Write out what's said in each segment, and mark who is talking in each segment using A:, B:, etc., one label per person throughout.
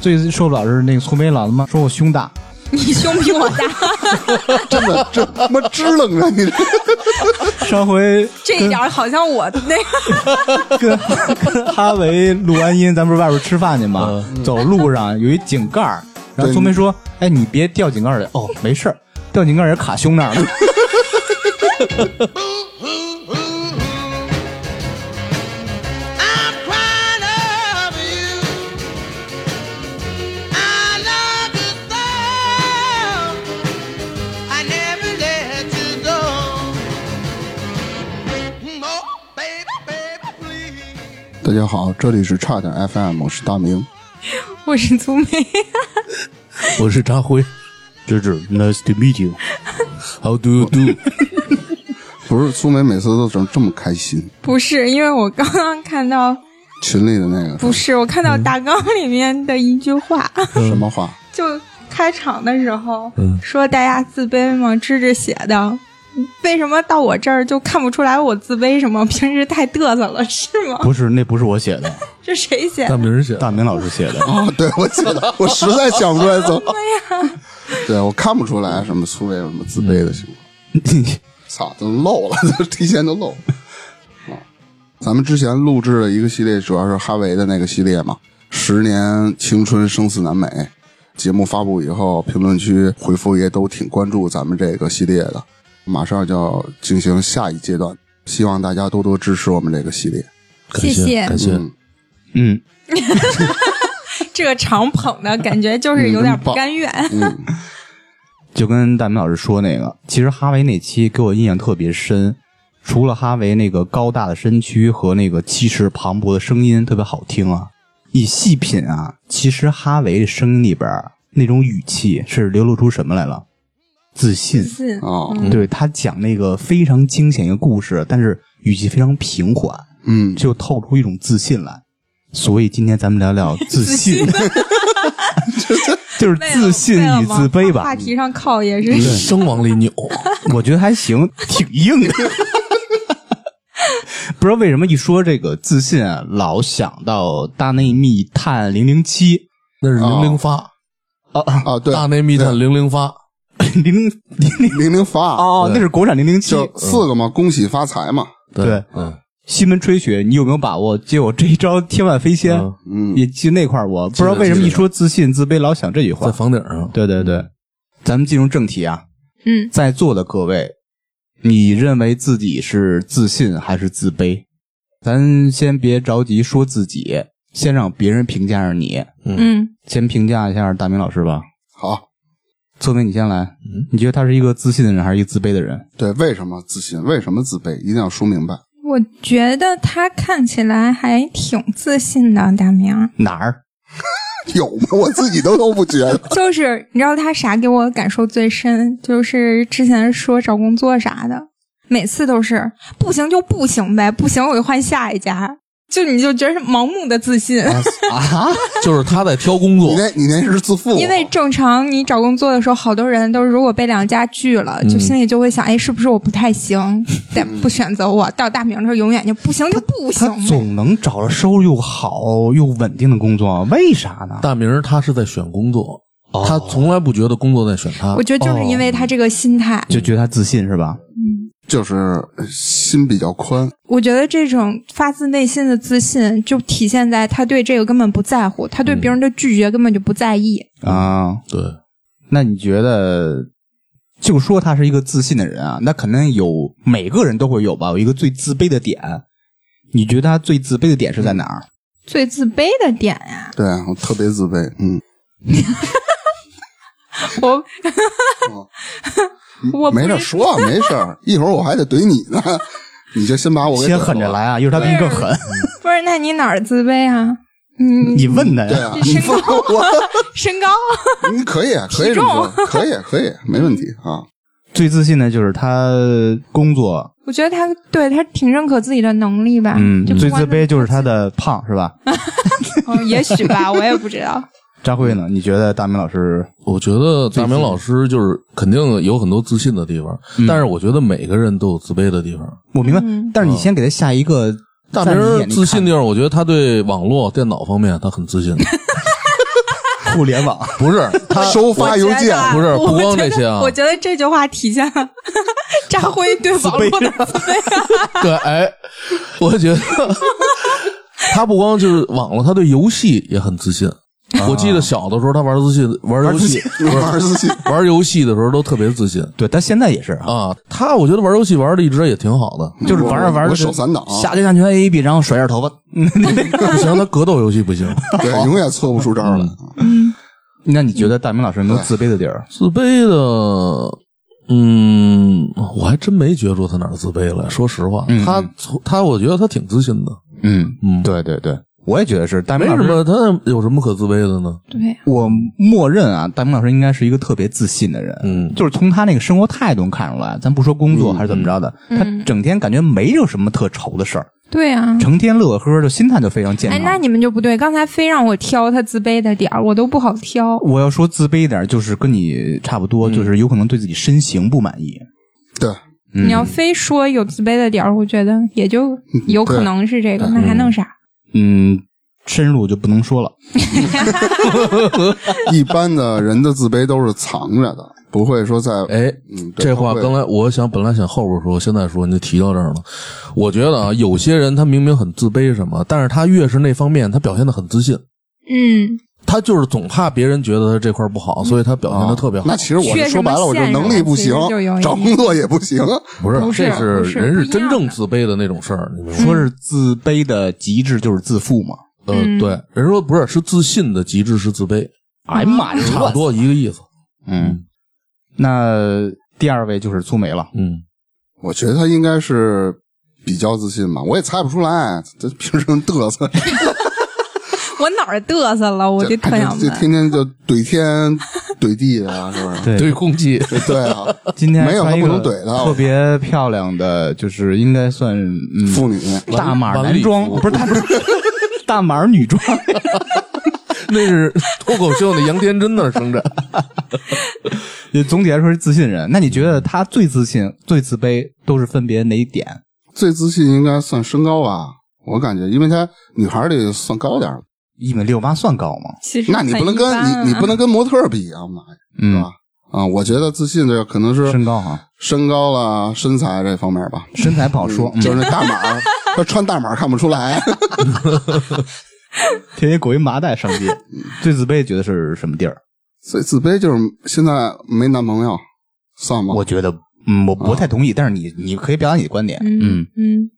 A: 最受不了是那个粗眉老他妈说我胸大，
B: 你胸比我大，
C: 真的这他妈支棱着你，
A: 上回
B: 这一点儿好像我那 个
A: 跟跟哈维录完音，咱不是外边吃饭去吗？
D: 嗯
A: 走路上有一井盖儿，然后聪梅说：“哎，你别掉井盖儿里。”哦，没事儿，掉井盖儿也卡胸那儿了。
E: I'm crying over you. I love you so. I never let you go. Oh, baby, baby, please.
C: 大家好，这里是差点 FM，我是大明。
B: 我是粗眉，
D: 我是扎辉，芝芝，Nice to meet you。How do you do？
C: 不是苏梅每次都整这么开心，
B: 不是因为我刚刚看到，
C: 群里的那个
B: 不是我看
D: 嗯
B: 到大纲里面的一句话，
C: 什么话？
B: 就开场的时候、
D: 嗯
B: 说大家自卑吗？芝芝写的。为什么到我这儿就看不出来我自卑什么？平时太嘚瑟了是吗？
D: 不是，那不是我写的，
B: 这谁写
F: 大
B: 的？
F: 明写
D: 大明老师写 的。
C: 啊、对我记得，我实在想不出来怎么。对我看不出来什么苏梅有什么自卑的情况。操，都漏了， 都提前都漏了。啊，咱们之前录制了一个系列，主要是哈维的那个系列嘛，《十年青春生死难美》。节目发布以后，评论区回复也都挺关注咱们这个系列的。马上就要进行下一阶段，希望大家多多支持我们这个系列。
B: 谢谢
D: 感谢。
C: 嗯
D: 嗯，
B: 这个长捧的感觉就是有点不甘愿。
C: 嗯，
D: 就跟大明老师说那个，其实哈维那期给我印象特别深，除了哈维那个高大的身躯和那个气势磅礴的声音特别好听啊，一细品啊，其实哈维的声音里边儿那种语气是流露出什么来了？自信。
B: 是
C: 哦，
D: 对他讲那个非常惊险一个故事，但是语气非常平缓，
C: 嗯，
D: 就透出一种自信来。所以今天咱们聊聊自信， 就是自信与自卑吧
B: 话。题上靠也是
F: 生往里 扭，
D: 我觉得还行，挺硬的。 不知道为什么一说这个自信啊，老想到《大内密探零零七》
F: 那是零零
D: 哦
F: 发，
C: 啊，对，
F: 大内密探零零发，
D: 零零零零
C: 零零发，
D: 哦，那是国产零零七。
C: 就四个嘛，恭喜发财嘛。
D: 对
F: 嗯，
D: 西门吹雪，你有没有把握接我这一招天外飞仙？
F: 嗯
C: 嗯，
D: 也就那块儿，我不知道为什么一说自信、自卑，老想这句
F: 在
D: 话。
F: 房顶上，
D: 对对对，嗯咱们进入正题啊，
B: 嗯，
D: 在座的各位，你认为自己是自信还是自卑？咱先别着急说自己，先让别人评价下你。
B: 嗯，
D: 先评价一下大明老师吧，
C: 好，
D: 聪明，你先来。你觉得他是一个自信的人还是一个自卑的人？
C: 对，为什么自信？为什么自卑？一定要说明白。
B: 我觉得他看起来还挺自信的，大明。
D: 哪儿？
C: 有吗？ 我自己都都不觉得。
B: 就是你知道他啥给我感受最深，就是之前说找工作啥的，每次都是不行就不行呗，不行我就换下一家。就你就觉得是盲目的 自信，
D: 啊
F: 就是他在挑工作
C: 你，那，你那是自负。啊
B: 因为正常你找工作的时候，好多人都如果被两家拒了，
D: 嗯
B: 就心里就会想，哎，是不是我不太行， 但不选择我？到大明这儿永远就不行就不
D: 他
B: 行呗。
D: 总能找着收入又好又稳定的工作，为啥呢？
F: 大明儿他是在选工作，
D: 哦
F: 他从来不觉得工作在选他
B: 我，觉得就是因为他这个心态，
D: 就觉得他自信是吧？
C: 就是心比较宽，
B: 我觉得这种发自内心的自信，就体现在他对这个根本不在乎，他对别人的拒绝根本就不在意。
D: 啊、
F: 对，
D: 那你觉得，就说他是一个自信的人啊，那肯定有每个人都会有吧，有一个最自卑的点。你觉得他最自卑的点是在哪儿？
B: 最自卑的点呀、
C: 对啊我特别自卑。嗯，
B: 我我不
C: 没事儿
B: 是
C: 说啊，没事儿，一会儿我还得怼你呢。你就先把我给
D: 先
C: 怼
D: 狠着
C: 了。
D: 来啊，又是他比你更狠。
B: 不是，那你哪儿自卑啊？嗯，
D: 你问他
C: 对
D: 呀，
C: 啊，
B: 身
C: 你
B: 高
C: 问我，
B: 身高，
C: 你可以，啊，可以这么说，可以，可以，没问题啊。
D: 最自信的就是他工作，
B: 我觉得他对他挺认可自己的能力吧。
D: 嗯，
B: 就不
D: 最
B: 光
D: 自卑就是他的胖，是吧？
B: 哦，也许 吧，我也不知道。
D: 张慧呢？你觉得大明老师
F: 我觉得大明老师就是肯定有很多自信的地方，
D: 嗯
F: 但是我觉得每个人都有自卑的地方。
D: 我明白，但是你先给他下一个
F: 大
D: 在
F: 明
D: 你
F: 儿
D: 眼里
F: 自信
D: 看
F: 地方，我觉得他对网络、电脑方面他很自信，
D: 互联网，
F: 不是他
C: 收发邮件，
F: 不是不光这些啊
B: 我觉得我觉得这句话体现了 扎辉对网络的自卑。啊
F: 对，哎，我觉得他不光就是网络，他对游戏也很自信。我记得小的时候，他玩游戏，玩游戏，
C: 玩自己。
F: 玩游戏的时候都特别自信
D: 对，但现在也是啊，
F: 啊。他我觉得玩游戏玩的一直也挺好的，
D: 就是玩着玩
C: 我
D: 着
C: 手残党
F: 啊
D: 下决战拳 A A B，然后甩下头发，
F: 不行，他格斗游戏不行。
C: 对，永远搓不出招来。
D: 嗯
C: 啊
D: 那你觉得大明老师有没有自卑的地儿？
F: 自卑的，嗯，我还真没觉出他哪儿自卑来。说实话，他从他我觉得他挺自信的，
D: 嗯，
F: 嗯，，
D: 对对对，我也觉得是。大
F: 没
D: 明老
F: 什
D: 师，
F: 么，他有什么可自卑的呢？
B: 对，啊
D: 我默认啊，大明老师应该是一个特别自信的人。
F: 嗯
D: 就是从他那个生活态度能看出来，咱不说工作还是怎么着的，他整天感觉没有什么特愁的事儿，
B: 对啊。
D: 成天乐呵呵，就心态就非常健
B: 哎
D: 康。，
B: 那你们就不对，刚才非让我挑他自卑的点儿，我都不好挑。
D: 我要说自卑一点，就是跟你差不多，就是有可能对自己身形不满意。
C: 对，嗯
B: 你要非说有自卑的点儿，我觉得也就有可能是这个，那还
C: 嗯
B: 弄啥？
D: 嗯，深入就不能说了。
C: 一般的人的自卑都是藏着的，不会说在
F: 哎，
C: 嗯，对
F: 这
C: 他
F: 话
C: 会
F: 刚才我想本来想后边说，现在说你就提到这儿了。我觉得啊，有些人他明明很自卑什么，但是他越是那方面，他表现的很自信，
B: 嗯，
F: 他就是总怕别人觉得他这块儿不好，所以他表现的特别好。
C: 啊那其实我
B: 缺
C: 这
B: 什
C: 说白
B: 么
C: 了，我就
B: 线
C: 能
B: 上
C: 力不
B: 其实
C: 行
B: 就有，一
C: 找
B: 点
C: 工作也不行。
F: 不是，
B: 不是
F: 这是
B: 不是
F: 人
B: 不
F: 是
B: 一
F: 真
B: 样
F: 正
B: 的嗯
F: 自卑的那种事儿，你明白吗？
D: 说是自卑的极致就是自负嘛？
B: 嗯
F: 呃，对，人说不是，是自信的极致是自卑，
D: 哎呀妈呀，
F: 差不多一个意思。
D: 嗯，那第二位就是粗梅了。
F: 嗯，
C: 我觉得他应该是比较自信吧，我也猜不出来，这平时嘚瑟，
B: 我哪儿嘚瑟 了？我就特想
C: 这
B: 问，
C: 天天就怼天怼地的啊，是不是？
D: 对
F: 对空气，
C: 对啊，
D: 今天
C: 没有
D: 穿一
C: 他不
D: 个
C: 能怼他
D: 特别漂亮的，就是应该算嗯
C: 妇女
D: 大码
F: 晚
D: 男
F: 礼
D: 装，
F: 服
D: 不是 大大码女装。
F: 那是脱口秀的杨天真那儿生产。
D: 也总体来说是自信人。那你觉得他最自信、最自卑都是分别哪一点？
C: 最自信应该算身高吧，我感觉，因为他女孩儿得算高点儿
D: 一米六八算高吗？
B: 其实
C: 那你不能跟、
B: 很一般啊
C: 你你不能跟模特儿比啊，妈呀，是
D: 嗯
C: 吧，？啊，我觉得自信的可能是
D: 身高哈，
C: 身高啦、身材这方面吧，
D: 身材不好说，嗯
C: 就是那大码 儿，他穿大码儿看不出来。
D: 天天裹一麻袋上街。
C: 嗯
D: 最自卑觉得是什么地儿？
C: 所以自卑就是现在没男朋友，算吗？
D: 我觉得，嗯，我不太同意，但是你你可以表达你的观点。
B: 嗯，嗯，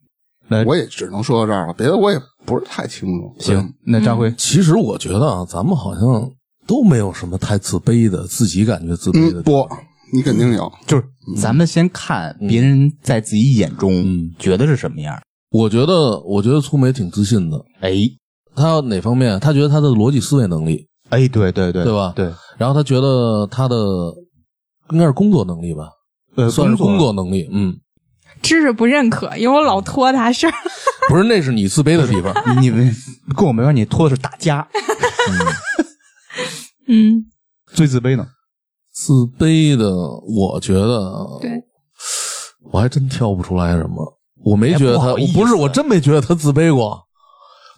D: 那
C: 我也只能说到这儿了，别的我也不是太清楚。
D: 行，嗯
C: 嗯
D: 那张辉，
F: 其实我觉得啊，咱们好像都没有什么太自卑的，自己感觉自
C: 对，
F: 卑的。
C: 嗯，不，你肯定有。
D: 就是咱们先看
C: 嗯
D: 别人在自己眼中
F: 嗯
D: 觉得是什么样。
F: 我觉得，我觉得粗梅挺自信的。
D: 哎
F: 他哪方面？他觉得他的逻辑思维能力，
D: 哎，对对对，
F: 对吧
D: 对，
F: 然后他觉得他的应该是工作能力吧，
D: 呃，
F: 算是工
D: 作
F: 作能力。嗯，
B: 知识不认可，因为我老拖沓事儿。
F: 不是，那是你自卑的 地方。
D: 你们跟我没关系，你拖的是大家。
B: 嗯，
D: 最自卑呢？
F: 自卑的，我觉得，
B: 对，
F: 我还真挑不出来什么。我没
D: 哎
F: 觉得
D: 不
F: 他，
D: 好意思
F: 不是，我真没觉得他自卑过。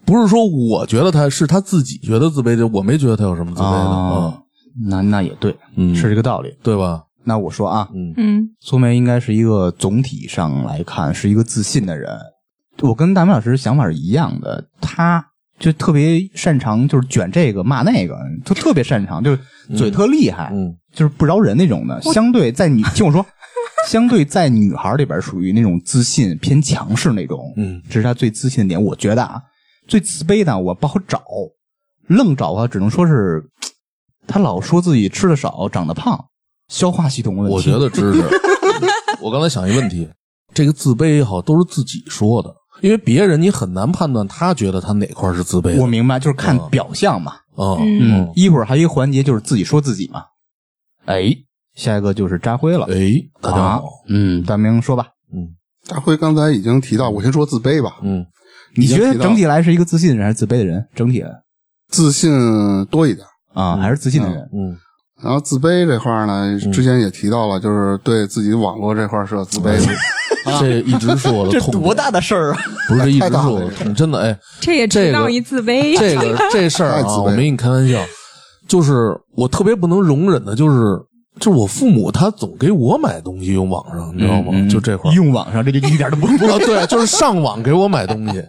F: 不是说我觉得他是他自己觉得自卑的，我没觉得他有什么自卑的，
D: 啊，那那也对，
F: 嗯
D: 是这个道理。
F: 对吧？
D: 那我说啊，
F: 嗯，
B: 嗯，
D: 苏梅应该是一个总体上来看是一个自信的人。我跟大明老师想法是一样的，他就特别擅长就是卷这个骂那个，就特别擅长，就是嘴特厉害，
F: 嗯
D: 就是不饶人那种的。相对在你听我说，相对在女孩里边属于那种自信偏强势那种，
F: 嗯
D: 这是他最自信的点。我觉得啊，最自卑的我不好找，愣找啊，只能说是他老说自己吃的少，长得胖，消化系统问题。
F: 我觉得知识。我刚才想一问题，这个自卑也好，都是自己说的，因为别人你很难判断他觉得他哪块是自卑
D: 我
F: 的。
D: 明白，就是看表象嘛。
F: 啊，
B: 嗯
D: 一会儿还有一个环节就是自己说自己嘛。哎，下一个就是扎辉了。
F: 哎，大家
D: 啊
F: 好，，
D: 嗯，大明说吧，
C: 大辉刚才已经提到，我先说自卑吧。
F: 嗯，
D: 你觉
C: 已经
D: 得
C: 提到
D: 整体来是一个自信的人还是自卑的人？整体的
C: 自信多一点，
D: 啊，还是自信的人？
F: 嗯，
C: 然后自卑这块儿呢，之前也提到了，就是对自己网络这块儿是有自卑的。
F: 嗯这一直是我 的痛点，
D: 的事儿啊！
F: 不是这一直
C: 太大
F: 是
C: 了
F: 我的
C: 这
F: 痛，真的哎，
B: 这也
F: 这
B: 知
F: 个
B: 道一自卑。
F: 这个这事儿
C: 太自
F: 啊，
C: 卑
F: 我没跟你开玩笑，就是我特别不能容忍的，就是就是我父母他总给我买东西用网上，你知道吗？就这块
D: 嗯
F: 儿，
D: 用网上这就一点都 不
F: 啊，对，就是上网给我买东西。
D: 嗯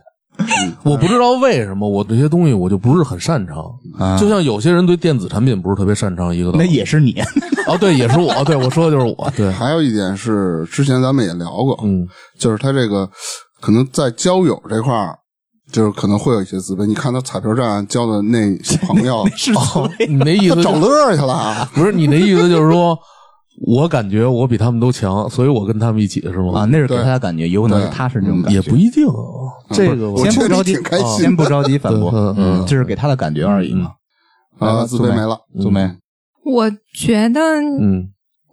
F: 我不知道为什么我这些东西我就不是很擅长，就像有些人对电子产品不是特别擅长一个道
D: 啊那
F: 理。
D: 也是你，
F: 啊，对，也是我，对我说的就是我，对，
C: 还有一点是，之前咱们也聊过，
F: 嗯，
C: 就是他这个可能在交友这块儿，就是可能会有一些自卑。你看他彩票站交的那些朋 友，
D: 是错。
F: 你那意
C: 他
F: 思
C: 找
F: 就
C: 乐儿去了啊！
F: 不是你那意思就是说，我感觉我比他们都强，所以我跟他们一起是吗？
D: 啊，那是给
C: 对
D: 他的感觉，有可能是他是这种感觉。
F: 也不一定啊，这个我
C: 我
D: 先
C: 觉
D: 不
C: 得
D: 着
C: 你
D: 急哦
C: 挺开，心
D: 先不着急反驳，
F: 嗯嗯嗯
D: 这是给他的感觉而已嘛。来
C: 啊，
D: 吧
C: 自
D: 苏
C: 卑
D: 梅
C: 没了。
D: 祖梅，
B: 我觉得
F: 嗯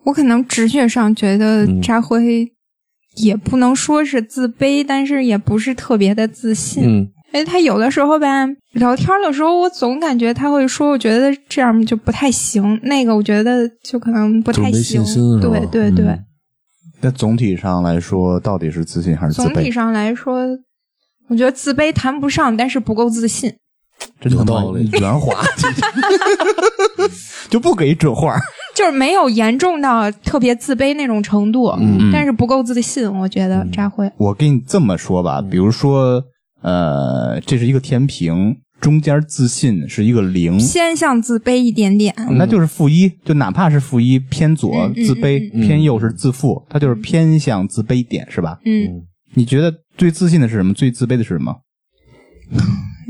B: 我可能直觉上觉得
F: 嗯
B: 扎辉也不能说是自卑，但是也不是特别的自信。
F: 嗯
B: 哎，他有的时候吧，聊天的时候，我总感觉他会说，我觉得这样就不太行，那个我觉得就可能不太
F: 就是没
B: 行
F: 信心。是吧
B: 对对对，
F: 嗯
D: 那总体上来说，到底是自信还是自
B: 总体
D: 卑？
B: 上来说，我觉得自卑谈不上，但是不够自信。
D: 真他
F: 有
D: 妈
F: 道理
D: 圆滑， 就不给准话。
B: 就是没有严重到特别自卑那种程度，
F: 嗯
B: 但是不够自信，我觉得扎辉，
D: 我跟你这么说吧，比如说，呃，这是一个天平，中间自信是一个零，
B: 偏向自卑一点嗯点。
D: 那就是负一，就哪怕是负一，偏左
B: 嗯嗯
D: 自卑，
F: 嗯
D: 偏右是自负，它就是偏向自卑点，是
F: 哦
D: 吧？
B: 嗯，
D: 你觉得最自信的是什么？最自卑的是什么？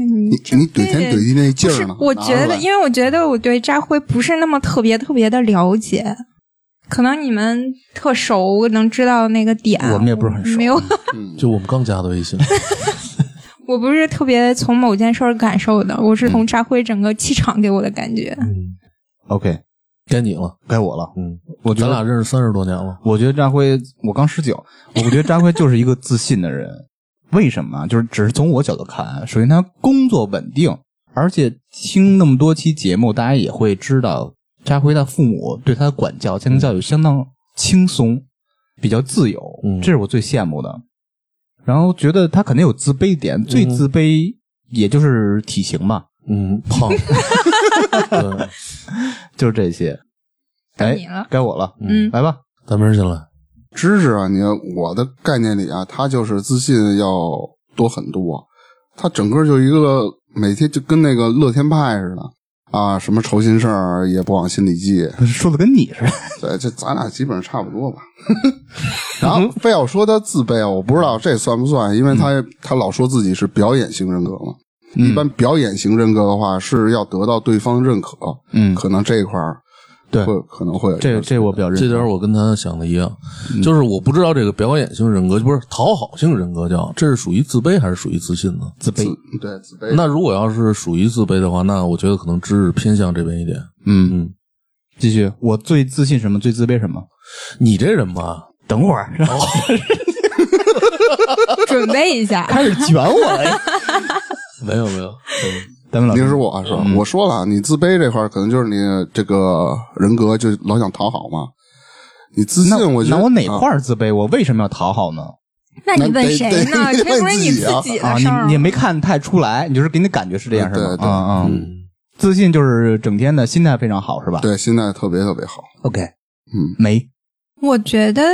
B: 你
C: 你你
B: 嗯这
C: 怼天怼地那劲
B: 不
C: 儿
B: 是
C: 呢？，啊
B: 我
C: 拿
B: 觉
C: 出
B: 得，
C: 来
B: 因为我觉得我对扎辉不是那么特别特别的了解，可能你们特熟，能知道那个点。
D: 我们也不是很熟
B: 没有，
C: 嗯
F: 就我们刚加的微信，
B: 我不是特别从某件事儿感受的，我是从扎辉整个气场给我的感觉。
F: 嗯，
D: ？OK，
F: 该你了，
D: 该我了。
F: 嗯，
D: 我觉
F: 咱
D: 得
F: 俩认识三十多年了，
D: 我觉得扎辉，我刚十九，我觉得扎辉就是一个自信的 人。为什么啊？就是只是从我角度看啊，首先他工作稳定，而且听那么多期节目，大家也会知道扎辉他父母对他的管教、家庭教育相当轻松，比较自由，
F: 嗯
D: 这是我最羡慕的。然后觉得他肯定有自卑点，最自卑也就是体型吧，
F: 嗯， 胖，对，
D: 就是这些。
B: 该
D: 哎
B: 你了，
D: 该我了，
B: 嗯，
D: 来吧，
F: 大明儿进来，
C: 知识啊，你我的概念里啊，他就是自信要多很多，他整个就一个每天就跟那个乐天派似的啊，什么愁心事儿也不往心里记，
D: 说的跟你似的。
C: 对，这咱俩基本上差不多吧。 然后非要说他自卑啊，我不知道这算不算，因为他、
D: 嗯
C: 他老说自己是表演型人格嘛。一般表演型人格的话，是要得到对方认可，
D: 嗯，
C: 可能这一块儿
D: 对
C: 会可能会有
D: 这
C: 个
D: 这我比较认
F: 这
D: 同。
F: 点我跟他想的一样，就是我不知道这个表演型人格，不是讨好型人格叫，这是属于自卑还是属于自信呢？
D: 自
C: 自
D: 卑，
C: 对自卑。
F: 那如果要是属于自卑的话，那我觉得可能知识偏向这边一点。
D: 嗯
F: 嗯，
D: 继续，我最自信什么？最自卑什么？
F: 你这人吧，
D: 等会儿，
B: 准备一下。
D: 开始卷我了。
F: 没有没有，
D: 咱们老
C: 您
D: 师
C: 是我是吧？
D: 嗯
C: 我说了，啊你自卑这块儿可能就是你这个人格就老想讨好嘛。你自信
D: 那，
C: 我觉得啊嗯
D: 那我哪块儿自卑？我为什么要讨好呢？
B: 那你问谁呢？
C: 那得
B: 这
C: 得
B: 不是你自己
D: 啊，
B: 的
D: 你
B: 事儿
D: 你也
B: 吗？
D: 没看太出来，你就是给你感觉是这样是
C: 对
D: 吗？
C: 对
D: 啊啊，
F: 嗯，
D: 自信就是整天的心态非常好是吧？
C: 对心态特别特别好。
D: ，OK，
C: 嗯，
D: 没，
B: 我觉得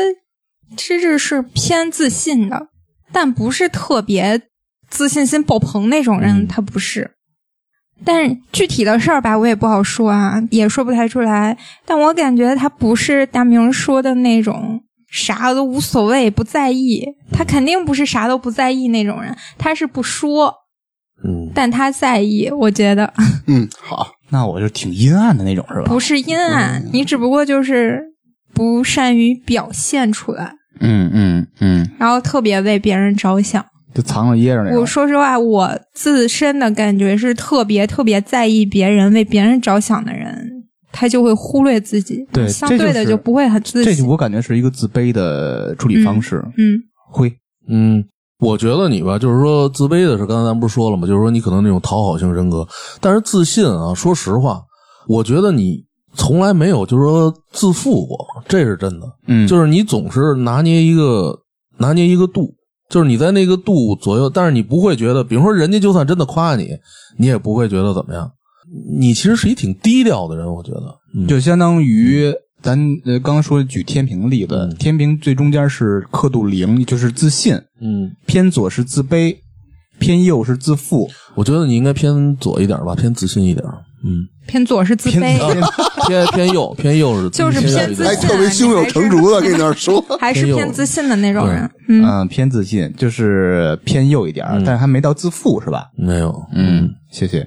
B: 芝芝是偏自信的，但不是特别自信心爆棚那种人，
F: 嗯
B: 他不是。但是具体的事儿吧，我也不好说啊，也说不太出来。但我感觉他不是大明说的那种啥都无所谓、不在意，他肯定不是啥都不在意那种人，他是不说，
F: 嗯，
B: 但他在意。我觉得
C: 嗯，好，
D: 那我就挺阴暗的那种是吧
B: 不？是阴暗，你只不过就是不善于表现出来。
D: 嗯嗯嗯，
B: 然后特别为别人着想。
D: 就藏着掖着那
B: 我
D: 种。
B: 说实话，我自身的感觉是特别特别在意别人、为别人着想的人，他就会忽略自己，
D: 对
B: 相
D: 这就
B: 对的
D: 是
B: 就不会很自
D: 这
B: 信。
D: 我感觉是一个自卑的处理方式。
B: 嗯，
D: 会，
F: 嗯，我觉得你吧，就是说自卑的是，刚才咱不是说了吗？就是说你可能那种讨好型人格，但是自信啊，说实话，我觉得你从来没有就是说自负过，这是真的。
D: 嗯，
F: 就是你总是拿捏一个拿捏一个度，就是你在那个度左右，但是你不会觉得，比如说人家就算真的夸你，你也不会觉得怎么样。你其实是一挺低调的人，我觉得。嗯
D: 就相当于咱呃刚刚说举天平的例子，
F: 嗯
D: 天平最中间是刻度零，就是自信；
F: 嗯，
D: 偏左是自卑，偏右是自负。
F: 我觉得你应该偏左一点吧，偏自信一点。嗯，
B: 偏左是自卑，
F: 啊偏偏右，偏右是
B: 就是偏自
C: 还
B: 信
C: 哎
B: 啊
C: 特别胸有成竹的跟你那儿说，
B: 还是
F: 偏右
B: 偏自信的那种人。
D: 嗯、
B: 嗯，
D: 偏自信就是偏右一点儿，
F: 嗯
D: 但是还没到自负是吧？
F: 没有。
D: 嗯，谢谢。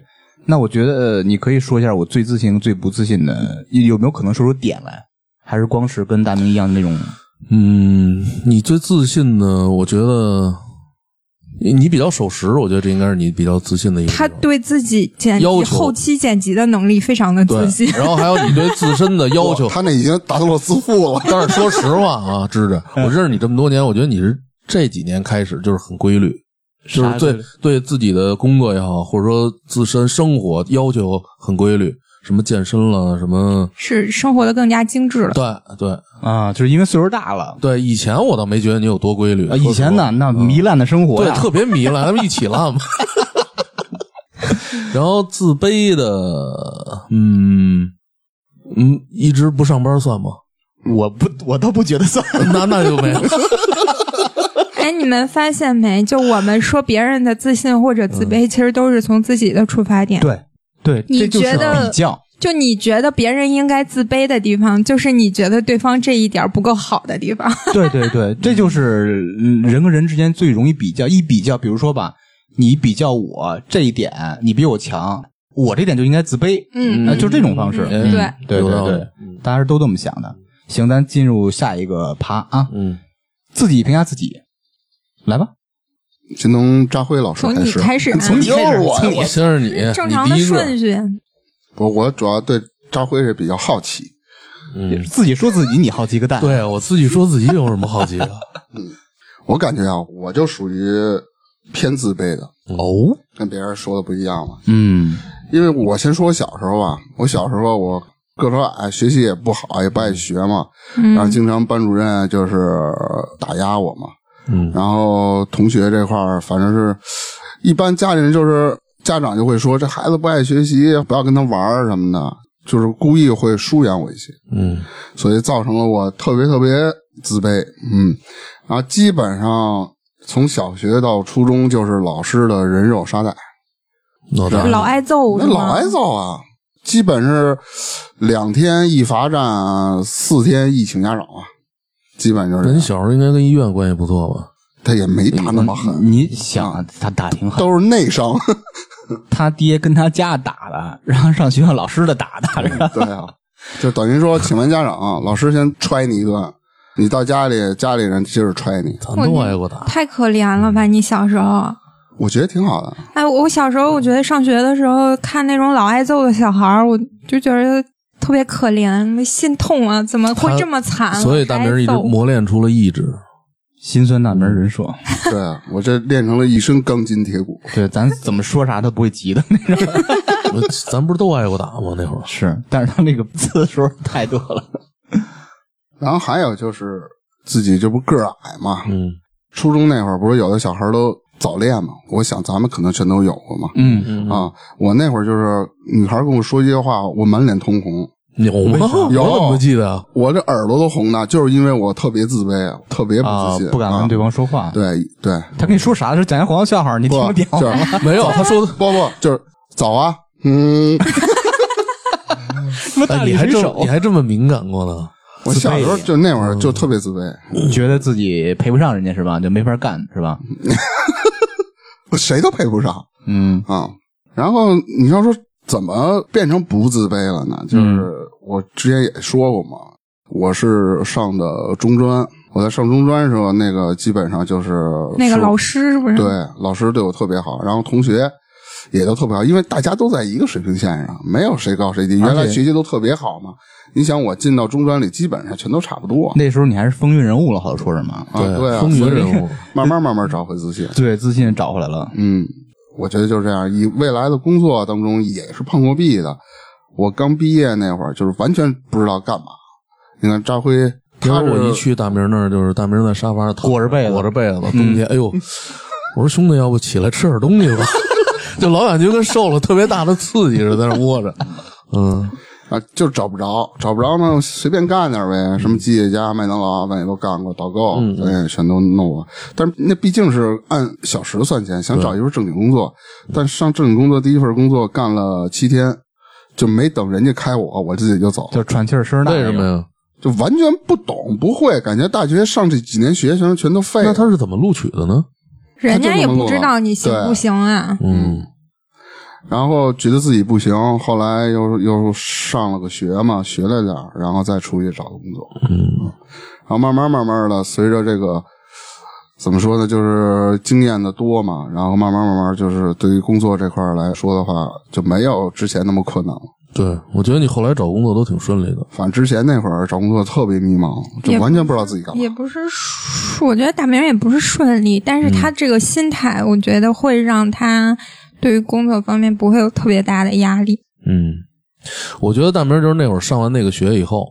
D: 那我觉得呃你可以说一下我最自信、最不自信的，有没有可能说出点来？还是光是跟大明一样的那种？
F: 嗯，你最自信呢？我觉得你你比较守时，我觉得这应该是你比较自信的一个地
B: 他
F: 方。
B: 对自己剪
F: 要
B: 辑、
F: 求
B: 后期剪辑的能力非常的自信
F: 对，。然后还有你对自身的要求。
C: 他那已经达到了自负了。
F: 但是说实话啊，芝芝，我认识你这么多年，我觉得你是这几年开始就是很规律，就是对对自己的工作也好，或者说自身生活要求很规律，什么健身了，什么。
B: 是生活的更加精致了。
F: 对对
D: 啊，就是因为岁数大了。
F: 对，以前我倒没觉得你有多规律。
D: 啊，以前呢，
F: 说实话
D: 那
F: 嗯
D: 糜烂的生活啊
F: 对
D: 呀，
F: 特别糜烂，咱们一起烂嘛。 然后自卑的，嗯嗯，一直不上班算吗？
D: 我不，我倒不觉得算。
F: 那那就没有。
B: 哎，你们发现没？就我们说别人的自信或者自卑，其实都是从自己的出发点。
D: 对对，
B: 你
D: 这就是
B: 觉得
D: 比较。
B: 就你觉得别人应该自卑的地方，就是你觉得对方这一点不够好的地 方。
D: 对对对，这就是嗯人跟人之间最容易比较。一比较，比如说吧，你比较我这一点，你比我强，我这点就应该自卑，
B: 嗯
D: 呃就这种方式。
B: 嗯对
D: 对
F: 有
D: 对
F: 道理
D: 对，
C: 嗯
D: 大家是都这么想的。行，咱进入下一个趴啊，
F: 嗯，
D: 自己评价自己，来吧。
C: 这能扎辉老师
B: 从你
C: 始，
B: 开始啊，
C: 从你开始，从你
F: 我先是你，
B: 正常的
F: 你第一个
B: 顺序。
C: 我我主要对扎辉是比较好奇，
F: 嗯，
D: 自己说自己，你好奇个蛋。，
C: 嗯
F: 对我自己说自己有什么好奇的？
C: 我感觉啊，我就属于偏自卑的，
D: 哦，
C: 跟别人说的不一样嘛。
D: 嗯
C: 因为我先说我小时候吧，我小时候我个头矮，学习也不好，也不爱学嘛，然后
B: 嗯，
C: 经常班主任就是打压我嘛。
F: 嗯
C: 然后同学这块儿，反正是一般家里人就是家长就会说，这孩子不爱学习，不要跟他玩儿什么的，就是故意会疏远我一些。
F: 嗯
C: 所以造成了我特别特别自卑，嗯，然后基本上从小学到初中就是老师的人肉沙袋，
F: 老大
B: 老挨揍
C: 那
B: 是
C: 老
B: 吗？
C: 挨揍啊，基本是两天一罚站，四天一请家长啊，基本就是这
F: 人
C: 样，
F: 小时候应该跟医院关系不错吧？
C: 他也没打那么狠，
D: 你想啊，他打挺好，
C: 都是内伤，
D: 他爹跟他家打的，然后上学校老师的打的，然后
C: 对啊，就等于说请完家长，老师先揣你一顿，你到家里家里人接着揣你，
F: 咱都挨过打。
B: 太可怜了吧！你小时候，
C: 我觉得挺好的，
B: 哎，我小时候我觉得上学的时候看那种老挨揍的小孩儿，我就觉得特别可怜，心痛啊！怎么会这么惨？
F: 所以大明
B: 还
F: 一直
B: 挨揍
F: 磨练出了意志。
D: 心酸那门人说，
C: 对啊我这练成了一身钢筋铁骨。
D: 对，咱怎么说啥他不会急的那种。
F: 我咱不是都挨过打吗？那 会儿
D: 是，但是他那个字数太多了。
C: 然后还有就是自己这不个儿矮嘛，
F: 嗯
C: 初中那会儿不是有的小孩都早恋嘛，我想咱们可能全都有过嘛。
D: 嗯，
F: 嗯，
C: 啊，我那会儿就是女孩跟我说一些话，我满脸通红，
F: 有吗？我
C: 有
F: 怎么不记得啊？
C: 我这耳朵都红的，就是因为我特别自卑，特别不
D: 啊
C: 自信，，
D: 不敢跟对方说话。，
C: 对对，
D: 他跟你说啥的时候讲一黄笑话，你听
C: 不
D: 不听？
C: 就是
F: 没有，他说 的。
C: 不不就是早啊， 嗯，
D: 什么
F: 哎，你还这么你还这么敏感过呢？
C: 我小时候就那会儿就特别自卑，
D: 觉得自己配不上人家是吧？就没法干是吧？
C: 我谁都配不上
D: 嗯
C: 啊。然后你要说怎么变成不自卑了呢？
F: 嗯
C: 就是我之前也说过嘛，我是上的中专，我在上中专的时候，那个基本上就是
B: 那个
C: 是
B: 老师是不是？
C: 对老师对我特别好，然后同学也都特别好，因为大家都在一个水平线上，没有谁高谁低。原来学习都特别好嘛，你想我进到中专里，基本上全都差不多。
D: 那时候你还是风云人物了，好说什么？
C: 啊，对啊，
F: 风云人 物。
C: 慢慢慢慢找回自信。
D: 对，自信找回来了。
C: 嗯，我觉得就是这样。以未来的工作当中也是碰过壁的。我刚毕业那会儿，就是完全不知道干嘛。你看扎辉，
F: 比如
C: 他是
F: 我一去大明那儿，就是大明在沙发上躺
D: 裹着被子
F: 嗯裹着被子，冬天，哎呦，我说兄弟，要不起来吃点东西吧？ 就老感觉跟受了特别大的刺激似的，在那儿窝着。嗯，
C: 啊，就找不着，找不着呢，随便干点呗，什么吉野家、麦当劳，咱也都干过，导购，
F: 嗯
C: 咱也全都弄过。但是那毕竟是按小时算钱，想找一份正经工作，
F: 嗯
C: 但上正经工作第一份工作干了七天，就没等人家开我，我自己就走，
D: 就是喘气儿声儿大。
F: 为什么？呀？
C: 就完全不懂不会，感觉大学上这几年学全全都废
F: 那
C: 了。
F: 他是怎么录取的呢？
B: 人家
C: 他就
B: 也
C: 这么
B: 不知
C: 录
B: 道你行
C: 对
B: 不行啊。
F: 嗯
C: 然后觉得自己不行，后来又又上了个学嘛，学了点儿然后再出去找工作。
F: 嗯
C: 然后慢慢慢慢的，随着这个怎么说呢，就是经验的多嘛，然后慢慢慢慢就是对于工作这块儿来说的话，就没有之前那么困难了。
F: 对，我觉得你后来找工作都挺顺利的。
C: 反正之前那会儿找工作特别迷茫，
B: 也
C: 就
B: 不
C: 完全不知道自己干嘛
B: 也。不是顺，我觉得大明也不是顺利，但是
C: 嗯
B: 他这个心态，我觉得会让他对于工作方面不会有特别大的压力。
F: 嗯，我觉得大明就是那会儿上完那个学以后，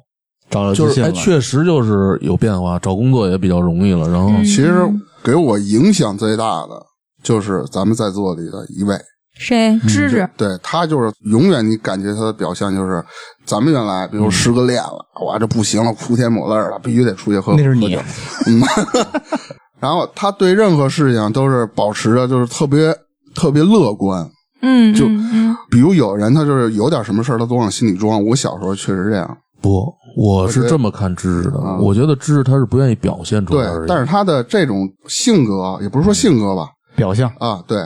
D: 找着
F: 就
D: 自
F: 是
D: 信
F: 哎，
D: 了。
F: 确实就是有变化，找工作也比较容易了。然后，
B: 嗯
C: 哦其实给我影响最大的就是咱们在座里的一位，嗯
B: 谁芝芝？
C: 对他就是永远你感觉他的表现就是，咱们原来比如失个恋了，哇这不行了，哭天抹泪了，必须得出去喝。
D: 嗯那是你
C: 喝酒然后他对任何事情都是保持着就是特别特别乐观。
B: 嗯，
C: 就
B: 嗯嗯
C: 比如有人他就是有点什么事儿，他都往心里装。我小时候确实这样，
F: 不，我
C: 我觉
F: 是
C: 得
F: 这么看芝芝的。
C: 啊
F: 我觉得芝芝她是不愿意表现出
C: 对
F: 来而已。。
C: 但是他的这种性格，也不是说性格吧，
D: 表象，
C: 啊，对，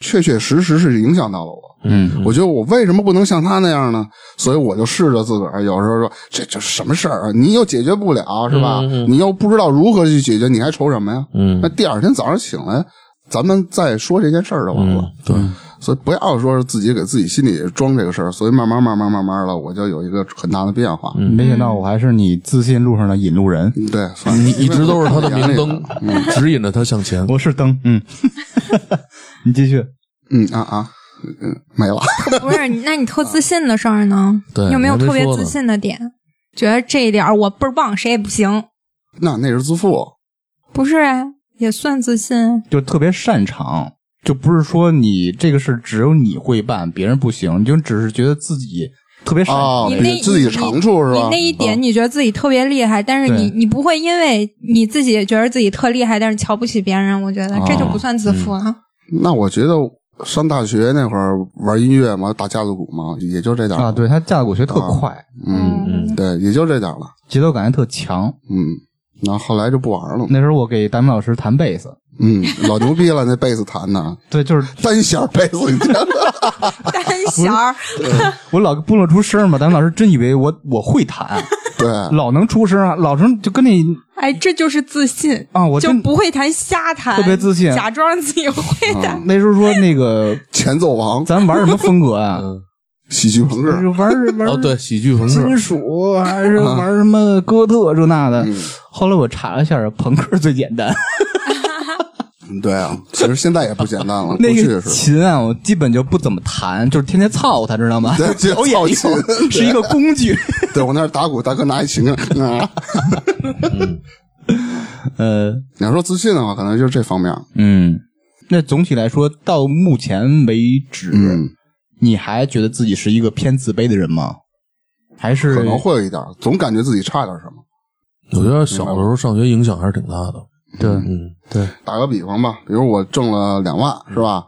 C: 确确实实是影响到了我。
D: 嗯，
C: 我觉得我为什么不能像他那样呢？所以我就试着自个儿，有时候说这这什么事儿啊？你又解决不了是吧？你又不知道如何去解决，你还愁什么呀？
F: 嗯
C: 那第二天早上醒来，咱们再说这件事儿就完了。
F: 嗯，对，
C: 所以不要说是自己给自己心里装这个事儿，所以慢慢慢慢慢慢的，我就有一个很大的变化。
D: 没想到我还是你自信路上的引路人。
C: 嗯，对，算
F: 你
C: 了
F: 一直都是她的 明灯，指引着她向前。
D: 我是灯，嗯， 你继续。
C: 嗯啊啊，嗯没了。
B: 不是，那你特自信的事儿 呢？
F: 对
B: 有没有
F: 我还没
B: 特别
F: 说呢
B: 自信的点？觉得这一点儿我倍儿棒，谁也不行，
C: 那那是自负，
B: 不是啊？也算自信。
D: 就特别擅长，就不是说你这个事儿只有你会办，别人不行，你就只是觉得自己特别擅长。
C: 哦
B: 你
C: 比
B: 那
C: 自
B: 你
C: 己的长处是吧
B: 你那一点
C: 嗯
B: 你觉得自己特别厉害，但是你
D: 对
B: 你不会因为你自己觉得自己特厉害，但是瞧不起别人，我觉得
C: 哦
B: 这就不算自负了。
C: 那我觉得上大学那会儿玩音乐嘛，打架子鼓嘛，也就这点儿
D: 啊，，对他架子鼓学特
F: 哦
D: 快，
C: 嗯，
B: 嗯，
C: 对，也就这点儿了，
D: 节奏感也特强。
C: 嗯。然后后来就不玩了嘛，
D: 那时候我给大明老师弹贝斯，
C: 嗯，老牛逼了，那贝斯弹的
D: 对，就是
C: 单弦贝斯，你知道吗
B: 单弦儿，
D: 我老不能出声嘛，大明老师真以为我我会弹，
C: 对，
D: 老能出声啊，老能就跟你
B: 哎，这就是自信
D: 啊我
B: 就
D: 真
B: 不会弹瞎弹，
D: 特别自信嗯
B: 假装自己会弹。
D: 那时候说那个
C: 前奏王，
D: 咱玩什么风格啊？
C: 喜剧朋克，
D: 是玩玩
F: 哦，对，喜剧朋
D: 金
B: 嗯
F: 克，
D: 属啊还是玩什么哥特这那的。
F: 嗯
D: 后来我查了一下，朋克最简单。
C: 嗯对啊，其实现在也不简单了，过
D: 那
C: 去
D: 个
C: 也是，
D: 琴啊，我基本就不怎么弹，就是天天操它，知道吗？
C: 对 就
D: 表演
C: 操
D: 用
C: 琴对
D: 是一个工 具。
C: 对我那儿打鼓，大哥拿一琴啊。
D: 呃，
C: 你要说自信的话，可能就是这方面。
D: 嗯，那总体来说，到目前为止，
C: 嗯，
D: 你还觉得自己是一个偏自卑的人吗？还是
C: 可能会有一点，总感觉自己差点什么。
F: 我觉得小的时候上学影响还是挺大的。
D: 对
F: 嗯，对，
C: 打个比方吧，比如我挣了两万，是吧？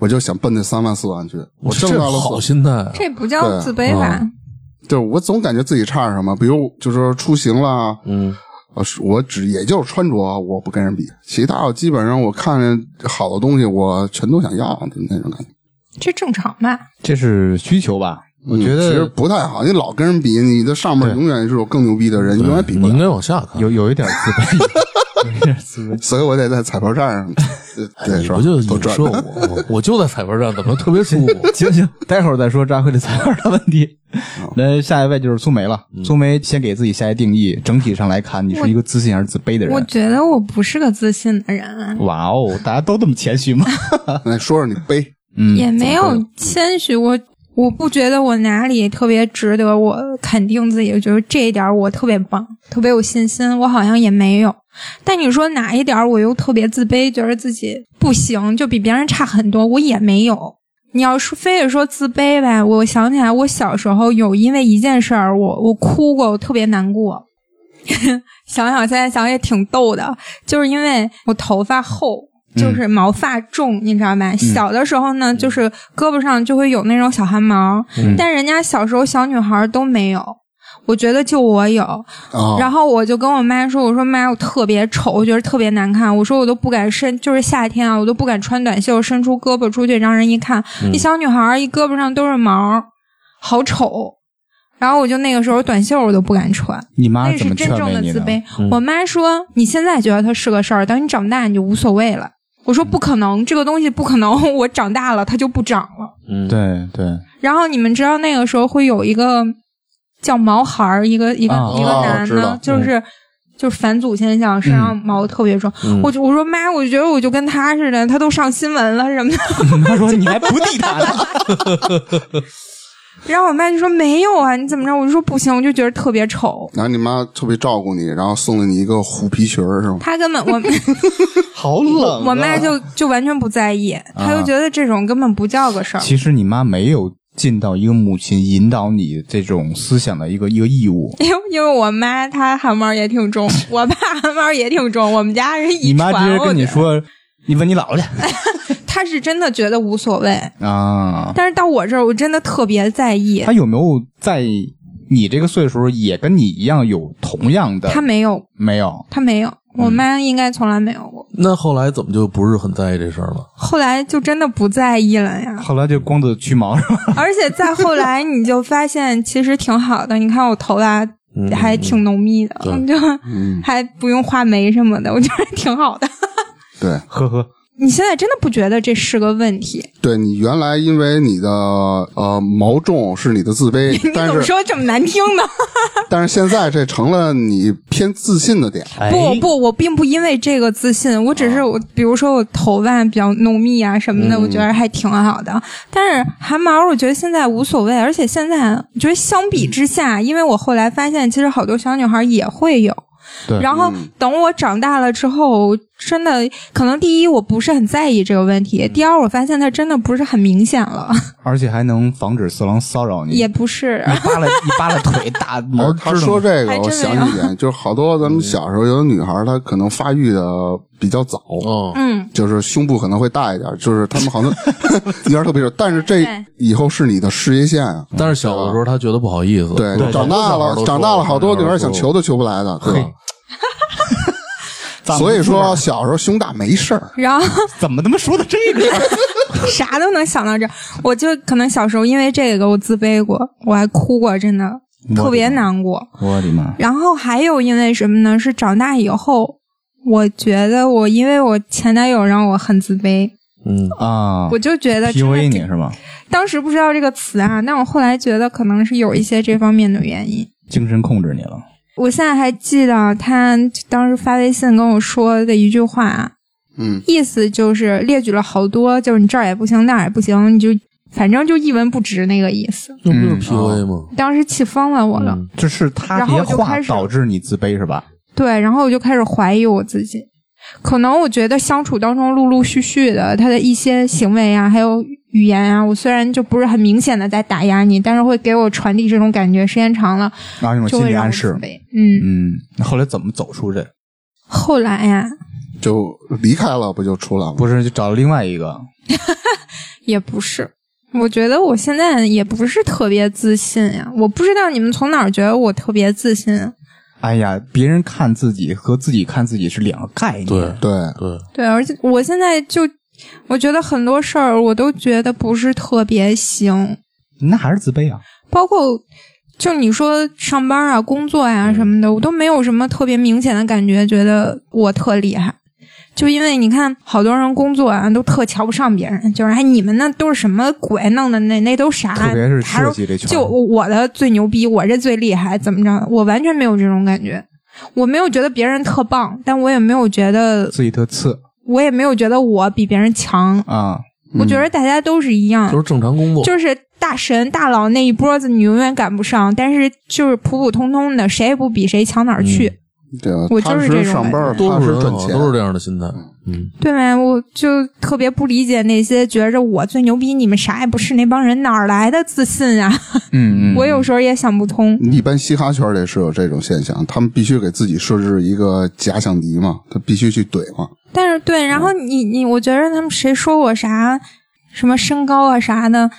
C: 我就想奔那三万四万去。我挣
F: 这
C: 到了
F: 好
C: 四，
F: 心态啊，
B: 这不叫自卑吧？
D: 嗯
C: 就是我总感觉自己差什么。比如就是说出行啦，
F: 嗯，
C: 呃，是我只也就是穿着我不跟人比，其他我基本上我看着好的东西我全都想要的那种感觉。
B: 这正常吧？
D: 这是需求吧？我觉
C: 嗯其实
D: 得
C: 不太好，你老跟人比，你的上面
D: 对
C: 永远是有更牛逼的人，永远啊比
F: 你
C: 不
F: 应
C: 了。
F: 该往下看。
D: 有有一点自卑， 有一点自卑。
C: 所以我得在彩票站 上，呃对，
F: 你
C: 是吧
F: 不就
C: 都
F: 影
C: 赚
F: 射我吗？我就在彩票站，怎么特别舒服？
D: 行行，待会儿再说扎辉的彩票的问题。
C: 嗯
D: 那下一位就是苏梅了。苏梅先给自己下一定义，整体上来看，你是一个自信还是自卑的人？
B: 我觉得我不是个自信的人，啊
D: 哇哦，大家都这么谦虚 吗？
C: 来哎说说你背，
B: 也没有谦虚。我我不觉得我哪里特别值得我肯定自己，我觉得这一点我特别棒，特别有信心。我好像也没有。但你说哪一点我又特别自卑，觉得自己不行，就比别人差很多，我也没有。你要说非得说自卑吧，我想起来我小时候有因为一件事儿，我我哭过，我特别难过。 想想现在想也挺逗的，就是因为我头发厚，就是毛发重，你知道吧？小的时候呢，就是胳膊上就会有那种小汗毛，但人家小时候小女孩都没有。我觉得就我有，
C: 啊，
B: 然后我就跟我妈说：“我说妈，我特别丑，我觉得特别难看。我说我都不敢伸，就是夏天啊，我都不敢穿短袖，伸出胳膊出去让人一看，一小女孩儿一胳膊上都是毛，好丑。”然后我就那个时候短袖我都不敢穿，
D: 你妈
B: 那
D: 啊怎
B: 是
D: 么
B: 真
D: 劝
B: 正
D: 慰
B: 的
D: 你
B: 自
D: 的？
B: 卑。我妈说：“你现在觉得它是个事儿，等你长大你就无所谓了。”我说：“不可能，这个东西不可能， 我长大了它就不长了。”
F: 嗯，
D: 对 对，
B: 然后你们知道那个时候会有一个叫毛孩儿，一个一个、
D: 啊
B: 一个
C: 哦
B: 男
C: 知
B: 的，
C: 道
B: 就是、就是返祖现象，身上毛特别重。我就我说妈，我觉得我就跟他似的，他都上新闻了什么的。
D: 他说你还不地 他呢，
B: 然后我妈就说没有啊，你怎么着？我就说不行，我就觉得特别丑。
C: 然后你妈特别照顾你，然后送了你一个虎皮裙儿，是吗？
B: 他根本我
D: 好冷啊
B: 我妈就就完全不在意，她就觉得这种根本不叫个事儿。
D: 其实你妈没有尽到一个母亲引导你这种思想的一个一个义务。
B: 因为因为我妈她汗毛也挺 重，我爸汗毛也挺重，我们家人遗
D: 你妈
B: 传。
D: 直接
B: 我
D: 跟你
B: 觉得，
D: 说，
B: 哦
D: 你问你姥姥去
B: 她是真的觉得无所谓。
D: 啊。
B: 但是到我这儿，我真的特别在意。
D: 她有没有在你这个岁数也跟你一样有同样的？嗯
B: 他没有，
D: 没有，
B: 他没有，我妈应该从来没有过。
F: 那后来怎么就不是很在意这事儿
C: 嗯
F: 了？
B: 后来就真的不在意了 呀。
D: 后来就光子去毛是 吧？
B: 而且再后来，你就发现其实挺好的。你看我头发
F: 嗯
B: 还挺浓密的，
F: 嗯
B: 就还不用画眉什么的，我觉得挺好的。
C: 对，
D: 呵呵，
B: 你现在真的不觉得这是个问题？
C: 对你原来因为你的呃毛重是你的自卑
B: 你，
C: 但
B: 怎么
C: 是
B: 说这么难听呢？
C: 但是现在这成了你偏自信的点。
D: 哎
B: 不不，我并不因为这个自信，我只是我，比如说我头发比较浓密啊什么的，我觉得还挺好的。但是汗毛，我觉得现在无所谓，而且现在我觉得相比之下，因为我后来发现，其实好多小女孩也会有。
D: 对
B: 然后
C: 嗯
B: 等我长大了之后，真的可能第一我不是很在意这个问题，第二我发现它真的不是很明显了，
D: 而且还能防止色狼骚扰你。
B: 也 不是。
D: 你扒拉你扒拉腿，大 毛
C: 他
D: 知道
C: 说
D: 吗
C: 这个
B: 还，
C: 我
B: 真没
C: 想
B: 有
C: 起一点，就是好多咱们小时候有的女孩儿，她可能发育的比较早，
F: 哦，
B: 嗯，
C: 就是胸部可能会大一点，就是她们好 像女孩儿特别瘦，但是这
B: 对
C: 以后是你的事业线啊。
F: 但是小的时候他觉得不好意思，
C: 对，
F: 对
C: 长大
F: 好多小孩
C: 了
F: 都，
C: 长大了，
F: 说
C: 好多女孩儿想
F: 都说
C: 求都求不来的，对吧？
D: 怎么
C: 所以说小时候胸大没事儿，
B: 然后。
D: 怎么他妈说到这个事儿？
B: 啥都能想到这儿。我就可能小时候因为这个我自卑过，我还哭过，真的特别难过。
D: 我的妈！
B: 然后还有因为什么呢？是长大以后，我觉得我因为我前男友让我很自卑，
F: 嗯，
D: 啊
B: 我就觉得真的
D: ，PUA 你
B: 挺
D: 是吧？
B: 当时不知道这个词啊，但我后来觉得可能是有一些这方面的原因。
D: 精神控制你了。
B: 我现在还记得他当时发微信跟我说的一句话啊，
C: 嗯，
B: 意思就是列举了好多，就是你这儿也不行，那儿也不行，你就反正就一文不值那个意思。
F: 那不就
C: 嗯
F: 是
C: 哦
F: PUA 吗？
B: 当时气疯了我了，
F: 嗯
D: 这是他
B: 然
D: 这
B: 后
D: 些
B: 我就
D: 话
B: 开始
D: 导致你自卑是吧？
B: 对，然后我就开始怀疑我自己，可能我觉得相处当中陆陆续续的他的一些行为啊，还有语言啊，我虽然就不是很明显的在打压你，但是会给我传递这种感觉，时间长了
D: 然后那种
B: 就
D: 心
B: 会
D: 理
B: 让我
D: 暗
B: 自
D: 示。
B: 卑。嗯，
D: 嗯，那后来怎么走出这？
B: 后来呀、
C: 就离开了，不就出来了？
D: 不是就找了另外一个？
B: 也不是。我觉得我现在也不是特别自信呀、我不知道你们从哪儿觉得我特别自信啊、
D: 哎呀，别人看自己和自己看自己是两个概念。
F: 对
C: 对，
F: 对，
B: 对，而且我现在就，我觉得很多事儿我都觉得不是特别行，
D: 那还是自卑啊。
B: 包括就你说上班啊、工作
D: 嗯
B: 呀、什么的，我都没有什么特别明显的感觉，觉得我特厉害。就因为你看，好多人工作啊都特瞧不上别人，就是哎，你们那都是什么鬼弄的？那那都啥？
D: 特别是
B: 啊还
D: 设计这圈儿
B: 就我的最牛逼，我这最厉害，怎么着？我完全没有这种感觉，我没有觉得别人特棒，但我也没有觉得，
D: 自己特次
B: 我也没有觉得我比别人强。
D: 啊，
B: 我觉得大家都是一样，
F: 就是正常工作，
B: 就是大神大佬那一波子，你永远赶不上，但是就是普普通通的，谁也不比谁强哪儿去。
C: 对啊
B: 我，就
C: 踏
B: 是
C: 实
B: 这种
C: 上班，
B: 人
C: 踏
F: 多数
C: 实
F: 人
C: 赚
F: 好像
C: 钱，
F: 都是这样的心态。嗯，
B: 对呗，我就特别不理解那些觉着我最牛逼，你们啥也不是那帮人哪儿来的自信啊？
D: 嗯嗯，
B: 我有时候也想不通。
C: 一般嘻哈圈里是有这种现象，他们必须给自己设置一个假想敌嘛，他必须去怼嘛。
B: 但是对，然后你你，我觉得他们谁说我啥，什么身高啊啥的，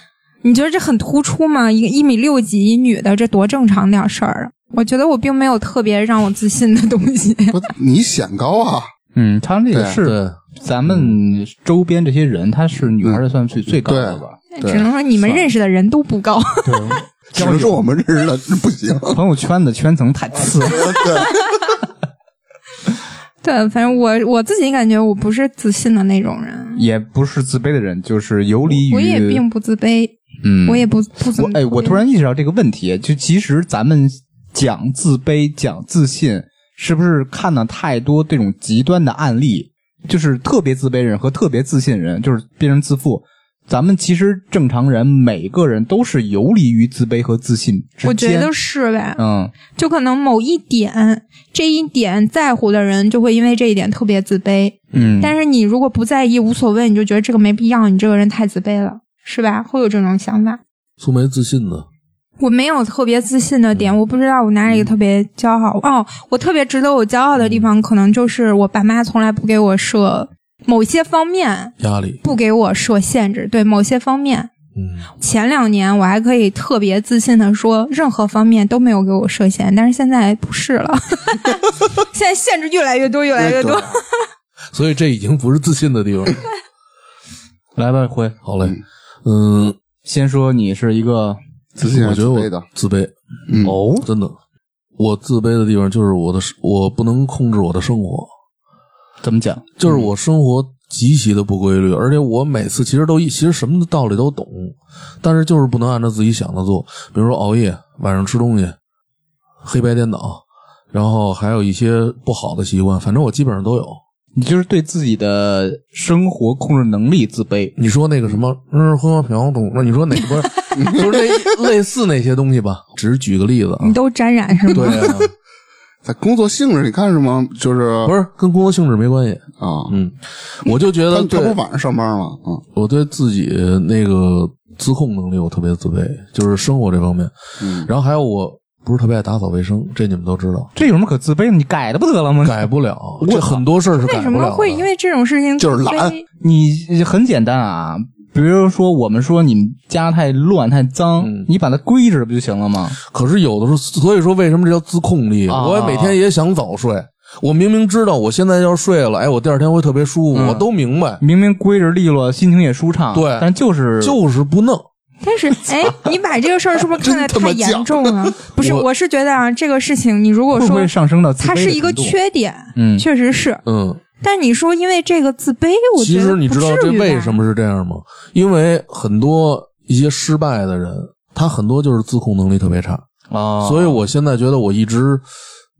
B: 你觉得这很突出吗？一个一米六几女的，这多正常点事儿啊！我觉得我并没有特别让我自信的东西。
C: 不，你显高 啊，
D: 嗯，他那个
C: 对
D: 是
F: 对，嗯
D: 咱们周边这些人，他是女孩儿算最最高的
C: 对
D: 吧？
C: 对
B: 只能说你们认识的人都不高，
C: 只能说我们认识的是不 行。
D: 朋友圈的圈层太次了。
C: 对，
B: 对，反正我我自己感觉我不是自信的那种人，
D: 也不是自卑的人，就是游离于
B: 我也并不自卑，
D: 嗯，
B: 我也不不怎
D: 我
B: 么。
D: 哎，我突然意识到这个问题，就其实咱们讲自卑、讲自信，是不是看了太多这种极端的案例？就是特别自卑人和特别自信人，就是变成自负。咱们其实正常人每个人都是游离于自卑和自信之间。
B: 我觉得是呗，
D: 嗯，
B: 就可能某一点，这一点在乎的人就会因为这一点特别自卑。
D: 嗯
B: 但是你如果不在意，无所谓，你就觉得这个没必要，你这个人太自卑了，是吧？会有这种想法。
F: 苏梅自信呢，
B: 我没有特别自信的点，
D: 嗯
B: 我不知道我哪里特别骄傲。哦，我特别值得我骄傲的
D: 嗯
B: 地方，可能就是我爸妈从来不给我设某些方面
F: 压力。
B: 不给我设限制，对某些方面。
F: 嗯，
B: 前两年我还可以特别自信的说，任何方面都没有给我设限，但是现在不是了， 现在限制越来越多，越来越多。
F: 所以这已经不是自信的地方。 来吧，辉，好嘞。嗯，
D: 先说你是一个
C: 自信
F: 我
C: 还是
F: 觉得
C: 自
F: 我
C: 卑的，
F: 自卑，
C: 嗯
F: 哦，真的，我自卑的地方就是我的，我不能控制我的生活，
D: 怎么讲？
F: 就是我生活极其的不规律，而且我每次其实都其实什么道理都懂，但是就是不能按照自己想的做，比如说熬夜、晚上吃东西、黑白颠倒，然后还有一些不好的习惯，反正我基本上都有。
D: 你就是对自己的生活控制能力自卑。
F: 你说那个什么，嗯，喝花瓢懂那你说哪个不是，就是那类似那些东西吧？只是举个例子啊
B: 你，都沾染是吗？
F: 对啊，
C: 在工作性质，你看什么？就是
F: 不是跟工作性质没关系。
C: 啊，
F: 嗯，我就觉
C: 他
F: 得
C: 他
F: 对
C: 不晚上上班吗？啊，
F: 我对自己那个自控能力我特别自卑，就是生活这方面。
C: 嗯
F: 然后还有我不是特别爱打扫卫生，这你们都知道，
D: 这有什么可自卑的？你改了不得了吗？
F: 改不了。这很多事儿是改
B: 为
F: 不了的。
B: 什么会因为这种事情
C: 就是懒
B: 自卑
D: 你很简单啊，比如说我们说你们家太乱太脏，
F: 嗯
D: 你把它归置不就行了吗？
F: 可是有的时候，所以说为什么这叫自控力？
D: 啊
F: 我每天也想早睡，我明明知道我现在要睡了，哎，我第二天会特别舒服，
D: 嗯
F: 我都明白，
D: 明明归置利落，心情也舒畅，
F: 对
D: 但就是
F: 就是不弄。
B: 但是，哎，你把这个事儿是不 是看得太严重了？不是，
F: 我
B: 我是觉得啊，这个事情你如果
D: 会不
B: 说
D: 会上升到自卑
B: 它
D: 的
B: 是一个
D: 程度
B: 缺点，
D: 嗯
B: 确实是。
F: 嗯，
B: 但你说因为这个自卑，我
F: 其
B: 觉
F: 实
B: 得
F: 你知道
B: 不
F: 这
B: 至于吧
F: 为什？么是这样吗？因为很多一些失败的人，他很多就是自控能力特别差。
D: 啊，
F: 所以我现在觉得我一直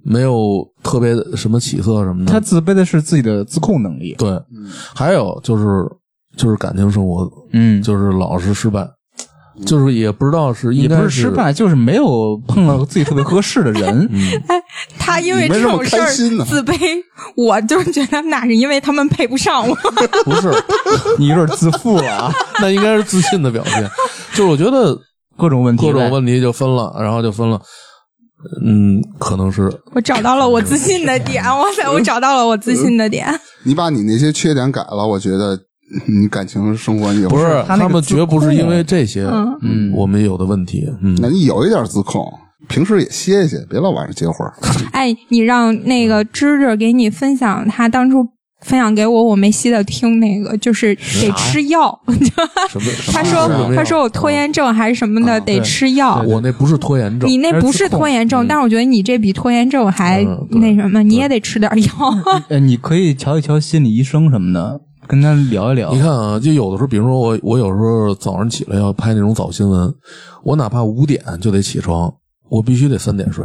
F: 没有特别什么起色什么的。
D: 他自卑的是自己的自控能力，
F: 对，还有就是就是感情生活，
D: 嗯，
F: 就是老是失败，就是也不知道是应
D: 也
F: 该
D: 不是失败，就是没有碰到自己特别合适的人， 嗯
B: 他因为
C: 你
B: 这
C: 为什么
B: 种事儿
C: 开心呢
B: 自卑，我就觉得那是因为他们配不上 我。
F: 不 是，
D: 你有点自负了 啊，
F: 那应该是自信的表现。就是我觉得
D: 各种问题呗，
F: 各种问题就分了，然后就分了。嗯，可能是
B: 我找到了我自信的点，
F: 嗯
B: 哇塞，我找到了我自信的点。
C: 你把你那些缺点改了，我觉得 你感情生活你
F: 不是
D: 他那个
F: 们
D: 自
F: 绝不是
D: 控
F: 因为这些，
B: 嗯
D: 嗯
F: 我们有的问题，嗯，
C: 那你有一点自控，平时也歇一歇，别老晚上接活 儿。
B: 哎，你让那个芝芝给你分享他当初分享给我，我没细的听那个，就是得吃药。
F: 什么？什么哦
B: 他
F: 是
B: 说
F: 没：“有
B: 他说我拖延症还是什么的，得吃药。
F: 啊我那不是拖延症，
B: 你那不是拖延症，但是我觉得你这比拖延症还
F: 嗯对
B: 那什么，你也得吃点药。
D: 呃，你可以瞧一瞧心理医生什么的，跟他聊一聊
F: 你，看啊，就有的时候，比如说我，我有时候早上起来要拍那种早新闻，我哪怕五点就得起床，我必须得三点睡，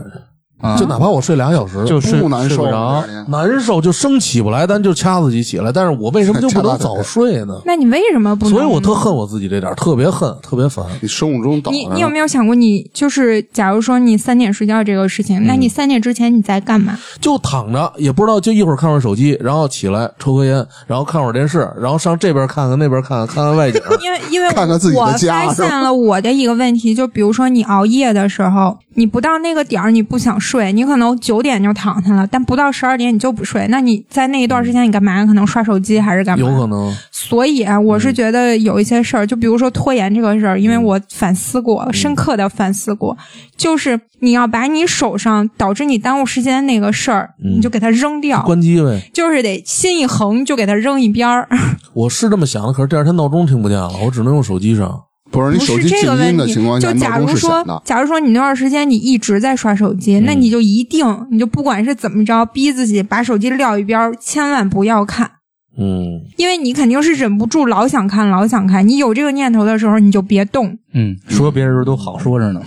F: 就哪怕我睡俩小时，
D: 啊就睡
C: 不难
D: 睡
C: 受
D: 不着
C: 这，两天
F: 难受就生起不来，咱就掐自己起来。但是我为什 么就不能早睡呢？
B: 那你为什么不能呢？
F: 所以我特恨我自己这点儿，特别恨，特别烦。
C: 你生物钟倒
B: 你
C: 着
B: 你有没有想过你，就是假如说你三点睡觉这个事情，
C: 嗯
B: 那你三点之前你在干嘛？
F: 就躺着，也不知道，就一会儿看会儿手机，然后起来抽根烟，然后看会儿电视，然后上这边看看那边看看，看看 外景。
B: 因为因为
C: 看看自己的
B: 我
C: 家
B: 发
C: 是吧
B: 现了我的一个问题，就比如说你熬夜的时候，你不到那个点儿你不想睡，你可能九点就躺下了，但不到十二点你就不睡，那你在那一段时间你干嘛？可能刷手机还是干嘛？
F: 有可能，
B: 所以啊，我是
C: 嗯
B: 觉得有一些事儿，就比如说拖延这个事儿，因为我反思
C: 嗯
B: 过，深刻的反思过，就是你要把你手上导致你耽误时间那个事儿，
C: 嗯
B: 你就给它扔掉，
F: 关机呗。
B: 就是得心一横就给它扔一边儿。
F: 我是这么想的，可是第二天闹钟听不见了，我只能用手机上。
C: 不是你
B: 不
C: 手
B: 是
C: 机静
B: 这个
C: 音
B: 问
C: 的
B: 题
C: 情况，下，
B: 就假
C: 闹
B: 如
C: 钟是
B: 说
C: 响的，，嗯
B: 假如说你那段时间你一直在刷手机，那你就一定，你就不管是怎么着，逼自己把手机撂一边儿，千万不要看。
F: 嗯，
B: 因为你肯定是忍不住老想看，老想看。你有这个念头的时候，你就别 动，
D: 嗯，说别人都好说着呢。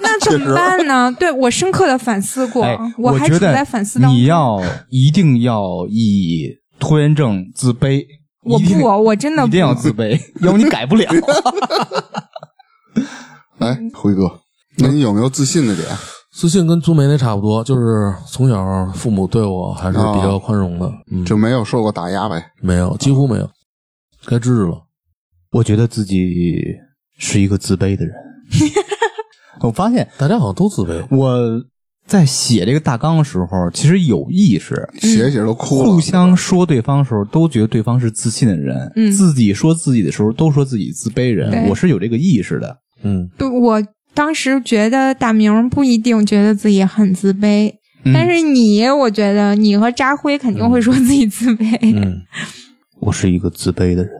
B: 那怎么办呢？对我深刻的反思过，
D: 哎，
B: 我还
D: 觉
B: 处
D: 得
B: 在反思当中。
D: 你要一定要以拖延症自卑，
B: 我
D: 一定
B: 不，我真的
D: 一
B: 不
D: 定要自 卑，要不你改不了。
C: 哎，辉哥，那你有没有自信的点？
F: 自信跟朱梅那差不多，就是从小父母对我还是比较宽容的，嗯，
C: 就没有受过打压呗？
F: 没有，几乎没有，该治治了。
D: 我觉得自己是一个自卑 的人。我发现
F: 大家好像都自卑，
D: 我在写这个大纲的时候，其实有意识，
B: 嗯
C: 写着写着都哭了，
D: 互相说对方的时候，都觉得对方是自信的人；
B: 嗯
D: 自己说自己的时候，都说自己自卑人。
B: 对
D: 我是有这个意识的。
F: 嗯，
B: 对我当时觉得大明不一定觉得自己很自卑，
D: 嗯
B: 但是你，我觉得你和扎辉肯定会说自己自卑。
F: 嗯，
D: 我是一个自卑的人。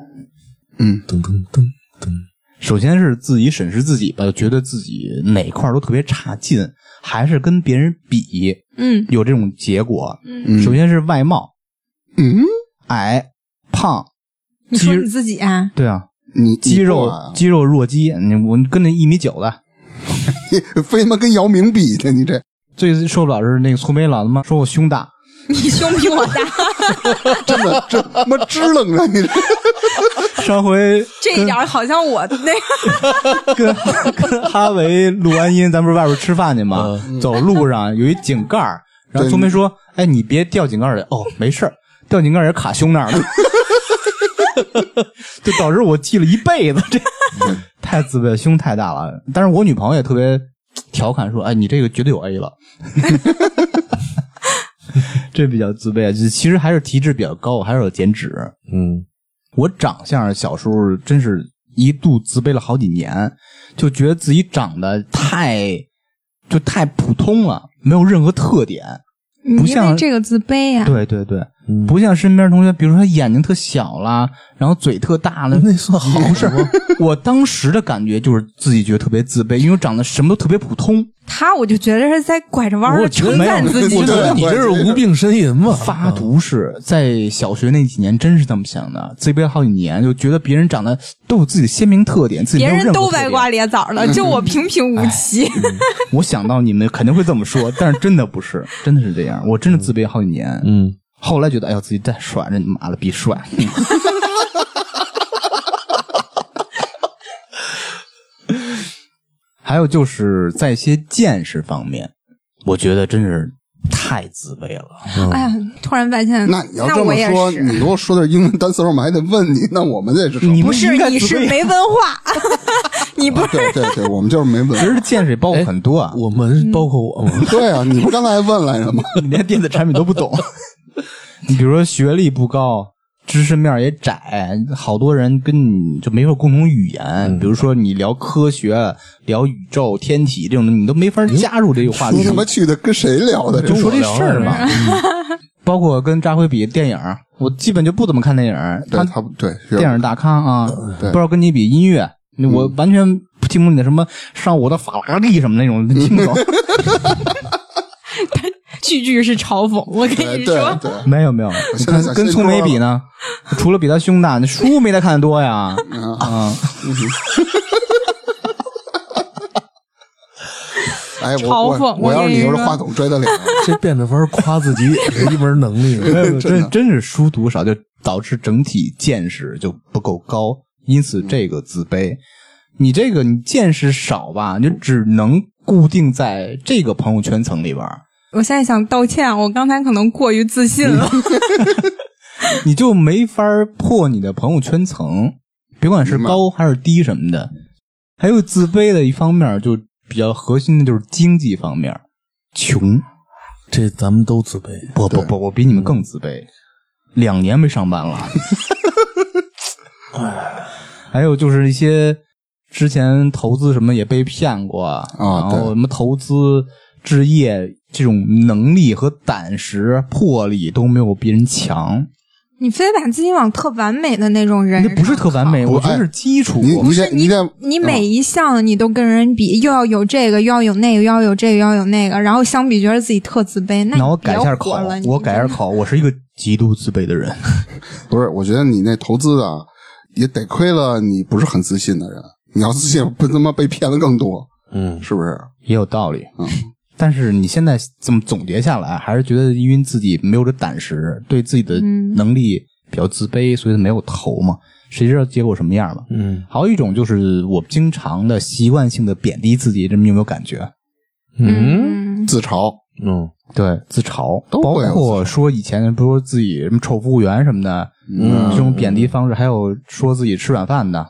C: 嗯，
F: 噔噔噔噔，
D: 首先是自己审视自己吧，觉得自己哪块儿都特别差劲，还是跟别人比
B: 嗯
D: 有这种结果。
C: 嗯
D: 首先是外貌，
C: 嗯，
D: 矮、胖，
B: 你
D: 其
B: 说
D: 实
B: 你自己啊？
D: 对啊，
C: 你
D: 肌肉
C: 你
D: 肌肉弱鸡，你我跟那一米九的，
C: 不啊非他妈跟姚明比呢？你这
D: 最受不了是那个粗眉老他妈说我胸大，
B: 你胸比我大，
C: 真的这他妈支棱着你这，
D: 上回
B: 这一点儿好像我 那个
D: 跟跟哈维录完音，咱不是外边吃饭去吗？走路上有一井盖儿，然后聪明说：“哎，你别掉井盖儿里。”哦，没事儿，掉井盖儿也卡胸那儿了。 就导致我记了一辈子，这太自卑了，胸太大了。但是我女朋友也特别调侃说：“哎，你这个绝对有 A 了。” 这比较自卑啊，就其实还是体脂比较高，还是有减脂。
F: 嗯，
D: 我长相小时候真是一度自卑了好几年，就觉得自己长得太就太普通了，没有任何特点。
B: 你
D: 不
B: 因
D: 像
B: 为这个自卑呀、
D: 对对对，
F: 嗯
D: 不像身边同学，比如说他眼睛特小啦，然后嘴特大 了，那算 好事儿。 我当时的感觉就是自己觉得特别自卑，因为我长得什么都特别普通，
B: 他我就觉得是在拐着弯儿
D: 我
B: 地
D: 觉得
B: 称
D: 没
B: 赞
D: 有
B: 自己
F: 我
C: 我。
F: 觉
C: 觉
F: 得
C: 得
F: 你
C: 你
F: 这
C: 这
F: 是
C: 是
F: 无
C: 无
F: 病呻吟吧？
D: 发毒誓。在小学那几年真是这么想的，自卑了好几年，就觉得别人长得都有自己的鲜明特点，自己
B: 别
D: 没有任
B: 人
D: 何
B: 都
D: 特
B: 歪
D: 点嗯哎
B: 瓜裂枣了，就我平平无奇。
D: 我想到你们肯定会这么说，但是真的不是， 真的是这样。我真的自卑好几年，
F: 嗯，
D: 后来觉得哎呦自己太帅，这你妈了逼帅。 还有就是在一些见识方面，我觉得真是太自卑了。
B: 哎呀，突然发现，
C: 那你要这
B: 我
C: 么
B: 也
C: 说，
B: 是
C: 你给我说点英文单词，我们还得问你，那我们这是什么
D: 你
B: 不
D: 们
B: 是
D: 应该
B: 你
D: 自
B: 是
D: 卑，
B: 没文 化，你不是
C: 对对对，我们就是没
D: 其
C: 问。
D: 实见识也包括很多啊。
F: 我们包括我 嘛，
C: 对啊，你不刚才还问来着吗？
D: 你连电子产品都不懂。你比如说学历不高，知识面也窄，好多人跟你就没有共同语言。
C: 嗯
D: 比如说你聊科学、聊宇宙、天体这种的，你都没法
C: 嗯
D: 加入这个话题。
C: 你他妈去的跟谁聊的？
D: 就
C: 这
D: 说这
C: 是
D: 事儿嘛。嗯包括跟扎辉比电影，我基本就不怎么看电影。
C: 对
D: 他
C: 他不对是
D: 电影大咖啊，不
C: 对嗯
D: 知道跟你比音乐，我完全听不懂你的什么上我的法拉利什么那种，听不懂。
B: 句句是嘲讽。我跟
C: 对
B: 你
C: 对
B: 说，
C: 对，
D: 没有没有，
C: 现在
D: 跟
C: 想
D: 跟
C: 掀
D: 粗眉
C: 桌
D: 比呢，除了比他胸大，那书没他看的多呀。
C: 嗯
D: 啊，
C: 哎，我
B: 嘲讽
C: 我
B: 我
C: 我要是
B: 跟
C: 你，
B: 你
C: 我这
B: 说
C: 话筒拽他脸上。
F: 这变着法儿夸自己也是一门能 力。
D: 真
C: 真的
D: 真真是书读少，就导致整体见识就不够高，因此这个自卑。你这个你见识少吧，你就只能固定在这个朋友圈层里边儿，
B: 我现在想道歉，我刚才可能过于自信了。
D: 你就没法儿破你的朋友圈层，别管是
C: 明白
D: 高还是低什么的。还有自卑的一方面儿，就比较核心的就是经济方面儿，穷。
F: 这咱们都自卑。
D: 不不不，我比你们更自卑，两年没上班了。 还有哎就是一些之前投资什么也被骗过啊然
C: 对
D: 后什么投资置业这种能力和胆识、魄力都没有别人强。
B: 你非把自己往特完美的那种人
D: 那
B: 上，
D: 不是特完美，
C: 不
D: 我觉得
C: 哎
D: 是基础。
C: 你你
B: 是
C: 先你先，
B: 你每一项你都跟人比，又要有这个，又要有那个，又要有这个，又要有那个，然后相比觉得自己特自卑。那
D: 那我
B: 你
D: 改
B: 别
D: 一下口
B: 活了，，
D: 我改一下口，我是一个极度自卑的人。
C: 不是，我觉得你那投资啊，也得亏了你不是很自信的人。你要自信，不他妈被骗的更多，
F: 嗯，
C: 是不是？
D: 也有道理。
C: 嗯，
D: 但是你现在这么总结下来，还是觉得因为自己没有这胆识，对自己的能力比较自卑，所以没有投嘛。谁知道结果什么样嘛？
F: 嗯
D: 还有一种就是我经常的习惯性的贬低自己，这你有没有感觉？
F: 嗯
B: 嗯，
C: 自嘲，
F: 嗯，
D: 对，自嘲，
C: 都
D: 包
C: 会有
D: 括说以前不是说自己什么臭服务员什么的，
C: 嗯
D: 这种贬低方式，还有说自己吃软饭的，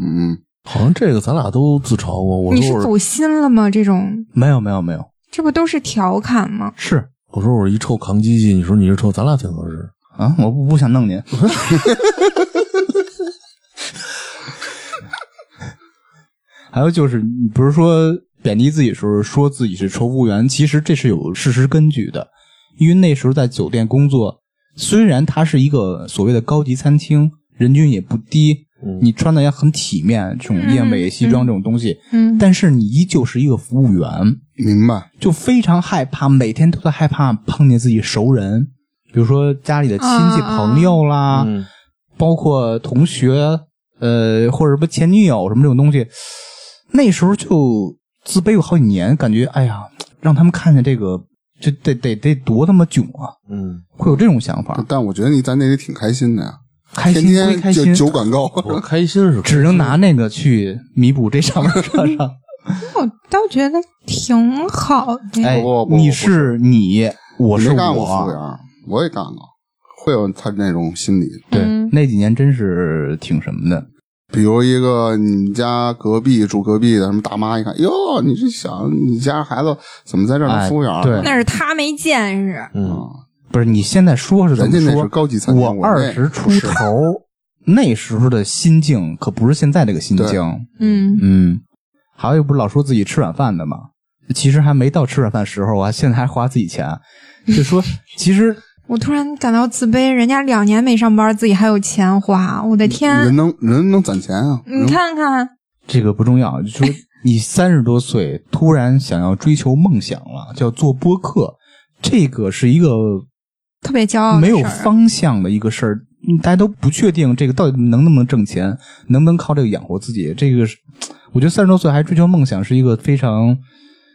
C: 嗯，
F: 好像这个咱俩都自嘲过。我
B: 你
F: 说
B: 是
F: 我
B: 走心了吗？这种
D: 没有没有没有，
B: 这不都是调侃吗？
D: 是
F: 我说我是一臭扛机器，你说你是臭，咱俩挺合适。
D: 啊，我不不想弄您。 还有就是，你不是说贬低自己的时候说自己是售务员，其实这是有事实根据的，因为那时候在酒店工作，虽然它是一个所谓的高级餐厅，人均也不低，你穿的也很体面，这种燕尾西装这种东西，
B: 嗯，
D: 但是你依旧是一个服务员，
C: 明白。
D: 就非常害怕，每天都在害怕碰见自己熟人，比如说家里的亲戚
B: 啊
D: 朋友啦，
F: 嗯
D: 包括同学，呃，或者什么前女友什么这种东西，那时候就自卑有好几年，感觉哎呀，让他们看见这个，这得得得多他妈囧啊，
F: 嗯，
D: 会有这种想法，
C: 但我觉得你在那里挺开心的呀，
D: 开心
C: 天
D: 归
C: 天
D: 开
C: 就
D: 心，
C: 酒管够。
F: 我开心是
D: 只能拿那个去弥补这上面 上上。
B: 我倒觉得挺好的。
D: 哎
C: 不不，不
D: 你是你，我是
C: 没干过
D: 我
C: 服务员，我也干过，会有他那种心理。
D: 对
B: 嗯，
D: 那几年真是挺什么的。
C: 比如一个你家隔壁住隔壁的什么大妈，一看，哟，你这想你家孩子怎么在这儿当
D: 哎
C: 服务员？
D: 对
B: 那是他没见识。
F: 嗯，
D: 不是你现在说是怎
C: 人
D: 么
C: 家那
D: 说
C: 是？高级餐厅，
D: 我
C: 那
D: 二十出头，那时候的心境可不是现在这个心
C: 对
D: 境。
B: 嗯，
D: 嗯，还有不是老说自己吃软饭的吗？其实还没到吃软饭时候啊，现在还花自己钱，就 说其实
B: 我突然感到自卑，人家两年没上班，自己还有钱花，我的
C: 人
B: 天！
C: 能人能攒钱啊，
B: 你看看，
D: 这个不重要，就说你三十多岁突然想要追求梦想了，叫做播客，这个是一个
B: 特别骄傲的
D: 没有
B: 事儿啊
D: 方向的一个事儿，嗯大家都不确定这个到底能不能挣钱，能不能靠这个养活自己。这个是，我觉得三十多岁还追求梦想是一个非常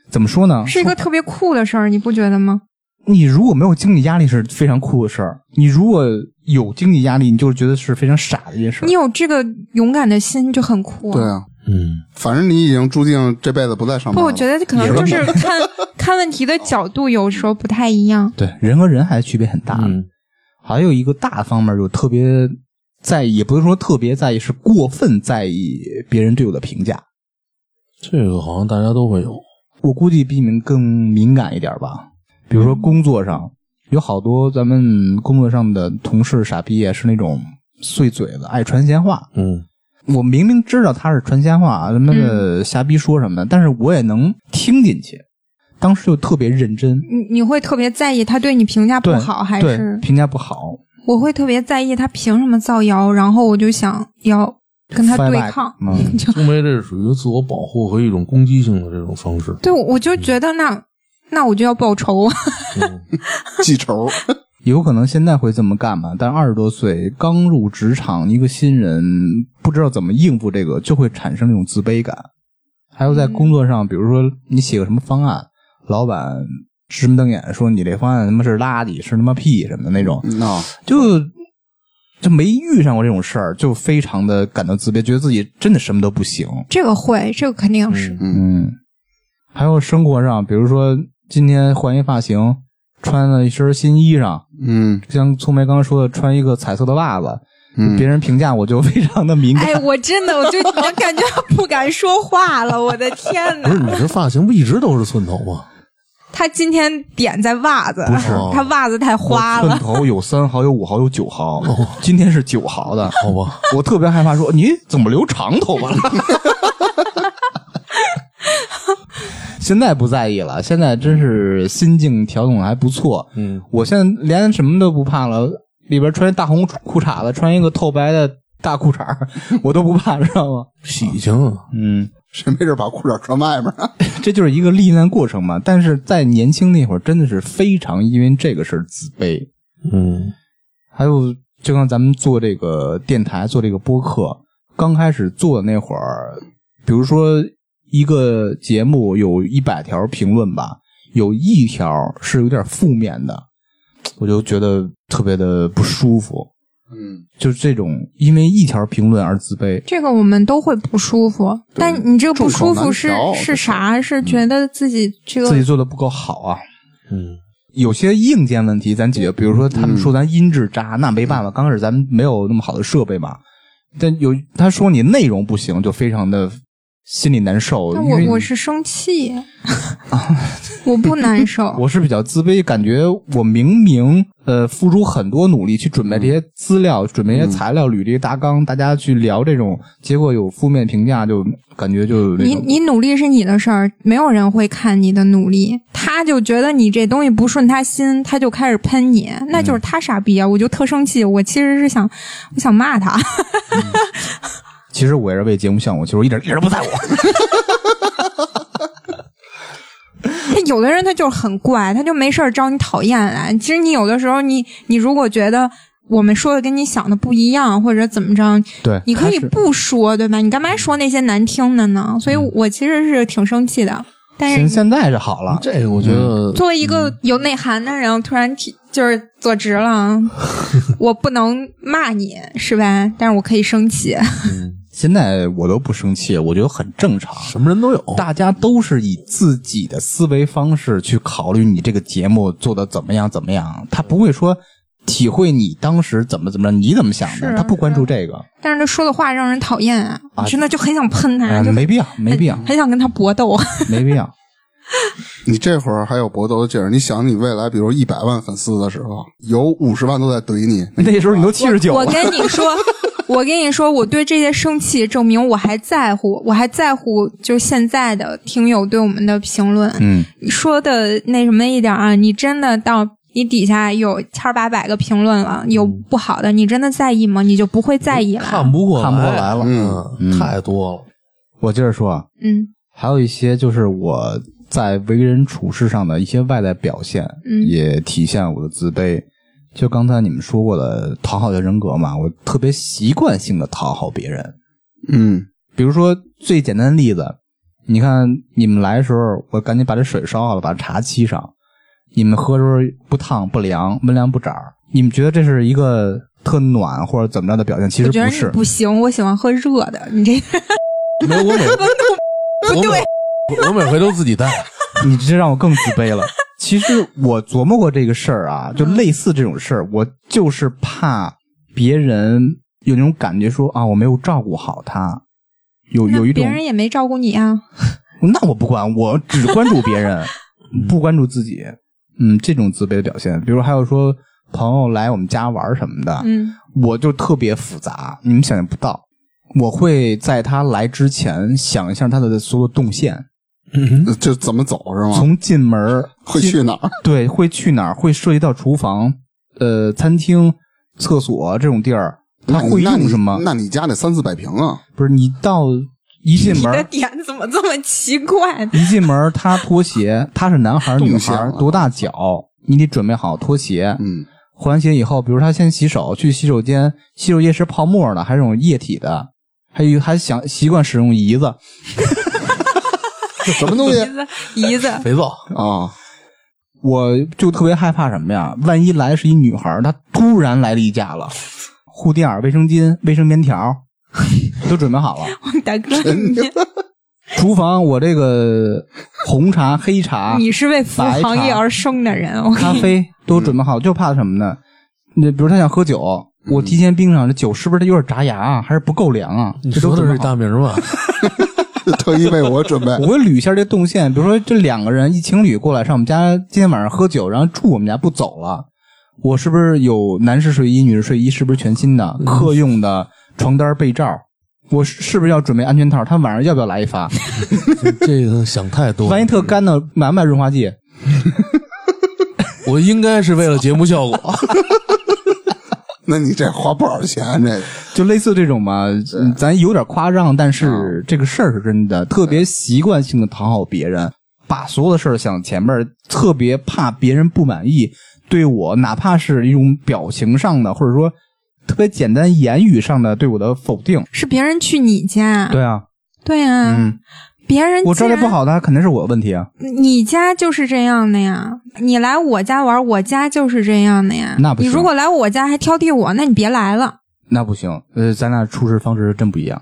D: 怎么说呢？
B: 是一个特别酷的事儿，你不觉得吗？
D: 你如果没有经济压力是非常酷的事儿，你如果有经济压力，你就觉得是非常傻的一件事儿
B: 你。有这个勇敢的心就很酷、
C: 对。啊，
F: 嗯，
C: 反
F: 反
C: 正你已经注定这辈子不再上
B: 不，
C: 班了。
B: 我觉得可能就是看看问题的角度有时候不太一样。
D: 对人和人还是区别很大的。
F: 嗯
D: 还有一个大方面就特别在意，也不是说特别在意，是过分在意别人对我的评价。
F: 这个好像大家都会有。
D: 我估计比你们更敏感一点吧。比如说
B: 嗯
D: 工作上，有好多咱们工作上的同事傻逼啊也是那种碎嘴子，爱传闲话。
F: 嗯，
D: 我明明知道他是传闲话，他妈
B: 嗯
D: 的瞎逼说什么的，但是我也能听进去。当时就特别认真，
B: 你你会特别在意他对你评价不
D: 对
B: 好，还
D: 对
B: 是
D: 评价不好，
B: 我会特别在意他凭什么造谣，然后我就想要跟他
D: fight
B: 对
D: back，
B: 抗。
D: 嗯，
F: 苏梅这是属于自我保护和一种攻击性的这种方式。
B: 对，我就觉得那那我就要报仇。啊
F: 嗯
C: 记仇，
D: 有可能现在会这么干吧，但二十多岁刚入职场，一个新人不知道怎么应付这个，就会产生那种自卑感。还有在工作上，比如说你写个什么方案，老板直目瞪眼说你这方案他妈是垃圾，是他妈屁什么的那种，
C: 那
D: 就就没遇上过这种事儿，就非常的感到自卑，觉得自己真的什么都不行。
B: 这个会，这个肯定是。
D: 嗯，还有生活上，比如说今天换一发型，穿了一身新衣裳，
C: 嗯
D: 像聪梅刚刚说的，穿一个彩色的袜子，
C: 嗯，
D: 别人评价我就非常的敏感。
B: 哎，我真的，我就我感觉不敢说话了，我的天
F: 不是
B: 哪！
F: 你这发型不一直都是寸头吗？
B: 他今天点在袜子，
D: 不是哦
B: 他袜子太花
D: 寸
B: 了。
D: 头有三毫，有五毫，有九毫，今天是九毫的，
F: 好吧，
D: 我特别害怕说你怎么留长头发了。现在不在意了，现在真是心境调整的还不错。
F: 嗯，
D: 我现在连什么都不怕了，里边穿一大红裤衩子，穿一个透白的大裤衩儿，我都不怕，知道吗？
F: 喜庆，啊
D: 嗯，
C: 谁没事把裤衩穿外面？
D: 这就是一个历难过程嘛。但是在年轻那会儿，真的是非常因为这个事儿自卑。
F: 嗯
D: 还有，就像咱们做这个电台、做这个播客，刚开始做的那会儿，比如说一个节目有一百条评论吧，有一条是有点负面的，我就觉得特别的不舒服。
C: 嗯，
D: 就是这种因为一条评论而自卑，
B: 这个我们都会不舒服，但你这个不舒服是
C: 众口难调
B: 是啥？是觉得自己这
D: 嗯自己
B: 个
D: 做的不够好啊。
F: 嗯，
D: 有些硬件问题咱解决，比如说他们说咱音质渣，那没办法，刚开始咱们没有那么好的设备嘛。但有他说你内容不行，就非常的心里难受。
B: 那
D: 因为
B: 我我是生气， 我不难受。
D: 啊 我是比较自卑，感觉我明明呃付出很多努力去准备这些资料、准备这些材料、履历大纲，大家去聊这种，结果有负面评价，就感觉就有那
B: 你
D: 种
B: 你努力是你的事儿，没有人会看你的努力。他就觉得你这东西不顺他心，他就开始喷你，那
D: 嗯
B: 就是他傻逼啊！我就特生气，我其实是想我想骂他。
D: 其实我也是为节目效果，其实我一点一点都不 在乎。
B: 但有的人他就是很怪，他就没事儿招你讨厌来。其实你有的时候你，你如果觉得我们说的跟你想的不一样，或者怎么着，
D: 对，
B: 你可以
D: 他是
B: 不说，对吧？你干嘛说那些难听的呢？所以
D: 嗯
B: 我其实是挺生气的。但
D: 现
B: 是
D: 现在是好了，
F: 嗯这个我觉得
B: 作为一
D: 嗯
B: 个有内涵的人，我突然提就是坐直 了，我不能骂你是吧？但是我可以生气。
D: 现在我都不生气，我觉得很正常。
F: 什么人都有，
D: 大家都是以自己的思维方式去考虑你这个节目做的怎么样怎么样，他不会说体会你当时怎么怎么着，你怎么想
B: 是
D: 的，
B: 啊
D: 他不关注这个，
B: 但是他说的话让人讨厌啊，
D: 啊
B: 真的就很想喷他，
D: 哎，
B: 就哎
D: 没必要，没必要，
B: 很想跟他搏斗。
D: 没必要。
C: 你这会儿还有搏斗的劲儿，你想你未来比如一百万粉丝的时候，有五十万都在怼你，
D: 那时候你都七十九
B: 我
D: 了，
B: 跟你 说，我跟你说，我对这些生气，证明我还在乎，我还在乎，就现在的听友对我们的评论。
D: 嗯，
B: 你说的那什么一点啊，你真的到你底下有千八百个评论了，
D: 嗯
B: 有不好的，你真的在意吗？你就不会在意了。
F: 看不过
D: 看不过来了
F: 嗯，
D: 嗯
F: 太多了，
D: 我接着说啊，
B: 嗯
D: 还有一些就是我在为人处事上的一些外在表现，
B: 嗯
D: 也体现我的自卑。就刚才你们说过的讨好型人格嘛，我特别习惯性的讨好别人。
C: 嗯
D: 比如说最简单的例子，你看你们来的时候，我赶紧把这水烧好了，把茶沏上。你们喝的时候不烫不凉，温凉不涨。你们觉得这是一个特暖或者怎么着的表现？其
B: 我
D: 实
B: 觉得
D: 不
B: 你
D: 是，
B: 不行，我喜欢喝热的。你这
F: 没有我 每不对，我每回都自己带，
D: 你这让我更自卑了。其实我琢磨过这个事儿啊，就类似这种事儿，我就是怕别人有那种感觉说啊，我没有照顾好他，有有一种
B: 那别人也没照顾你啊。
D: 那我不管，我只关注别人，不关注自己。嗯，这种自卑的表现，比如还有说朋友来我们家玩什么的，
B: 嗯，
D: 我就特别复杂，你们想象不到。我会在他来之前想一下他的所有动线，
C: 嗯，就怎么走是吗？
D: 从进门儿
C: 会
D: 进
C: 去哪儿？
D: 对，会去哪儿？会涉及到厨房、呃，餐厅、厕所这种地儿， 他
C: 那你
D: 会
C: 那你
D: 用什么？
C: 那你家得三四百平啊！
D: 不是你到一进
B: 你
D: 门
B: 的
D: 儿，
B: 点怎么这么奇怪？
D: 一进门儿他脱鞋，他是男孩儿女孩
C: 动向
D: 儿
C: 了
D: 多大脚，你得准备好拖鞋。
C: 嗯，
D: 换完鞋以后，比如他先洗手，去洗手间，洗手液是泡沫的，还是那种液体的，还有还想习惯使用椅子。
C: 什么东西
B: 姨 子，姨子，
F: 肥皂，
C: 啊？
D: 我就特别害怕什么呀？万一来是一女孩儿，她突然来例假了，护垫儿、卫生巾、卫生棉条儿 都准备好了。
B: 大哥，你
D: 厨房我这个红茶、黑茶、
B: 你是为服务
D: 白
B: 行业
D: 茶
B: 而生的人， 我
D: 咖啡都准备好，就怕什么呢？那比如她想喝
F: 嗯
D: 酒，我提前冰上，这酒是不是有点扎牙啊？还是不够凉啊？
F: 你
D: 这都
F: 说的
D: 准备
F: 是
D: 好
F: 大名 吧？
C: 特意为我准备
D: 我会捋一下这动线，比如说这两个人一情侣过来上我们家，今天晚上喝酒，然后住我们家不走了，我是不是有男士睡衣、女士睡衣？是不是全新的
F: 嗯
D: 客用的床单被罩？我是是不是要准备安全套？他晚上要不要来一发？
F: 这个想太多了。
D: 万一特干呢？买不买润滑剂？
F: 我应该是为了节目效果，
C: 那你这花不少钱，这个
D: 就类似这种嘛，嗯咱有点夸张，但是这个事儿是真的，特别习惯性的讨好别人，把所有的事儿想前面儿，特别怕别人不满意，对我哪怕是一种表情上的，或者说特别简单言语上的对我的否定。
B: 是别人去你家，
D: 啊对啊，
B: 对啊，
D: 嗯，
B: 别人
D: 我招
B: 家
D: 待不，好的肯定是我的问题啊，
B: 你家就是这样的呀。你来我家玩，我家就是这样的呀。
D: 那不啊
B: 你
D: 行
B: 如果来我家还挑剔我，那你别来了。
D: 那不行，呃，咱俩处事方式真不一样。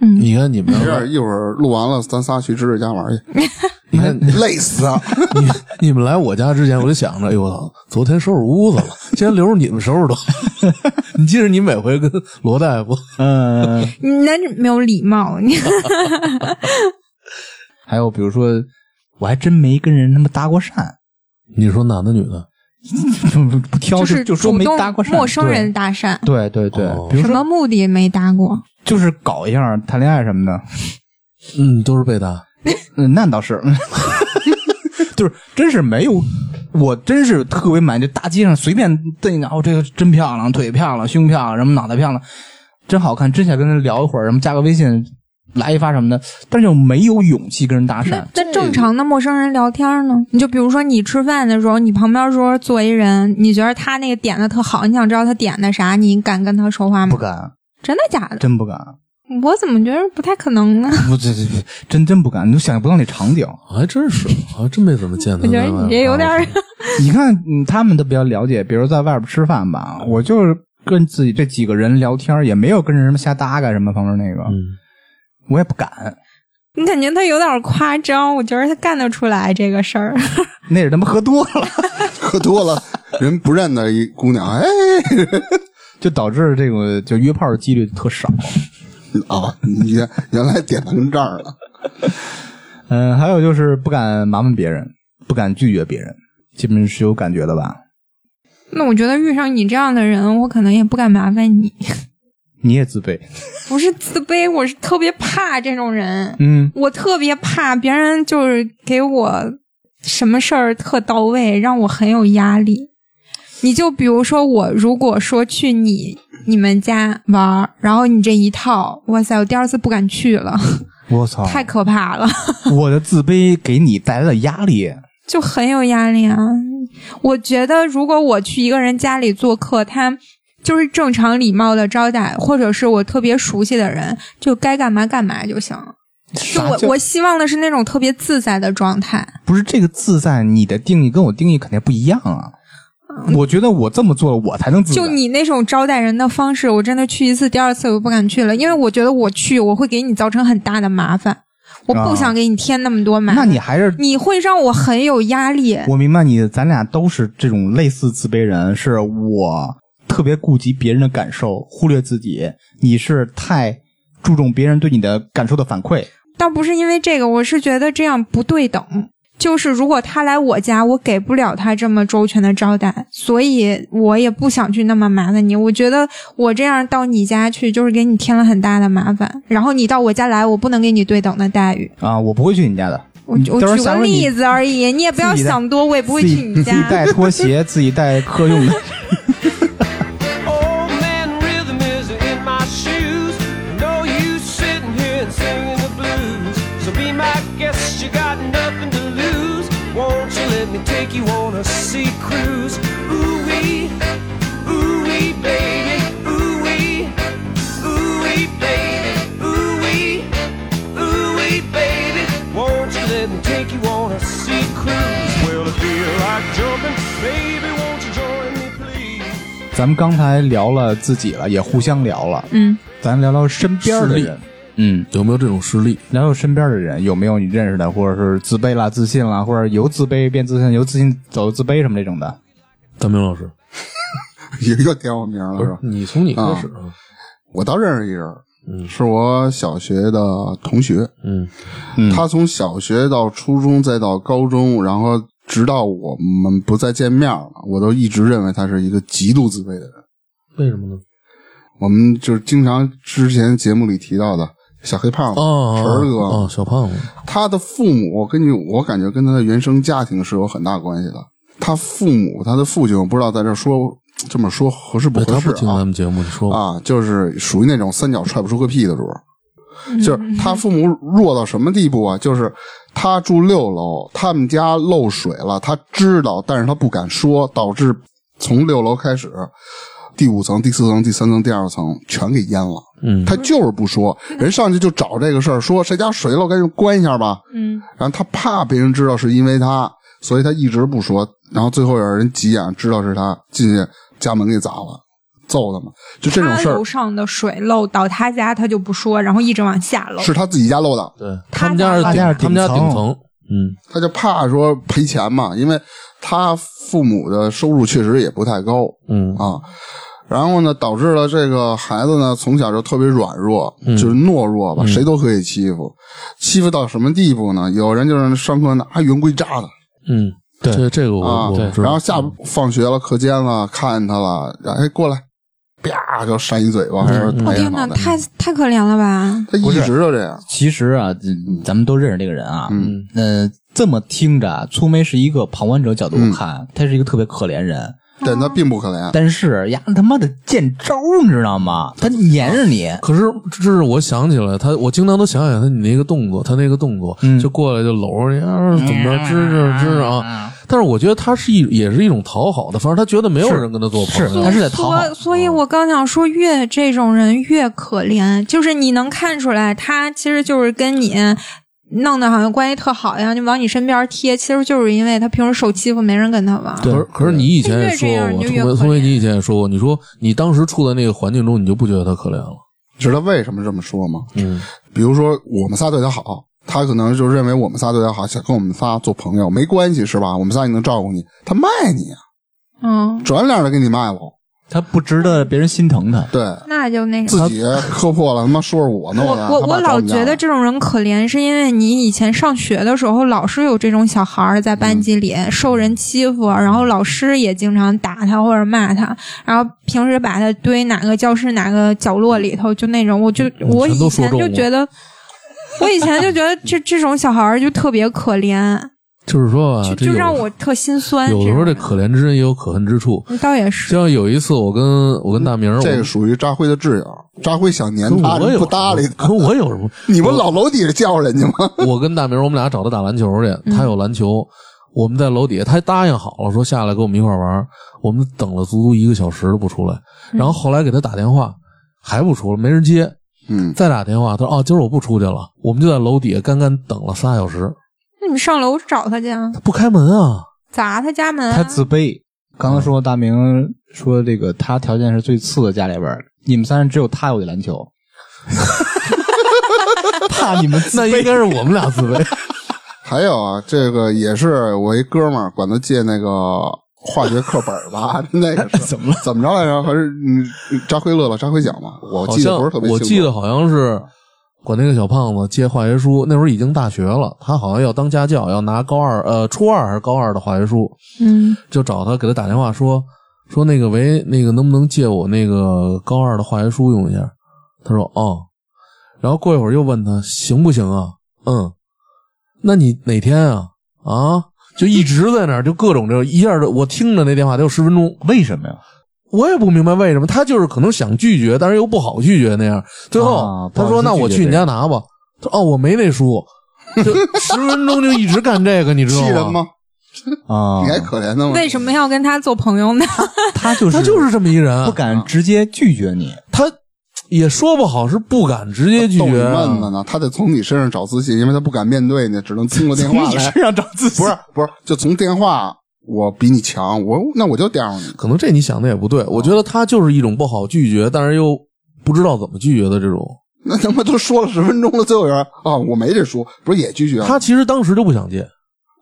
B: 嗯，
F: 你看你们
C: 没事儿，一会儿录完了，咱仨去芝芝家玩去，
F: 你看
C: 累死啊！
F: 你你们来我家之前，我就想着，哎呦我操，昨天收拾屋子 了，今天留着你们收拾 的。你记着，你每回跟罗大夫，
D: 嗯、
B: 你那你没有礼貌，你
D: 还有比如说，我还真没跟人他妈搭过讪，
F: 你说男的女的？
D: 不不挑，
B: 是
D: 就说
B: 主
D: 没
B: 动
D: 搭过讪，
B: 陌生
D: 对
B: 人搭讪，
D: 对对对，
F: 哦
D: 比如
B: 什
D: 说
B: 么目的没搭过？
D: 就是搞一下谈恋爱什么的，
F: 嗯，都是被搭。
D: 嗯，那倒是， 就是真是没有，我真是特别满意，就大街上随便瞪一眼，哦，这个真漂亮，腿漂亮，胸漂亮，什么脑袋漂亮，真好看，真想跟人聊一会儿，什么加个微信来一发什么的，但是又没有勇气跟人搭讪，
B: 那正常的陌生人聊天呢？你就比如说你吃饭的时候，你旁边桌坐一人，你觉得他那个点的特好，你想知道他点的啥，你敢跟他说话
D: 不
B: 吗？
D: 敢，
B: 真的假的？
D: 真不敢，
B: 我怎么觉得不太可能啊呢？
D: 不，这这真真不敢，你都想不到那场景。
F: 还真是，还真没怎么见他哎
B: 我
F: 在
B: 觉得
F: 外面搭过。
B: 你 这有点儿
D: 你看，嗯，他们都比较了解，比如在外边吃饭吧，我就是跟自己这几个人聊天，也没有跟人什么瞎搭嘎什么方面那个，
F: 嗯，
D: 我也不敢，
B: 你感觉他有点儿夸张，我觉得他干得出来这个事儿。
D: 那是他妈喝多了，
C: 喝多了，人不认得一姑娘， 哎
D: 就导致这个就约炮的几率特少。
C: 啊，你原原来点到这儿了，
D: 嗯，还有就是不敢麻烦别人，不敢拒绝别人，基本是有感觉的吧？
B: 那我觉得遇上你这样的人，我可能也不敢麻烦你，
D: 你也自卑，
B: 不是自卑，我是特别怕这种人，
D: 嗯，
B: 我特别怕别人就是给我什么事儿特到位，让我很有压力。你就比如说，我如果说去你你们家玩儿，然后你这一套，哇塞，我第二次不敢去了，
D: 我操，
B: 太可怕了。
D: 我的自卑给你带来了压力，
B: 就很有压力啊。我觉得如果我去一个人家里做客，他就是正常礼貌的招待，或者是我特别熟悉的人，就该干嘛干嘛就行了。就
D: 啥
B: 我
D: 叫
B: 我希望的是那种特别自在的状态。
D: 不是这个自在，你的定义跟我定义肯定不一样啊。我觉得我这么做了，我才能自在。
B: 嗯就你那种招待人的方式，我真的去一次，第二次我不敢去了，因为我觉得我去我会给你造成很大的麻烦，我
D: 啊
B: 不想给你添那么多麻
D: 那
B: 烦。
D: 你还是
B: 你会让我很有压力。
D: 我明白你，咱俩都是这种类似自卑人，是我特别顾及别人的感受，忽略自己。你是太注重别人对你的感受的反馈，
B: 倒不是因为这个，我是觉得这样不对等。
D: 嗯
B: 就是如果他来我家，我给不了他这么周全的招待，所以我也不想去那么麻烦你。我觉得我这样到你家去，就是给你添了很大的麻烦。然后你到我家来，我不能给你对等的待遇。
D: 啊，我不会去你家的。
B: 我
D: 你
B: 我
D: 嗯到时候
B: 举
D: 下
B: 个
D: 回你
B: 例子而已，你也不要
D: 自己带
B: 想多，我也不会
D: 自
B: 去
D: 己
B: 你
D: 自己
B: 家。
D: 带拖 鞋，自己带客用的。
E: Old man rhythm is in my shoes. No use sitting here and singing the blues. So be my guest, you got nothing to lose. Won't you let me take you on a sea cruise? Ooh wee, ooh wee, baby, ooh wee, ooh wee, baby, ooh wee, ooh wee, baby. Won't you let
D: 咱们刚才聊了自己了，也互相聊了，
B: 嗯，
D: 咱聊聊身边的
F: 实
D: 人
F: 力。
D: 嗯，
F: 有没有这种实例？
D: 聊聊身边的人，有没有你认识的，或者是自卑啦、自信啦，或者由自卑变自信，由自信走自卑什么这种的？
F: 大明老师，
C: 又又点我名了是吧？
F: 你从你开始，
C: 我倒认识一人儿，
F: 嗯
C: 是我小学的同学，
F: 嗯
C: 他从小学到初中再到高中，然后直到我们不再见面了，我都一直认为他是一个极度自卑的人。
F: 为什么呢？
C: 我们就是经常之前节目里提到的小黑胖子
F: 哦，
C: 晨儿哥，
F: 哦，小胖子，
C: 他的父母，根据我感觉跟他的原生家庭是有很大关系的。他父母，他的父亲，我不知道在这说这么说合适不
F: 对
C: 合
F: 哎他
C: 适
F: 不听
C: 啊
F: 咱们节目，你说吧，
C: 啊，就是属于那种三脚踹不出个屁的主儿。就是他父母弱到什么地步啊？就是他住六楼，他们家漏水了，他知道，但是他不敢说，导致从六楼开始，第五层、第四层、第三层、第二层全给淹了。
F: 嗯，
C: 他就是不说，人上去就找这个事儿，说谁家水漏，赶紧关一下吧。
B: 嗯，
C: 然后他怕别人知道是因为他，所以他一直不说。然后最后有人急眼，知道是他，进去家门给砸了，揍他们。就这种
B: 他
C: 事儿
B: 楼上的水漏到他家，他就不说，然后一直往下漏。
C: 是他自己家漏的，
F: 对，
B: 他
F: 他们家是
B: 家
D: 他家是
F: 他们家
D: 顶
F: 顶
D: 层
F: 层，嗯，
C: 他就怕说赔钱嘛，因为他父母的收入确实也不太高
F: 嗯
C: 啊。然后呢，导致了这个孩子呢，从小就特别软弱，就是懦弱吧，谁都可以欺负。欺负到什么地步呢？有人就是上课拿圆规扎他，
F: 嗯，
G: 对
F: 这这个我
C: 啊
F: 我知道。
C: 然后下放学了、课间了，看见他了，然后哎过来，啪就扇一嘴
F: 嗯
C: 巴，还是
B: 我
C: 拍一下
B: 哦天哪，
C: 脑袋。
B: 太太可怜了吧！
C: 他一直就这样，
G: 其实啊，嗯咱们都认识这个人啊。
C: 嗯，
G: 呃，这么听着啊，粗眉是一个旁观者角度
C: 嗯
G: 看，他是一个特别可怜人，
C: 但他并不可
B: 哦
C: 怜。
G: 但是呀，他妈的见招儿，你知道吗？他粘着你，
F: 可是，这是我想起来，他我经常都想起来他你那个动作，他那个动作、
B: 嗯
F: 就过来就搂着你，啊、怎么着，支着支着
B: 嗯
F: 啊。但是我觉得他是一也是一种讨好的，反正他觉得没有人跟他做朋
G: 是
F: 友。
G: 他是在讨好
B: 所所以，我刚想说，越这种人越可怜，就是你能看出来，他其实就是跟你弄得好像关系特好一样，就往你身边贴，其实就是因为他平时受欺负，没人跟他玩。
F: 可是可是你以前也
B: 越这
F: 说
B: 样
F: 过，
B: 你就越
F: 聪
B: 可
F: 梅聪梅，
B: 怜
F: 你以前也说过，你说你当时处在那个环境中，你就不觉得他可怜了。
C: 知道为什么这么说吗？
F: 嗯，
C: 比如说我们仨对他好，他可能就认为我们仨对他好，想跟我们仨做朋友，没关系是吧？我们仨也能照顾你，他卖你，啊，
B: 嗯，
C: 转脸的给你卖了，
G: 他不值得别人心疼他。
C: 对
B: 那就那什么。
C: 自己磕破了，他妈说是我弄
B: 我
C: 的，
B: 嗯我
C: 他
B: 我
C: 爸找
B: 老
C: 们家
B: 觉得
C: 来
B: 这种人可怜，是因为你以前上学的时候，老是有这种小孩儿在
C: 嗯
B: 班级里受人欺负，然后老师也经常打他或者骂他，然后平时把他堆哪个教室哪个角落里头，就那种，我就
F: 嗯
B: 我
F: 全都
B: 以
F: 说
B: 前
F: 中
B: 就
F: 了
B: 觉得，我以前就觉得这这种小孩儿就特别可怜，
F: 就是说啊，
B: 就
F: 这
B: 就
F: 有
B: 让我特心酸。
F: 有的时候这
B: 种
F: 可怜之人也有可恨之处。
B: 人嗯倒也是，
F: 就像有一次，我跟我跟大明儿，
C: 这
F: 我
C: 个属于扎辉的挚友，扎辉想撵
F: 跟
C: 他，
F: 我
C: 你
F: 有
C: 不搭理他，
F: 跟我有什么？
C: 你不老楼底下叫人家 吗？
F: 我跟大明儿我们俩找他打篮球去，
G: 嗯
F: 他有篮球，我们在楼底下，他答应好了说下来跟我们一块儿玩儿，我们等了足足一个小时都不出来，
G: 嗯
F: 然后后来给他打电话还不出来，没人接，
C: 嗯，
F: 再打电话他说哦今儿我不出去了，我们就在楼底下干干等了仨小时，
B: 那你上楼找他去啊，
F: 他不开门啊，
B: 砸他家门啊。
G: 他自卑。刚才说大明说这个他条件是最次的家里边儿，你们三人只有他有的篮球， 怕你们自
F: 那
G: 卑
F: 应该是我们俩自卑，
C: 还有啊，这个也是我一哥们儿管他借那个。化学课本儿吧， 那个 怎么了？怎么着来着？还是嗯，扎辉乐了，扎辉讲嘛， 我
F: 好
C: 记
F: 像
C: 得不是特别
F: 我
C: 清
F: 记
C: 楚
F: 得好像是。管那个小胖子借化学书，那会儿已经大学了，他好像要当家教，要拿高二呃初二还是高二的化学书，
B: 嗯
F: 就找他给他打电话说说那个喂，那个能不能借我那个高二的化学书用一下？他说哦，然后过一会儿又问他行不行啊？嗯，那你哪天啊？啊，就一直在那儿，就各种这一下就我听着那电话得有十分钟，
G: 为什么呀？
F: 我也不明白为什么他就是可能想拒绝，但是又不好拒绝那样。最后、
G: 啊不
F: 他
G: 好
F: 说
G: 意思
F: 那我
G: 拒
F: 去
G: 绝
F: 你家拿吧。他说哦我没那书，就十分钟就一直干这个，你 知
C: 气
F: 道
C: 人
F: 吗？
C: 吗？
G: 啊
C: 你，还可怜他吗？
B: 为什么要跟他做朋友呢？
G: 他就是
F: 他就是这么一人，啊
G: 不
C: 啊
G: 敢直接拒绝你。
F: 他也说不好是不敢直接拒
C: 逗你
F: 绝啊、
C: 闷子呢，他得从你身上 找自信，因为他不敢面对你，只能通过电话来。
G: 上找自己
C: 不是不是，就从电话我比你强，我那我就吊上你。
F: 可能这你想的也不对，我觉得他就是一种不好拒绝，但是又不知道怎么拒绝的这种。
C: 那他妈都说了十分钟了，最后人啊，我没这书，不是也拒绝了？
F: 他其实当时就不想见，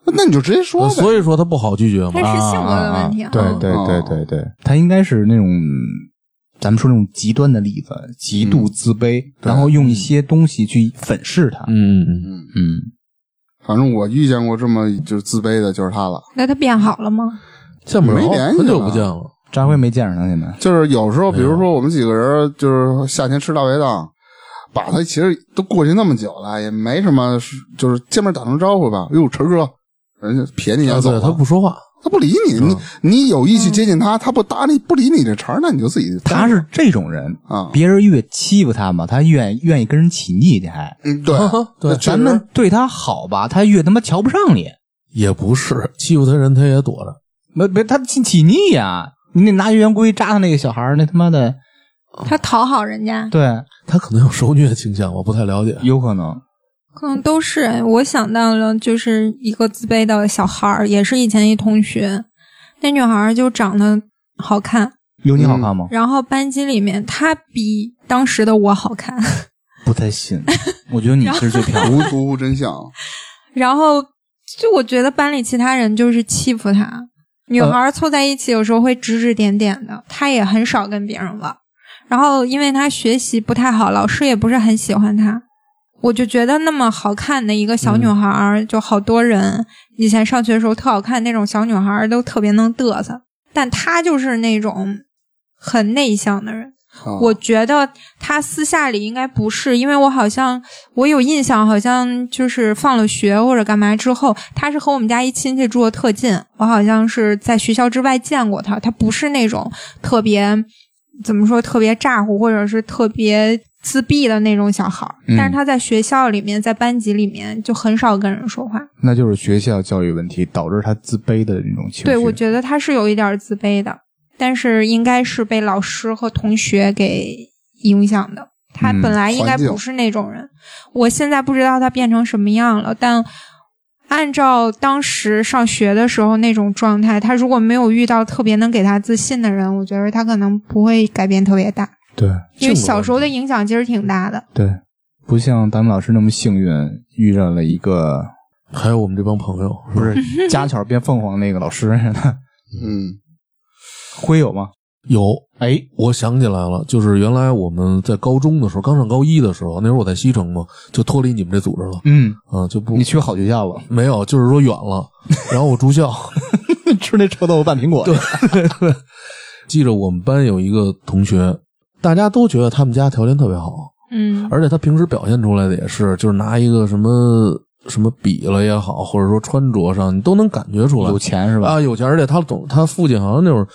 C: 那你就直接说呗。
F: 所以说他不好拒绝嘛
B: 他。是性格的问题啊。
D: 对对
C: 哦
D: 对对对，他应该是那种咱们说那种极端的例子，极度自卑，然后用一些东西去粉饰他。
F: 嗯嗯嗯，
D: 嗯，
C: 反正我遇见过这么就是自卑的，就是他了。
B: 那他变好了吗？
F: 见不着
C: 没联系
F: 很久
C: 了
F: 不见了。
D: 张辉没见着他现在。
C: 就是有时候，比如说我们几个人，就是夏天吃大排档，把他其实都过去那么久了，也没什么，就是见面打声招呼吧。哟，晨哥，人家撇你一
F: 啊
C: 眼走
F: 对
C: 了，
F: 他不说话，
C: 他不理你，你你有意去接近他，他不搭理不理你这茬儿，那你就自己
D: 他是这种人
C: 啊
D: 别人越欺负他嘛，他愿愿意跟人起腻去，还
C: 嗯对
F: 对，
D: 咱们对他好吧，他越他妈瞧不上你，
F: 也不是欺负他人，他也躲着。
D: 没没他起起腻呀、你得拿圆规扎他那个小孩儿，那他妈的，
B: 他讨好人家，
D: 对，
F: 他可能有受虐倾向，我不太了解。
D: 有可能，
B: 可能都是。哎我想到了，就是一个自卑的小孩儿，也是以前一同学，那女孩儿就长得好看，
D: 有你好看吗？
B: 然后班级里面她比当时的我好看，
D: 不太信，我觉得你是最漂亮的。
C: 无图无真相，啊
B: 然后就我觉得班里其他人就是欺负她。女孩儿凑在一起有时候会指指点点的，她也很少跟别人玩儿。然后因为她学习不太好，老师也不是很喜欢她。我就觉得那么好看的一个小女孩儿，就好多人以前上学的时候特好看那种小女孩儿都特别能嘚瑟，但她就是那种很内向的人。
C: 啊
B: 我觉得他私下里应该不是，因为我好像我有印象，好像就是放了学或者干嘛之后，他是和我们家一亲戚住的特近，我好像是在学校之外见过他，他不是那种特别怎么说特别咋呼或者是特别自闭的那种小孩儿，但是他在学校里面，在班级里面就很少跟人说话。
D: 那就是学校教育问题导致他自卑的那种情绪。
B: 对，我觉得他是有一点自卑的，但是应该是被老师和同学给影响的。他
D: 嗯
B: 本来应该
C: 环境
B: 不是那种人，我现在不知道他变成什么样了，但按照当时上学的时候那种状态，他如果没有遇到特别能给他自信的人，我觉得他可能不会改变特别大，
D: 对
B: 因为
F: 性格
B: 小时候
F: 问
B: 的影响其实挺大的。
D: 对，不像咱们老师那么幸运，遇上了一个
F: 还有我们这帮朋友，
D: 不是家巧变凤凰那个老师，
C: 嗯
D: 会有吗？
F: 有
D: 哎，
F: 我想起来了，就是原来我们在高中的时候，刚上高一的时候，那时候我在西城嘛，就脱离你们这组织了
D: 嗯，
F: 啊，就不
D: 你去好学校 了，
F: 没有，就是说 远了。然后我住校，
D: 吃那臭豆腐拌苹果。对，
F: 记着我们班有一个同学，大家都觉得他们家条件特别好，
B: 嗯，
F: 而且他平时表现出来的也是，就是拿一个什么什么笔了也好，或者说穿着上，你都能感觉出来
D: 有钱是吧？
F: 啊，有钱。而且他总他父亲好像那会儿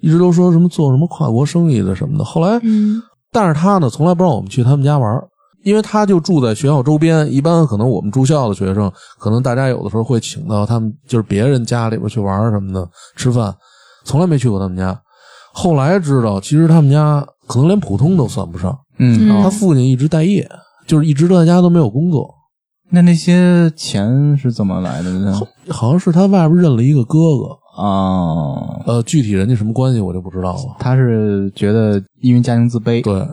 F: 一直都说什么做什么跨国生意的什么的，后来
B: 嗯，
F: 但是他呢，从来不让我们去他们家玩儿，因为他就住在学校周边。一般可能我们住校的学生，可能大家有的时候会请到他们就是别人家里边去玩儿什么的，吃饭，从来没去过他们家。后来知道，其实他们家可能连普通都算不上，
D: 嗯，
B: 嗯
F: 他父亲一直待业，就是一直都在家都没有工作。
D: 那那些钱是怎么来的 呢？
F: 好像是他外边认了一个哥哥，
D: 哦，
F: 呃，具体人家什么关系我就不知道了。
D: 他是觉得因为家庭自卑，
F: 对，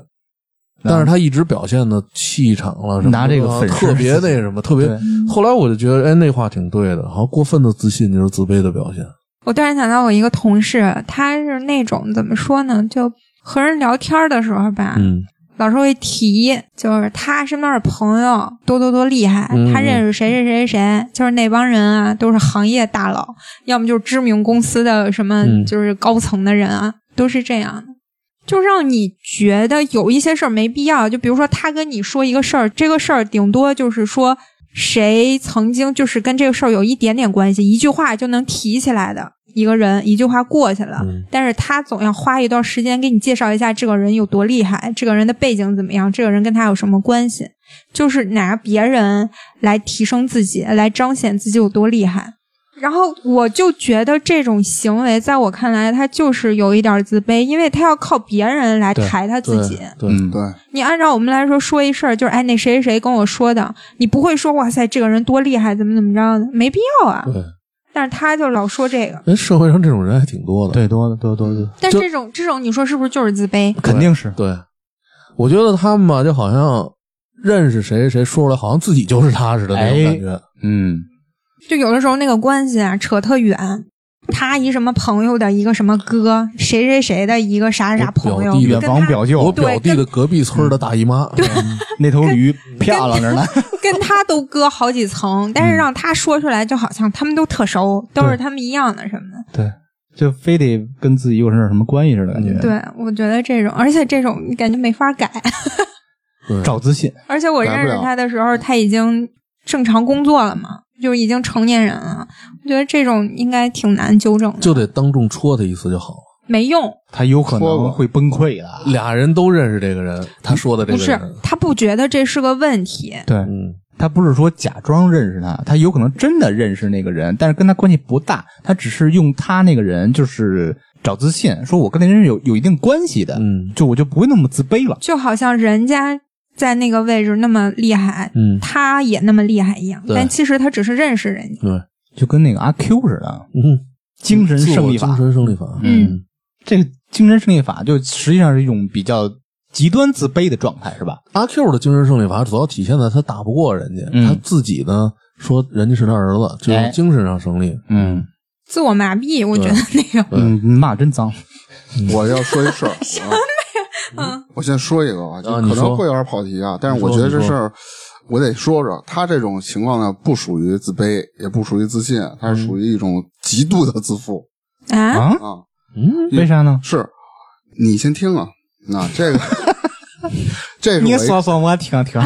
F: 但是他一直表现的气场了什么的，
D: 拿这个粉饰
F: 特别那什么，特别
D: 对。
F: 后来我就觉得，哎，那话挺对的，好像过分的自信就是自卑的表现。
B: 我突然想到我一个同事，他是那种怎么说呢，就和人聊天的时候吧，
F: 嗯，
B: 老是会提，就是他身边的朋友多多多厉害，
F: 嗯
B: 他认识谁谁谁谁，就是那帮人啊，都是行业大佬，要么就是知名公司的什么，
F: 嗯
B: 就是高层的人啊，都是这样的。就让你觉得有一些事儿没必要，就比如说他跟你说一个事儿，这个事儿顶多就是说谁曾经就是跟这个事儿有一点点关系，一句话就能提起来的一个人，一句话过去了。
F: 嗯
B: 但是他总要花一段时间给你介绍一下这个人有多厉害，这个人的背景怎么样，这个人跟他有什么关系，就是拿别人来提升自己，来彰显自己有多厉害。然后我就觉得这种行为，在我看来，他就是有一点自卑，因为他要靠别人来
F: 对
B: 抬他自己。
F: 对，对
D: 嗯，
C: 对，
B: 你按照我们来说说一事儿，就是哎，那谁谁谁跟我说的，你不会说哇塞，这个人多厉害，怎么怎么着的，没必要啊。
F: 对
B: 但是他就老说这个。
F: 人社会上这种人还挺多的。
G: 对，多多多多，
B: 但
F: 就是
B: 这种这种，你说是不是就是自卑？
G: 肯定是
F: 对，我觉得他们吧，就好像认识谁谁说出来，好像自己就是他似的那种
G: 哎
F: 感觉。
G: 嗯，
B: 就有的时候那个关系啊，扯特远。他一什么朋友的一个什么哥，谁谁谁的一个
D: 哎
B: 啥啥啥朋友，
F: 我表弟
B: 跟
G: 远
B: 他
G: 房表
F: 我
G: 舅
F: 表弟的隔壁村的大姨妈，嗯
G: 那头驴漂亮着呢，
B: 跟他都隔好几层，
F: 嗯
B: 但是让他说出来，就好像他们都特熟，都是他们一样的什么的。
G: 对，就非得跟自己有点什么关系似的感觉，
B: 嗯对，我觉得这种，而且这种你感觉没法改。
G: 找自信，
B: 而且我认识他的时候，他已经正常工作了嘛，就是已经成年人了。我觉得这种应该挺难纠正的，
F: 就得当众戳他一次就好了。
B: 没用。
G: 他有可
C: 说吧
G: 能会崩溃的。
F: 俩人都认识这个人，他说的这
B: 不
F: 个
B: 是
F: 人，
B: 他不觉得这是个问题，
G: 对
F: 嗯，
G: 他不是说假装认识他，他有可能真的认识那个人，但是跟他关系不大，他只是用他那个人就是找自信，说我跟那人是有有一定关系的，
F: 嗯
G: 就我就不会那么自卑了。
B: 就好像人家在那个位置那么厉害，
F: 嗯
B: 他也那么厉害一样。
F: 对
B: 但其实他只是认识人家，
G: 就跟那个阿 Q 似的，
F: 嗯，
G: 精神胜利
F: 自我
G: 法
F: 精。神胜利法，
B: 嗯，
G: 这个精神胜利法就实际上是一种比较极端自卑的状态，是吧？
F: 阿 Q 的精神胜利法主要体现在他打不过人家，
G: 嗯
F: 他自己呢说人家是他儿子，就是
G: 哎
F: 精神上胜利。
G: 嗯
B: 自我麻痹。我觉得那个，
G: 嗯，骂真脏。
C: 我要说一事儿， 什么嗯呀？我先说一个吧，就
F: 啊
C: 可
F: 你说
C: 能会有点跑题啊，但是我
F: 你
C: 觉得
F: 说
C: 这
F: 你
C: 事
F: 说
C: 儿我得说说。他这种情况呢，不属于自卑，也不属于自信，他是属于一种极度的自负
B: 啊，
G: 啊？
C: 啊。
F: 嗯，
G: 为啥呢？
C: 是你先听啊，那 这个这是我
G: 你
C: 一
G: 说说，我听听。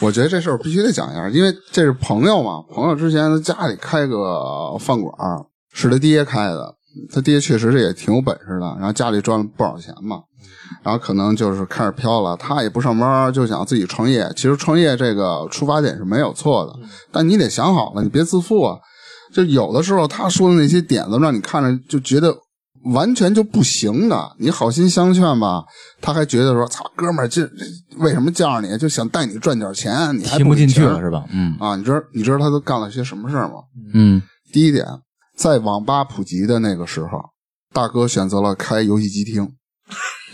C: 我觉得这事儿必须得讲一下，因为这是朋友嘛，朋友之前家里开个饭馆儿，是他爹开的，他爹确实是也挺有本事的，然后家里赚了不少钱嘛，然后可能就是开始飘了，他也不上班，就想自己创业。其实创业这个出发点是没有错
G: 嗯
C: 的，但你得想好了，你别自负啊。就有的时候他说的那些点子，让你看着就觉得完全就不行的。你好心相劝吧，他还觉得说：“操，哥们儿，这这为什么叫上你？就想带你赚点钱，你还
G: 听不进去
C: 给
G: 了
C: 钱
G: 是吧？嗯
C: 啊？你知道你知道他都干了些什么事儿吗？
G: 嗯，
C: 第一点，在网吧普及的那个时候，大哥选择了开游戏机厅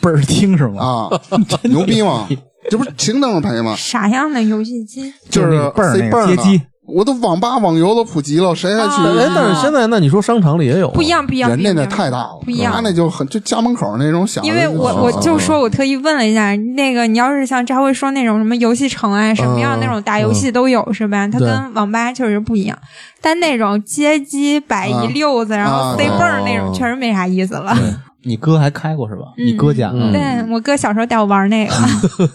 G: 倍儿听是吗？
C: 啊，牛逼吗？这不是情当着赔吗？
B: 啥样的游戏机？
C: 就是
G: 那个倍儿
C: C
G: 那
C: 倍
G: 个
C: 儿
G: 街
C: 呢
G: 机，
C: 我都网吧网游都普及了，谁还去
G: 嗯
C: 游戏
F: 哎
C: 机？，
F: 但是现在那你说商场里也有啊
B: 不一，样，啊不一样，
C: 人家
B: 不一
C: 那
B: 样
C: 太大了，
B: 不一样
C: 他。那就很就家门口那种小的。嗯
B: 因为我我就说，我特意问了一下，那个你要是像扎辉说那种什么游戏城啊，什么样的那种大游戏都有是吧？它
F: 对
B: 跟网吧确实不一样，但那种街机摆
C: 啊
B: 一溜子，然后
C: 啊
B: 塞
C: 对
B: 蹦儿那种，
F: 哦
B: 确实没啥意思了。
G: 你哥还开过是吧？
B: 嗯
G: 你哥家
F: 嗯
G: 嗯
B: 对我哥小时候带我玩那个，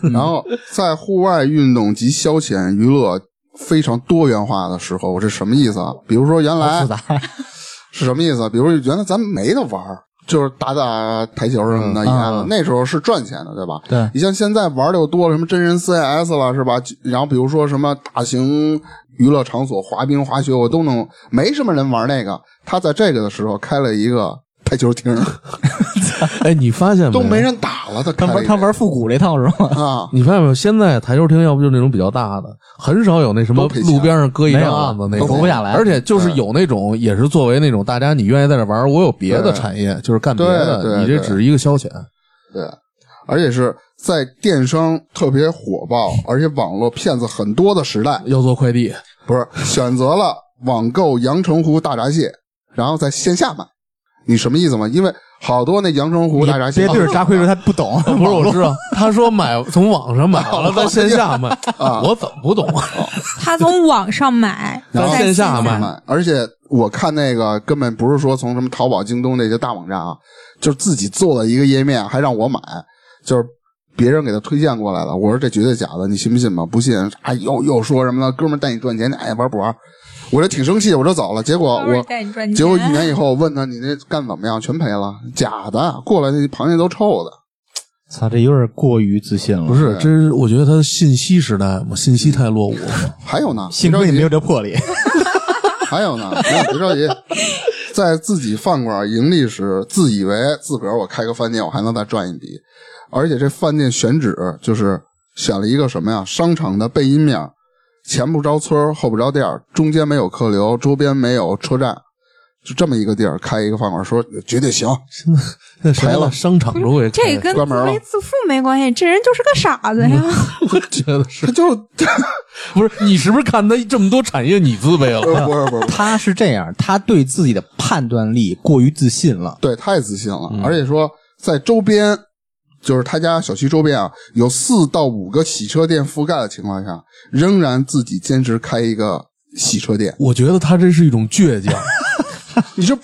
C: 然后在户外运动及消遣娱乐非常多元化的时候，我这什么意思啊？比如说原
G: 好
C: 来
G: 复杂。
C: 是什么意思啊？比如说原来咱们没得玩儿，就是打打台球什么的，
G: 嗯
C: 以前
G: 嗯
C: 那时候是赚钱的，对吧？
G: 对
C: 你像现在玩的又多了，什么真人 CS 了，是吧？然后比如说什么大型娱乐场所，滑冰、滑雪，我都能，没什么人玩那个。他在这个的时候开了一个台 球厅，
F: 哎，你发现
C: 都没？人打了， 他
G: 他
C: 开了
G: 玩
C: 一
G: 他
C: 个
G: 玩复古这套是吗？
C: 啊，
F: 你发现没有？现在台球厅要不就是那种比较大的，很少有那什么
C: 都赔钱
F: 路边上搁一
G: 没
F: 张
G: 有
F: 案子那种，
G: 都活不下来
F: 而且就是有那种，也是作为那种大家你愿意在这玩儿，我有别的产业，就是干别
C: 对
F: 的，
C: 对
F: 你这
C: 对
F: 只是一个消遣。
C: 对，而且是在电商特别火爆，而且网络骗子很多的时代，
F: 要做快递，
C: 不是选择了网购阳澄湖大闸蟹，然后在线下买，你什么意思吗？因为好多那阳澄湖大闸蟹，
G: 别对着扎辉说他 不懂，
F: 不是我知道，他说买从网上买完了，在线下卖，我怎么不懂 啊？
B: 他从网上买，
F: 然后
B: 在
F: 线下
C: 买
F: 卖，
C: 而且我看那个根本不是说从什么淘宝、京东那些大网站啊，就是自己做了一个页面，还让我买，就是。别人给他推荐过来的，我说这绝对假的，你信不信吧？不信，啊，又又说什么呢？哥们儿带你赚钱，你哎爱玩不玩？我这挺生气，我这走了。结果
B: 哥们儿
C: 我
B: 带你赚钱，
C: 结果一年以后我问他你那干怎么样，全赔了，假的。过来那螃蟹都臭的，
G: 操，这有点过于自信了。
F: 不是，这是我觉得他信息时代嘛，信息太落伍 了。
C: 还有呢，
G: 幸亏
C: 别
G: 你
C: 着急
G: 没有这魄力。
C: 还有呢， 没有别着急，在自己饭馆盈利时，自以为自个儿我开个饭店，我还能再赚一笔，而且这饭店选址就是选了一个什么呀？商场的背阴面，前不着村儿后不着店儿，中间没有客流，周边没有车站，就这么一个地儿开一个饭馆，说绝对行。
F: 那谁了？商场周围
B: 这
F: 个
B: 跟
C: 关门
B: 自
C: 了
B: 为自负没关系，这人就是个傻子呀。
F: 我觉得是
C: 他 就
F: 不是你是不是看他这么多产业你自卑了？
C: 呃不是不是，
D: 他是这样，他对自己的判断力过于自信了。
C: 对，太自信了，而且说在周边，就是他家小区周边啊，有四到五个洗车店覆盖的情况下，仍然自己坚持开一个洗车店，
F: 我觉得他这是一种倔 强，
C: 你这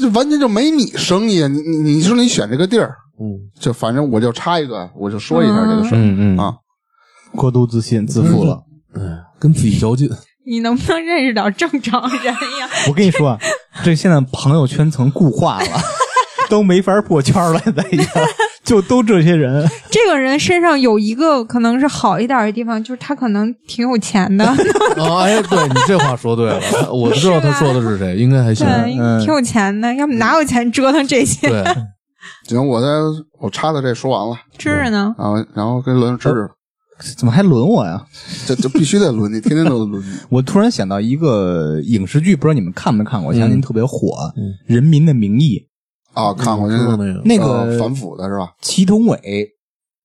C: 这完全就没你生意啊，你你你说你选这个地儿，
F: 嗯，
C: 就反正我就插一个，我就说一下这个事儿、
D: 嗯嗯
C: 啊，
D: 过度自信、自负了。
F: 嗯跟自己较劲。
B: 你能不能认识点正常人呀？
D: 我跟你说，啊， 这现在朋友圈层固化了，都没法破圈了。大家就都这些人，
B: 这个人身上有一个可能是好一点的地方，就是他可能挺有钱的，
F: 啊，哎，对你这话说对了，我知道他说的是谁，应该还行。
B: 对，挺有钱的，要不哪有钱折腾这些？
F: 嗯对，
C: 行，我再我插的这说完了
B: 知着呢，
C: 啊，然后跟轮知 识，
D: 怎么还轮我呀？
C: 这这必须得轮你，天天都轮你，
D: 我突然想到一个影视剧，不知道你们看没看过？前两年特别火，人民的名义》
C: 啊，看过
F: 知道
C: 那
F: 嗯那个
D: 那
C: 呃
D: 个
C: 反腐的是吧？
D: 祁同伟，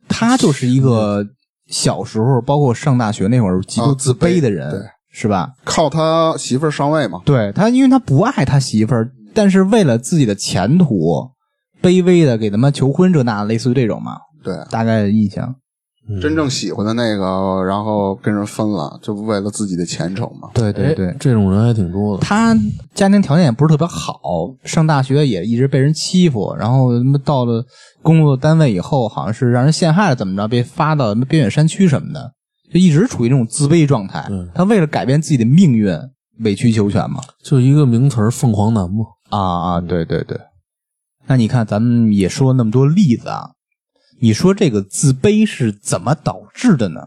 D: 他就是一个小时候，包括上大学那会儿极度
C: 啊
D: 自
C: 自
D: 卑
C: 卑
D: 的人，
C: 对
D: 是吧？
C: 靠他媳妇儿上位嘛，
D: 对他，因为他不爱他媳妇儿，但是为了自己的前途，卑微的给他妈求婚这那，类似于这种嘛，
C: 对。
D: 大概的印象。
F: 嗯
D: 嗯
C: 真正喜欢的那个，然后跟人分了，就为了自己的前程嘛。
D: 对对
F: 哎
D: 对，
F: 这种人还挺多的。
D: 他家庭条件也不是特别好，上大学也一直被人欺负，然后他妈到了工作单位以后，好像是让人陷害了，怎么着被发到什么边远山区什么的，就一直处于这种自卑状态
F: 嗯。
D: 他为了改变自己的命运，委曲求全嘛。
F: 就一个名词儿“凤凰男”嘛，
D: 啊啊，对对对。那你看，咱们也说了那么多例子啊，你说这个自卑是怎么导致的呢？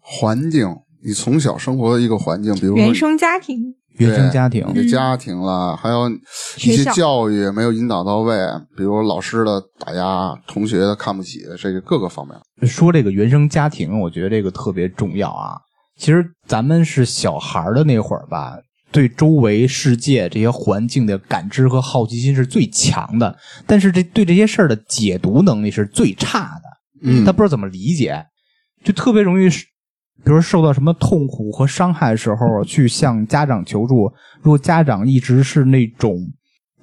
C: 环境，你从小生活的一个环境，比如说
B: 原
C: 你
B: 生家庭
D: 原生家庭
C: 你的家庭啦，还有一些
B: 学校
C: 教育没有引导到位，比如老师的打压、同学的看不起，这个各个方面。
D: 说这个原生家庭，我觉得这个特别重要啊。其实咱们是小孩儿的那会儿吧，对周围世界这些环境的感知和好奇心是最强的，但是这对这些事儿的解读能力是最差的。
C: 嗯
D: 他不知道怎么理解，就特别容易是，比如受到什么痛苦和伤害的时候，去向家长求助。如果家长一直是那种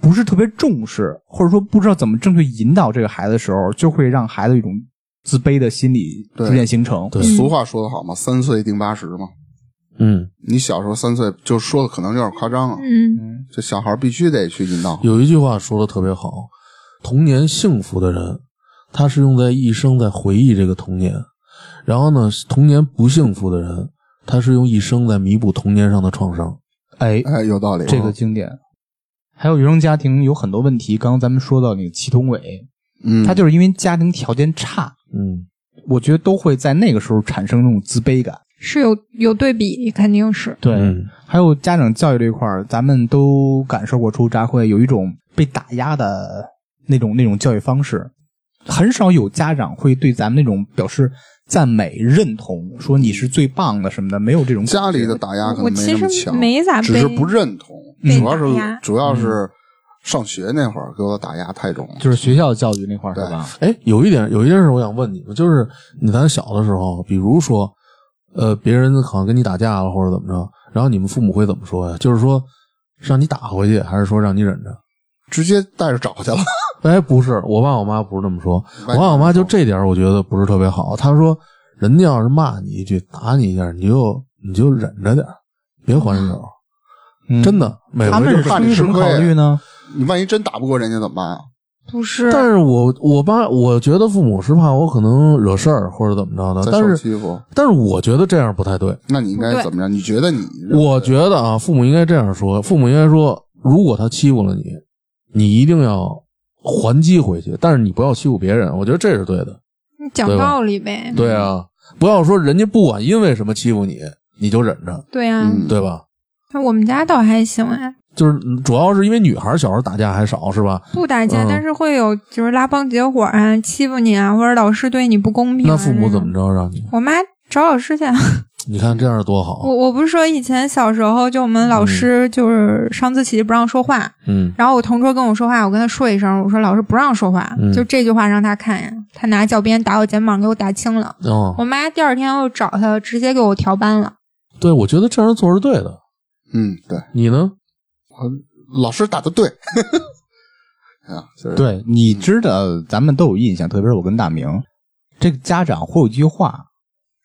D: 不是特别重视，或者说不知道怎么正确引导这个孩子的时候，就会让孩子一种自卑的心理
C: 对
D: 逐渐形成。
B: 嗯
F: 对
C: 俗话说得好嘛，三岁定八十嘛。
F: 嗯，
C: 你小时候三岁，就说的可能有点夸张啊。
B: 嗯，
C: 这小孩必须得去引导。
F: 有一句话说的特别好：童年幸福的人，他是用在一生在回忆这个童年；然后呢，童年不幸福的人，他是用一生在弥补童年上的创伤。
D: 哎，
C: 哎，有道理。
D: 这个经典。还有原生家庭有很多问题，刚刚咱们说到那个祁同伟，
C: 嗯，
D: 他就是因为家庭条件差，
F: 嗯，
D: 我觉得都会在那个时候产生那种自卑感。
B: 是有有对比，肯定是
D: 对
F: 嗯
D: 还有家长教育这一块儿，咱们都感受过出扎会有一种被打压的那种那种教育方式，很少有家长会对咱们那种表示赞美、认同，说你是最棒的什么的，没有这种感觉
C: 家里的打压可
B: 我
C: 能
B: 其
C: 没那么
B: 实
C: 强，
B: 没咋
C: 只是
B: 被
C: 不认同，
B: 被
C: 主要
B: 打压
C: 是主要
F: 嗯
C: 是上学那会儿给我打压太重了。
D: 就是学校教育那块儿是
C: 对
D: 吧？
F: 哎，有一点，有一件事我想问你们，就是你咱小的时候，比如说，呃，别人好像跟你打架了或者怎么着，然后你们父母会怎么说呀？就是说让你打回去，还是说让你忍着？
C: 直接带着找去了。
F: 哎，不是，我爸我妈不是这么说，
C: 完
F: 我
C: 全
F: 爸我妈就
C: 不是
F: 这点儿我觉得不是特别好。他说，人家要是骂你一句，打你一下，你就你就忍着点儿，别还手。
D: 嗯
F: 真，的，每
D: 他
F: 回
D: 们
F: 就是是。
C: 怕
D: 出
C: 你
D: 于什
C: 吃
D: 么
C: 亏
D: 考虑呢？
C: 你万一真打不过人家怎么办呀、啊
B: 不是
F: 但是我我爸，我觉得父母是怕我可能惹事儿或者怎么着的，
C: 再
F: 呃但
C: 受
F: 是
C: 欺负，
F: 但是我觉得这样不太对。
C: 那你应该怎么样？你觉得你
F: 我觉得啊，父母应该这样说：父母应该说，如果他欺负了你，你一定要还击回去，但是你不要欺负别人。我觉得这是对的。
B: 讲
F: 对吧
B: 道理呗，
F: 对啊，不要说人家不管因为什么欺负你，你就忍着，
B: 对啊，
C: 嗯，
F: 对吧？
B: 那我们家倒还行哎，
F: 就是嗯主要是因为女孩小时候打架还少是吧？
B: 不打架，
F: 嗯
B: 但是会有就是拉帮结伙啊，欺负你啊，或者老师对你不公平啊。
F: 那父母
B: 这种
F: 怎么？着让你？
B: 我妈找老师去，啊
F: 你看这样多 好
B: 我，我不是说以前小时候就我们老师
D: 嗯
B: 就是上自习不让说话，
F: 嗯，
B: 然后我同桌跟我说话，我跟他说一声，我说老师不让说话，
F: 嗯
B: 就这句话让他看呀，他拿教鞭打我肩膀，给我打青了。
F: 哦，
B: 我妈第二天又找他，直接给我调班了。
F: 对，我觉得这样做是对的。
C: 嗯，对，
F: 你呢？
C: 老师打的对， 啊，就是
D: 对，你知道，咱们都有印象，特别是我跟大明，这个家长会有一句话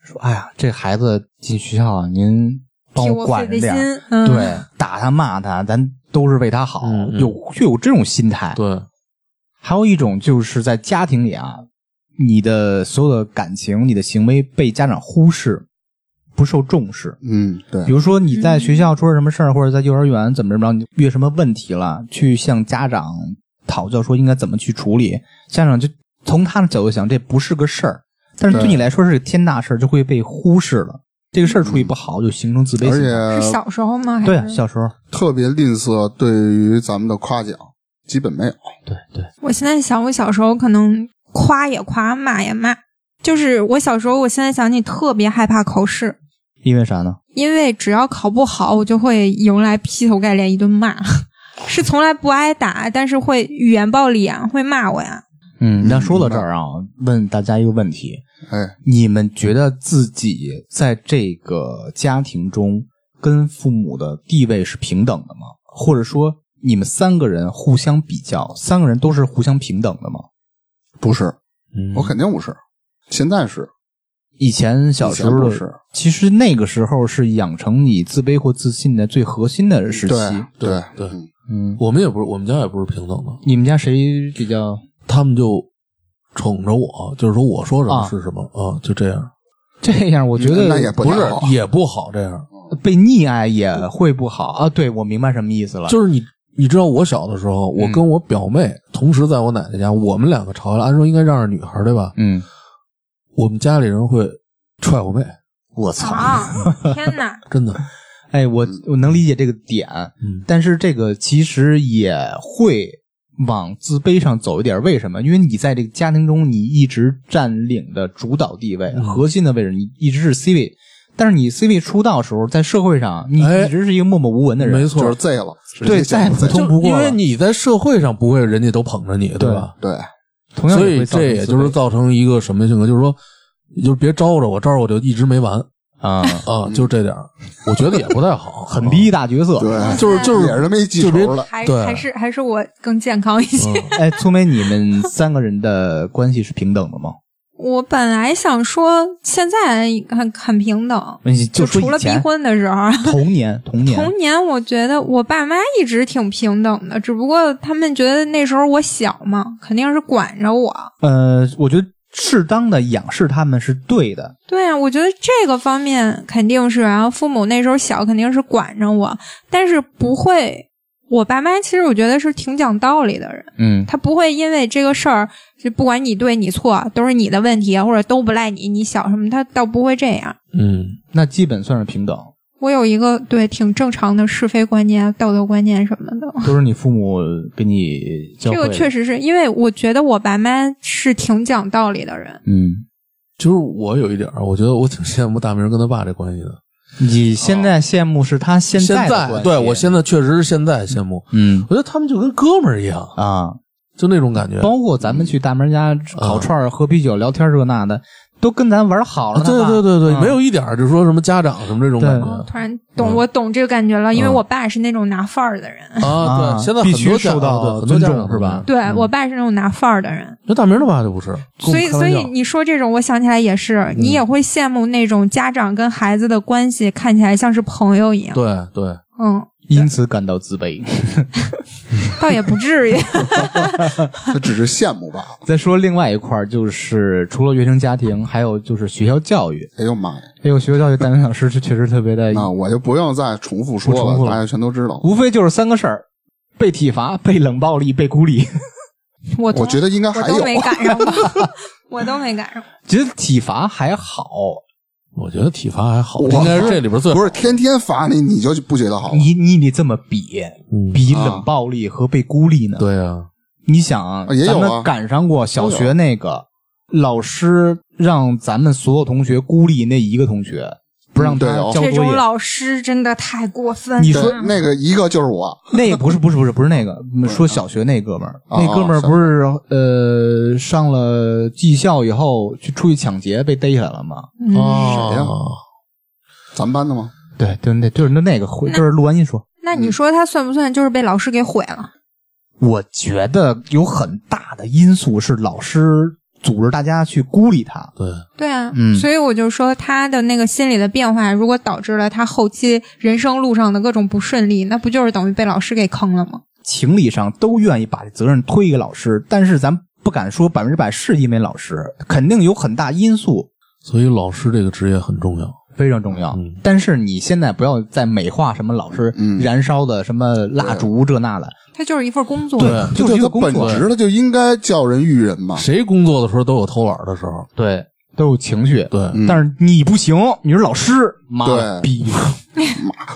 D: 说：“哎呀，这孩子进学校，啊您帮
B: 替
D: 我
B: 费
D: 管着
B: 费
D: 点儿。
B: 心，嗯，
D: 对，打他骂他，咱都是为他好，
F: 嗯嗯
D: 有就有这种心态。
F: 对，
D: 还有一种就是在家庭里啊，你的所有的感情、你的行为被家长忽视，不受重视。
C: 嗯，对
D: 比，如说你在学校出了什么事儿， 或者在幼儿园怎么怎么着，你遇什么问题了，去向家长讨教说应该怎么去处理，家长就从他的角度想，这不是个事儿，但是对
C: 对
D: 你来说是个天大事儿，就会被忽视了。这个事儿处理不好，就形成自卑
C: 而
D: 心理。
B: 是
C: 且
B: 小时候吗？还
D: 对啊，
B: 是
D: 小时候，
C: 特别吝啬对于咱们的夸奖，基本没有。
D: 对对，
B: 我现在想，我小时候可能夸也夸，骂也骂，就是我小时候，我现在想起特别害怕考试，
D: 因为啥呢？
B: 因为只要考不好，我就会迎来劈头盖脸一顿骂， 是从来不挨打，但是会语言暴力啊，会骂我呀。
D: 嗯，那说到
C: 明
D: 这
C: 白
D: 儿啊，
C: 嗯
D: 问大家一个问题：
C: 哎，
D: 你们觉得自己在这个家庭中跟父母的地位是平等的吗？或者说，你们三个人互相比较，三个人都是互相平等的吗？
C: 不是，
F: 嗯
C: 我肯定不是，现在是，
D: 以前小时候
C: 以前不
D: 的
C: 是
D: 其实那个时候是养成你自卑或自信的最核心的时期。
C: 对对
F: 对
C: 嗯
D: 嗯，
F: 我们也不是，我们家也不是平等的，
D: 你们家谁比较？
F: 他们就宠着我，就是说我说什么
D: 啊
F: 是什么啊，就这样，
D: 这样我觉得
C: 那也不
F: 不是
C: 太好
F: 也不好这样，
D: 被溺爱也会不好啊。对，我明白什么意思了。
F: 就是你。你知道我小的时候，我跟我表妹同时在我奶奶家，我们两个吵架了。按说应该让着女孩对吧？
D: 嗯，
F: 我们家里人会踹我妹，
D: 我操！
B: 啊！天哪！
F: 真的。
D: 哎，我我能理解这个点，
F: 嗯
D: 但是这个其实也会往自卑上走一点。为什么？因为你在这个家庭中，你一直占领的主导地
F: 嗯
D: 位、核心的位置，你一直是 C 位。但是你 C 位出道的时候，在社会上，你
F: 哎
D: 一直是一个默默无闻的人。
F: 没
C: 就
F: 错
C: 是，Z 了，直接
D: 对，
C: 讲
D: 再
C: 了
D: 普
C: Z
D: 通不
F: 就
D: 过
F: 因
D: 了
F: 为你在社会上不会，人家都捧着你，对吧？
C: 对，
D: 同样
F: 所
D: 也
F: 以
D: 会造成
F: 这也就是
D: 自卑
F: 造成一个什么性格，就是说，就是别招着我，招着我就一直没完
D: 啊，
F: 啊，就这点儿我觉得也不太 好，
D: 很逼大角色。
C: 对，
F: 就是就是
C: 也是没记仇 了，
B: 还
D: 啊
F: 对
B: 还是还是我更健康一些。
D: 哎，聪梅，你们三个人的关系是平等的吗？
B: 我本来想说，现在很很平等，
D: 你
B: 就
D: 说
B: 除了
D: 以
B: 逼
D: 前
B: 婚的时候，
D: 童年，童年，
B: 童年我觉得我爸妈一直挺平等的，只不过他们觉得那时候我小嘛，肯定是管着我。
D: 呃，我觉得适当的仰视他们是对的。
B: 对啊，我觉得这个方面肯定是，然后父母那时候小肯定是管着我，但是不会。我爸妈其实我觉得是挺讲道理的人，
D: 嗯，
B: 他不会因为这个事儿，就不管你对你错，都是你的问题，啊或者都不赖你，你小什么，他倒不会这样。
F: 嗯，
D: 那基本算是平等，
B: 我有一个对挺正常的是非观念、啊道德观念什么的，
D: 都是你父母给你教
B: 这
D: 会的。
B: 个确实是因为我觉得我爸妈是挺讲道理的人，
D: 嗯，
F: 就是我有一点儿，我觉得我挺羡慕大明跟他爸这关系的。
D: 你现在羡慕是他现
F: 现
D: 在的
F: 在
D: 关系
F: 对我现在确实是现在羡慕，
D: 嗯
F: 我觉得他们就跟哥们儿一样，
D: 啊，
F: 就那种感觉。
D: 包括咱们去大门家烤串儿、喝啤酒、聊天儿这那的，都跟咱玩好了
F: 啊
D: 呢
F: 对
D: 吧。
F: 对对对，
D: 嗯
F: 没有一点儿就说什么家长什么这种感
B: 哦
F: 觉。
B: 突然懂、我懂这个感觉了，因为
F: 嗯
B: 我爸是那种拿范儿的人，
F: 啊，
D: 啊
F: 对，现在
D: 必
F: 很
D: 须
F: 多家
D: 受到
F: 对很多家
D: 尊
F: 长
D: 重
F: 是吧？
B: 对、我爸是那种拿范儿的人，
F: 那大明他爸就不是，跟我
B: 所以
F: 们开
B: 所
F: 玩
B: 以
F: 笑
B: 你说这种，我想起来也是，你也会羡慕那种家长跟孩子的关系看起来像是朋友一样，
F: 对对，
B: 嗯，
D: 因此感到自卑。
B: 倒也不至于，
C: 他只是羡慕罢了。
D: 再说另外一块儿，就是除了原生家庭，还有就是学校教育。
C: 哎呦妈呀，
D: 哎呦，学校教育，大明老师是确实特别的，
C: 那我就不用再重复说
D: 哎不重复
C: 了，
D: 了
C: 大家全都知道。
D: 无非就是三个事儿：被体罚、被冷暴力、被孤立。
B: 我
C: 我
B: 我
C: 觉得应该
B: 我
C: 还
B: 都没
C: 有，啊
B: 赶上过，我都没赶上过，
D: 其实体罚还好，
F: 我觉得体罚还好，
C: 我
F: 应该是这里边最
C: 不是天天罚你，你就不觉得好了？
D: 你你得这么比，
F: 嗯
D: 比
C: 啊
D: 冷暴力和被孤立呢？，
F: 对啊，
D: 你想啊，
C: 也有啊
D: 咱们赶上过小学那个老师让咱们所有同学孤立那一个同学，不让他
C: 对哦
D: 交
B: 这
D: 作
B: 种
D: 业。
B: 老师真的太过分了。
D: 你
C: 对，那个一个就是我，
D: 那个不是不是不是不是那个，嗯说小学那哥们儿，
C: 哦
D: 那哥们儿不是呃上了技校以后去出去抢劫被逮起来了吗？
B: 嗯
D: 哦
C: 谁呀
F: 啊，
C: 咱们班的吗？
D: 对，就那就是那那个回，就是录完音说，
B: 那你说他算不算就是被老师给毁了？
D: 我觉得有很大的因素是老师组织大家去孤立他，
F: 对，
B: 对啊，
D: 嗯
B: 所以我就说他的那个心理的变化，如果导致了他后期人生路上的各种不顺利，那不就是等于被老师给坑了吗？
D: 情理上都愿意把责任推给老师，但是咱不敢说百分之百是因为老师，肯定有很大因素
F: 所以老师这个职业很重要。
D: 非常重要。
F: 嗯
D: 但是你现在不要再美化什么老师
C: 嗯
D: 燃烧的什么蜡烛这那的，
B: 他就是一份工作，
F: 对，
D: 就是一
C: 他
D: 个工
C: 本
D: 作，
C: 职他就应该教人育人嘛。
F: 谁工作的时候都有偷懒的时候。
D: 对，都有情绪。
F: 对，
C: 嗯
D: 但是你不行，你是老师，妈
C: 对
D: 逼，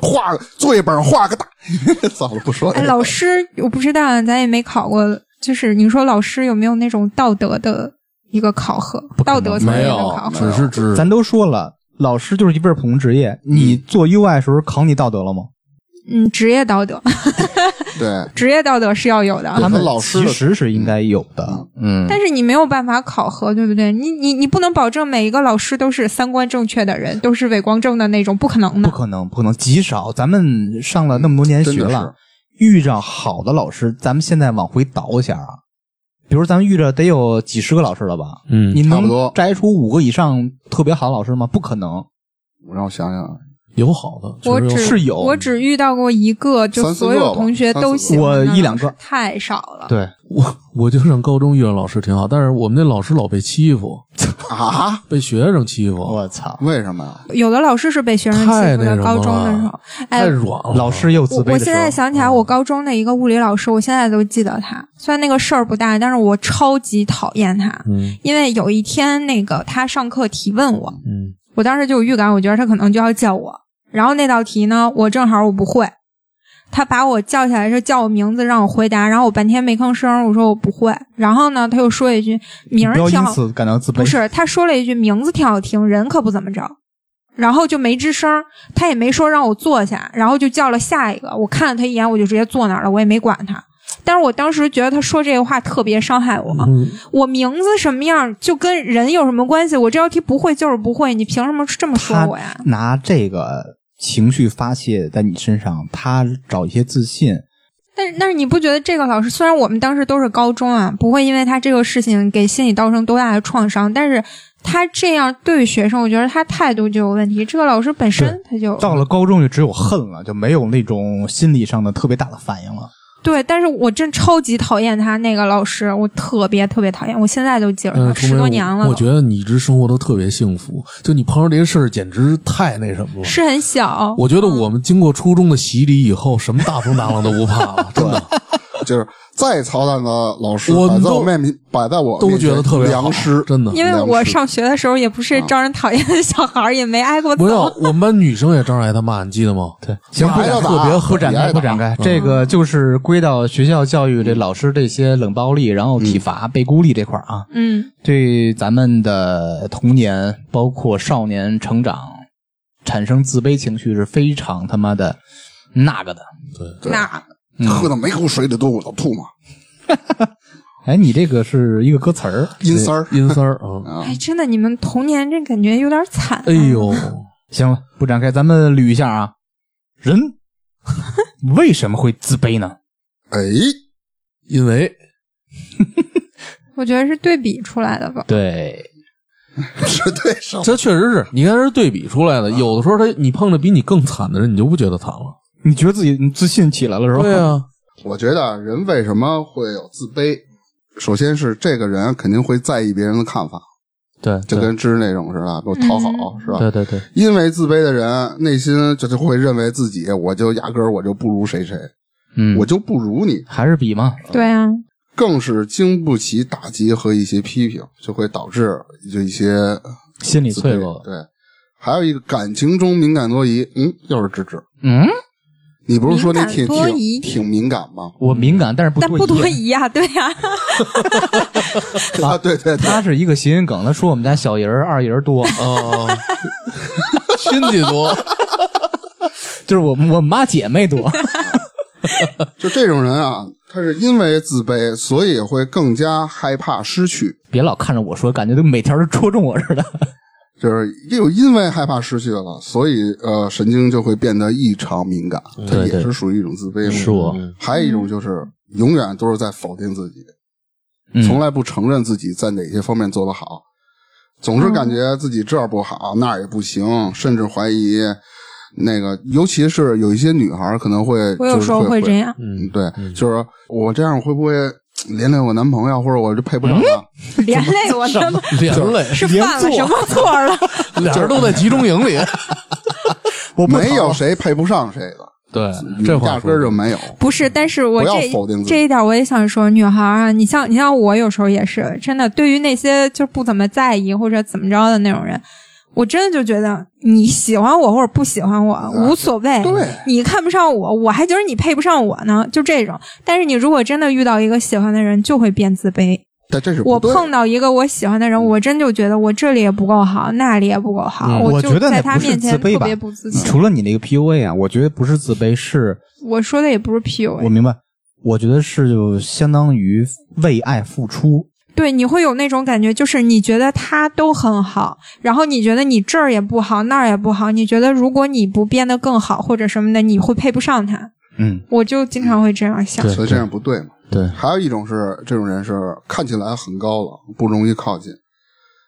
C: 画个作业本上画个大， 早了不说这
B: 哎，
C: 个。
B: 老师我不知道啊，咱也没考过，就是你说老师有没有那种道德的一个考核，道德层
F: 没
B: 面的
F: 有
B: 考，核？
F: 只是知
D: 咱都说了。老师就是一份普通职业，你做 UI 的时候考你道德了吗？
B: 嗯，职业道德，
C: 对，
B: 职业道德是要有的啊
C: 对。
D: 他们
C: 他老师的
D: 其实是应该有的，嗯，
B: 但是你没有办法考核，对不对？你你你不能保证每一个老师都是三观正确的人，都是伪光正的那种，不可能
D: 不
B: 的。
D: 可能，不可能，极少。咱们上了那么多年学
C: 真的
D: 了
C: 是，
D: 遇上好的老师，咱们现在往回倒一下啊，比如咱们遇着得有几十个老师了吧？
F: 嗯
D: 你
C: 差不
D: 能
C: 多
D: 摘出五个以上特别好的老师吗？不可能，
C: 我让我想想啊，
F: 有好的，
B: 我
F: 确实有
B: 只
D: 是有
B: 我只遇到过一个，就
C: 三四
B: 所
C: 个
B: 有
C: 吧
B: 同学都
C: 三四
B: 喜
D: 个
B: 欢的
D: 我一两
B: 老师
D: 个
B: 太少了。
D: 对，
F: 我我就上高中遇上老师挺好，但是我们那老师老被欺负，
C: 啊，
F: 被学生欺负，
D: 我操，
C: 为什么呀？
B: 有的老师是被学生欺
F: 太
B: 负
F: 那
B: 的，
F: 什么了
B: 高中的时候，哎
F: 太，软
C: 哦
F: 了。
D: 老师又自
B: 我
D: 卑的
B: 我
D: 时候。嗯
B: 现在想起来，我高中的一个物理老师，我现在都记得他。虽然那个事儿不大，但是我超级讨厌他，
F: 嗯
B: 因为有一天那个他上课提问我，
F: 嗯
B: 我当时就有预感，我觉得他可能就要叫我。然后那道题呢，我正好我不会，他把我叫起来是叫我名字让我回答，然后我半天没吭声，我说我不会。然后呢，他又说一句名儿
D: 不要
B: 挺
D: 因
B: 好，
D: 此感到自卑。
B: 不是他说了一句名字挺好听，人可不怎么着。然后就没吱声，他也没说让我坐下，然后就叫了下一个。我看了他一眼，我就直接坐那儿了，我也没管他。但是我当时觉得他说这个话特别伤害我，
F: 嗯，
B: 我名字什么样就跟人有什么关系？我这道题不会就是不会，你凭什么这么说我呀？
D: 拿这个情绪发泄在你身上，他找一些自信，
B: 但是，但是你不觉得这个老师，虽然我们当时都是高中啊，不会因为他这个事情给心理造成多大的创伤，但是他这样对学生，我觉得他态度就有问题。这个老师本身他就
D: 到了高中就只有恨了，就没有那种心理上的特别大的反应了。
B: 对，但是我真超级讨厌他那个老师，我特别特别讨厌，我现在都记着
F: 嗯
B: 他，
F: 聪
B: 十
F: 明
B: 多年了
F: 我
B: 都。
F: 我觉得你一直生活都特别幸福，就你碰上这些事儿，简直太那什么了。
B: 是很小，
F: 我觉得我们经过初中的洗礼以后，什么大风大浪都不怕 了，真的。
C: 就是再操蛋的老师
F: 我
C: 摆
F: 们
C: 在
F: 都
C: 我面前，摆在我
F: 都
C: 面前
F: 觉得特别好
C: 良师，
F: 真的
B: 因为我
C: 良师
B: 上学的时候也不
C: 啊
B: 是招人讨厌的小孩儿，也没挨过揍。
F: 不要，我们班女生也招人挨他骂，你记得吗？
D: 对，行，不
C: 挨
D: 展
C: 着打
D: 特别不展
C: 别挨
D: 开，不
C: 打
D: 展开。这个就是归到学校教育这老师这些冷暴力，然后体罚、被孤立这块儿啊，
B: 嗯，
D: 对咱们的童年包括少年成长产生自卑情绪是非常他妈的那个的。
C: 对
B: 那
C: 喝的没口水里都我都吐嘛，
D: 哎，你这个是一个歌词儿，
C: 阴三儿
F: 阴三儿啊，
C: 啊
B: 哎，，真的，你们童年这感觉有点惨、啊
F: 哎，呦，
D: 行了，不展开，咱们捋一下啊。人为什么会自卑呢？
C: 哎，
F: 因为
B: 我觉得是对比出来的吧。
D: 对，
C: 这对上
F: 这确实是你看这是对比出来
B: 嗯
F: 的，有的时候他你碰着比你更惨的人，你就不觉得惨了。
D: 你觉得自己你自信起来了是吧？
F: 对啊，
C: 我觉得啊人为什么会有自卑？首先是这个人肯定会在意别人的看法，
F: 啊
D: 对，
C: 就跟知识那种似的，给我讨好、
B: 嗯
C: 是吧？
D: 对对对，
C: 因为自卑的人内心就就会认为自己，我就压根儿我就不如谁谁，
D: 嗯，
C: 我就不如你，
D: 还是比嘛，
B: 对啊，
C: 更是经不起打击和一些批评，就会导致就一些
D: 心理
C: 自
D: 脆
C: 卑
D: 弱。
C: 对，还有一个感情中敏感多疑，嗯，又是芝芝，
D: 嗯，
C: 你不是说你挺
B: 敏感多疑
C: 挺挺敏感 吗？
D: 我敏感，但是不
B: 但不多
D: 多疑。
B: 疑呀、对啊呀、
C: 啊，对对对，
D: 他是一个谐音梗，他说我们家小爷儿、二爷儿多，
F: 啊， 亲戚多，
G: 就是我们我们妈姐妹多，
C: 就这种人啊，他是因为自卑，所以会更加害怕失去，
G: 别老看着我说，感觉都每条都戳中我似 的。
C: 就是又因为害怕失去了，所以呃，神经就会变得异常敏感，它
F: 对
C: 也
F: 对
C: 是属于一种自卑嘛。
G: 是我
C: 还有一种就是永远都是在否定自己，
G: 嗯
C: 从来不承认自己在哪些方面做得好，总是感觉自己这儿不好，那儿也不行，甚至怀疑那个，尤其是有一些女孩儿可能会，
B: 我有
C: 就是
B: 时候
C: 会
B: 会这。样，
C: 嗯，对，就是说我这样会不会连累我男朋友，或者我就配不上他？
B: 连累哎我他妈
F: 连累，
B: 是犯了什么错了？
F: 俩人都在集中营里。
G: 我不
C: 没有谁配不上谁的，
F: 对，这话
C: 压根儿就没有。
B: 不是，但是我
C: 嗯不要
B: 这
C: 否定自己
B: 这一点我也想说，女孩儿啊，你像你像我有时候也是真的，对于那些就不怎么在意或者怎么着的那种人，我真的就觉得你喜欢我或者不喜欢我无所谓，
C: 嗯对
B: 你看不上我，我还觉得你配不上我呢，就这种。但是你如果真的遇到一个喜欢的人，就会变自卑。
C: 但这是不
B: 我
C: 对的嗯
B: 碰到一个我喜欢的人，我真就觉得我这里也不够好，那里也不够好，
F: 嗯
B: 我
G: 我
B: 就
G: 觉得
B: 在
G: 那
B: 他
G: 不是
B: 面前
G: 自卑
B: 特
G: 吧嗯
B: 别不自信。
G: 除了你那个 PUA 啊，我觉得不是自卑，是
B: 我说的也不是
G: 我
B: PUA，
G: 明白，我觉得是就相当于为爱付出。
B: 对，你会有那种感觉，就是你觉得他都很好，然后你觉得你这儿也不好，那儿也不好，你觉得如果你不变得更好或者什么的，你会配不上他。
G: 嗯，
B: 我就经常会这样想。
C: 所以这样不对嘛。
G: 对，
C: 还有一种是这种人是看起来很高冷，不容易靠近。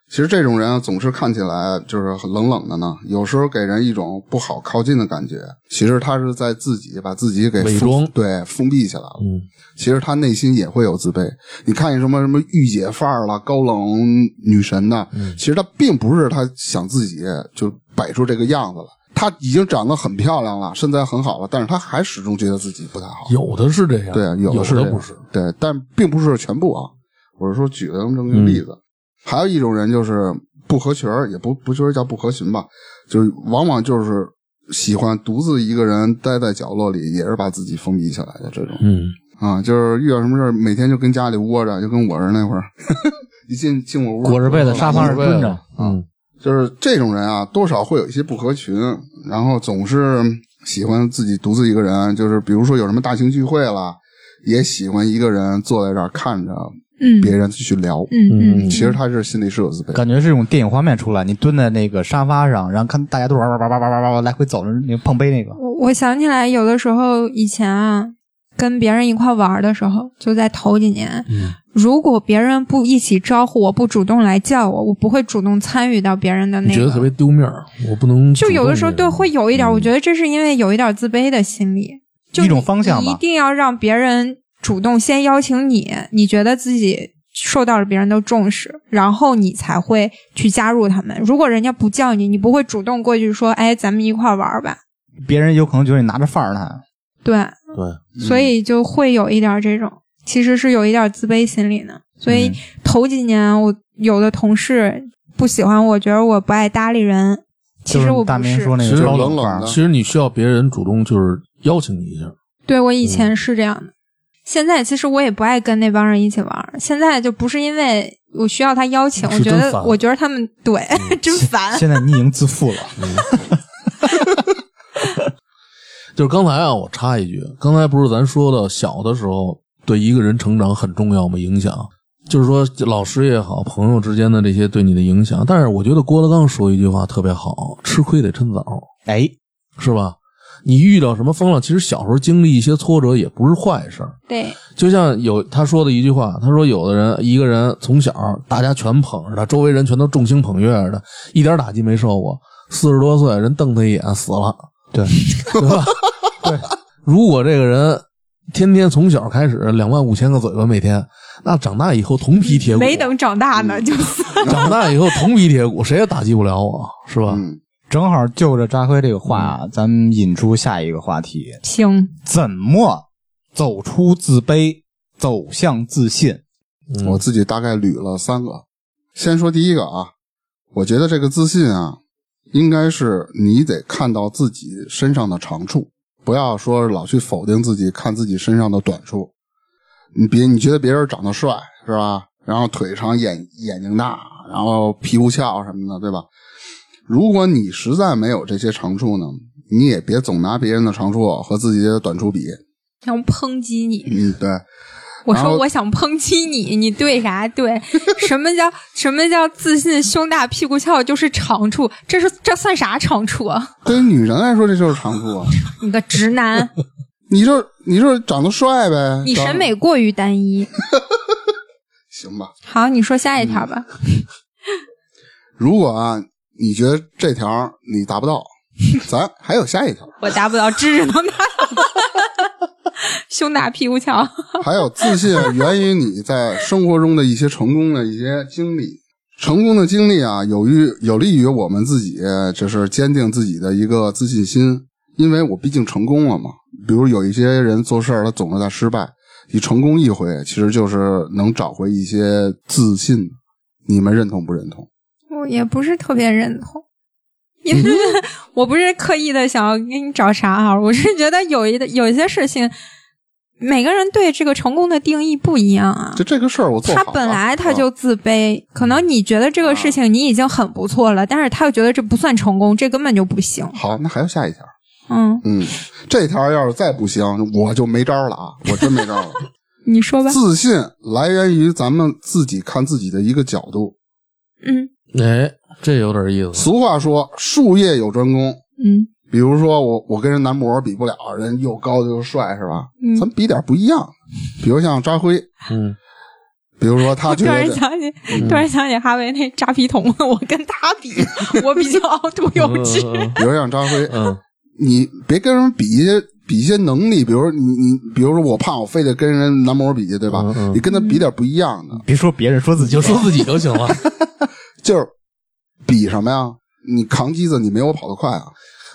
C: 其实这种人啊总是看起来就是很冷冷的呢，有时候给人一种不好靠近的感觉。其实他是在自己把自己给
F: 伪
C: 封
F: 装
C: 对，封闭起来了。
F: 嗯，
C: 其实他内心也会有自卑。你看见什么什么御姐范儿了、高冷女神的，其实她并不是她想自己就摆出这个样子了。她已经长得很漂亮了，身材很好了，但是她还始终觉得自己不太好。
F: 有的是这样，
C: 对啊，有
F: 有
C: 是这
F: 的
C: 样
F: 不是。，
C: 对，但并不是全部啊。我是说举了这
G: 嗯
C: 么一个例子，还有一种人就是不合群儿，也不不就是叫不合群吧，就是往往就是喜欢独自一个人待在角落里，也是把自己封闭起来的这种
F: 嗯，
C: 啊，就是遇到什么事儿，每天就跟家里窝着，就跟我是那会儿， 一进进我屋
G: 裹着被子沙发上蹲着，
F: 嗯，
C: 就是这种人啊，多少会有一些不合群，然后总是喜欢自己独自一个人。就是比如说有什么大型聚会了，也喜欢一个人坐在这儿看着
B: 嗯
C: 别人去聊。
B: 嗯嗯，
C: 其实他是心里是有自卑的，
G: 感觉是一种电影画面出来。你蹲在那个沙发上，然后看大家都玩玩玩玩玩玩玩玩，来回走着那个碰杯那个。
B: 我我想起来，有的时候以前啊，跟别人一块玩儿的时候，就在头几年，
F: 嗯
B: 如果别人不一起招呼我，不主动来叫我，我不会主动参与到别人的
F: 你
B: 那
F: 觉得特
B: 个。
F: 别丢面儿，我不能主
B: 就
F: 动一点。嗯
B: 有的时候对会有一点，我觉得这是因为有一点自卑的心理，就
G: 嗯一种
B: 你
G: 方向
B: 你一
G: 吧
B: 定要让别人主动先邀请你，你觉得自己。受到了别人的重视，然后你才会去加入他们。如果人家不叫你，你不会主动过去说：“哎，咱们一块儿玩儿吧。
G: 别人有可能觉得你拿着范儿呢。”
B: 对，
G: 嗯
F: 对，
B: 所以就会有一点这种，其实是有一点自卑心理呢。所以
G: 嗯
B: 头几年我有的同事不喜欢我，觉得我不爱搭理人，其实
G: 就是
B: 我
G: 大
B: 不
G: 明
B: 是。
G: 说那
F: 其
G: 个
F: 实
G: 高
C: 冷冷
G: 范儿
C: 的
F: 其实你需要别人主动，就是邀请你一下。
B: 对我以前是这样的，现在其实我也不爱跟那帮人一起玩儿。现在就不是因为我需要他邀请，我
F: 是
B: 觉
F: 真
B: 得
F: 烦
B: 我觉得他们对、 真烦。
G: 现在你已经自负了，
D: 哎
F: 就是刚才啊，我插一句，刚才不是咱说到小的时候对一个人成长很重要吗？影响，就是说老师也好，朋友之间的这些对你的影响。但是我觉得郭德纲说一句话特别好：吃亏得趁早，
G: 哎，
F: 是吧？你遇到什么风浪，其实小时候经历一些挫折也不是坏事儿。
B: 对，
F: 就像有他说的一句话，他说有的人一个人从小大家全捧着他，周围人全都众星捧月着他，一点打击没受过。四十多岁人瞪他一眼死了，
G: 对，
F: 对吧？对，如果这个人天天从小开始两万五千个嘴巴每天，那长大以后铜皮铁骨，
B: 没等长大呢就死。
F: 长大以后铜皮铁骨，谁也打击不了我，是吧？
C: 嗯，
G: 正好就着扎辉这个话，啊
D: 嗯
G: 咱们引出下一个话题：
B: 行，
G: 怎么走出自卑，走向自信？
F: 嗯
C: 我自己大概捋了三个。先说第一个啊，我觉得这个自信啊，应该是你得看到自己身上的长处，不要说老去否定自己，看自己身上的短处。你别你觉得别人长得帅是吧？然后腿长眼眼睛大，然后皮肤翘什么的，对吧？如果你实在没有这些长处呢，你也别总拿别人的长处和自己的短处比。
B: 想抨击你，
C: 嗯，对，
B: 我
C: 然后
B: 说我想抨击你，你对啥对？什么叫什么叫自信？胸大屁股翘就是长处，这是这算啥长处 啊？
C: 对于女人来说这就是长处啊。
B: 你个直男，
C: 你就你就是长得帅呗，
B: 你
C: 长得
B: 审美过于单一。
C: 行吧？
B: 好，你说下一条吧。
C: 如果啊，你觉得这条你达 不到，咱还有下一条，
B: 我达不到，知识能达到。胸大屁股翘，
C: 还有 自信源于你在生活中的一些成功的一些经历。成功的经历啊，有于有利于我们自己，就是坚定自己的一个自信心。因为我毕竟成功了嘛。比如有一些人做事儿，他总是在失败，你成功一回，其实就是能找回一些自信。你们认同不认同？
B: 我也不是特别认同， 因为我不是刻意的想要给你找茬啊，我是觉得有一的有一些事情，每个人对这个成功的定义不一样啊
C: 就。这个事儿，我做好
B: 他
C: 了
B: 本来他
C: 啊
B: 就自卑，可能你觉得这个事情你已经很不错了，但是他又觉得这不算成功，这根本就不行。
C: 好，那还有下一条。
B: 嗯，
C: 嗯，这条要是再不行，我就没招了啊！我真没招 了。
B: 你说吧。
C: 自信来源于咱们自己看自己的一个角度。
B: 嗯
F: 哎，这有点意 思。
C: 俗话说，术业有专攻。
B: 嗯
C: 比如说我，我跟人男模比不了，人又高又帅，是吧？
B: 嗯
C: 咱比点不一样。比如像张辉，
F: 嗯，
C: 比如说 他
B: 突
C: 觉得
B: 然
C: 这
B: 想起，突然想起哈维那扎皮桶， 我跟他比，我比较凹凸有致。
F: 嗯
C: 比如像张辉，
F: 嗯，
C: 你别跟人比一些比一些能力，比如你你，比如说我胖，我非得跟人男模比，对吧？
F: 嗯嗯
C: 你跟他比点不一样的，
D: 别说别人，说自己。
F: 就说自己就行了。
C: 就是比什么呀？你扛机子，你没我跑得快啊！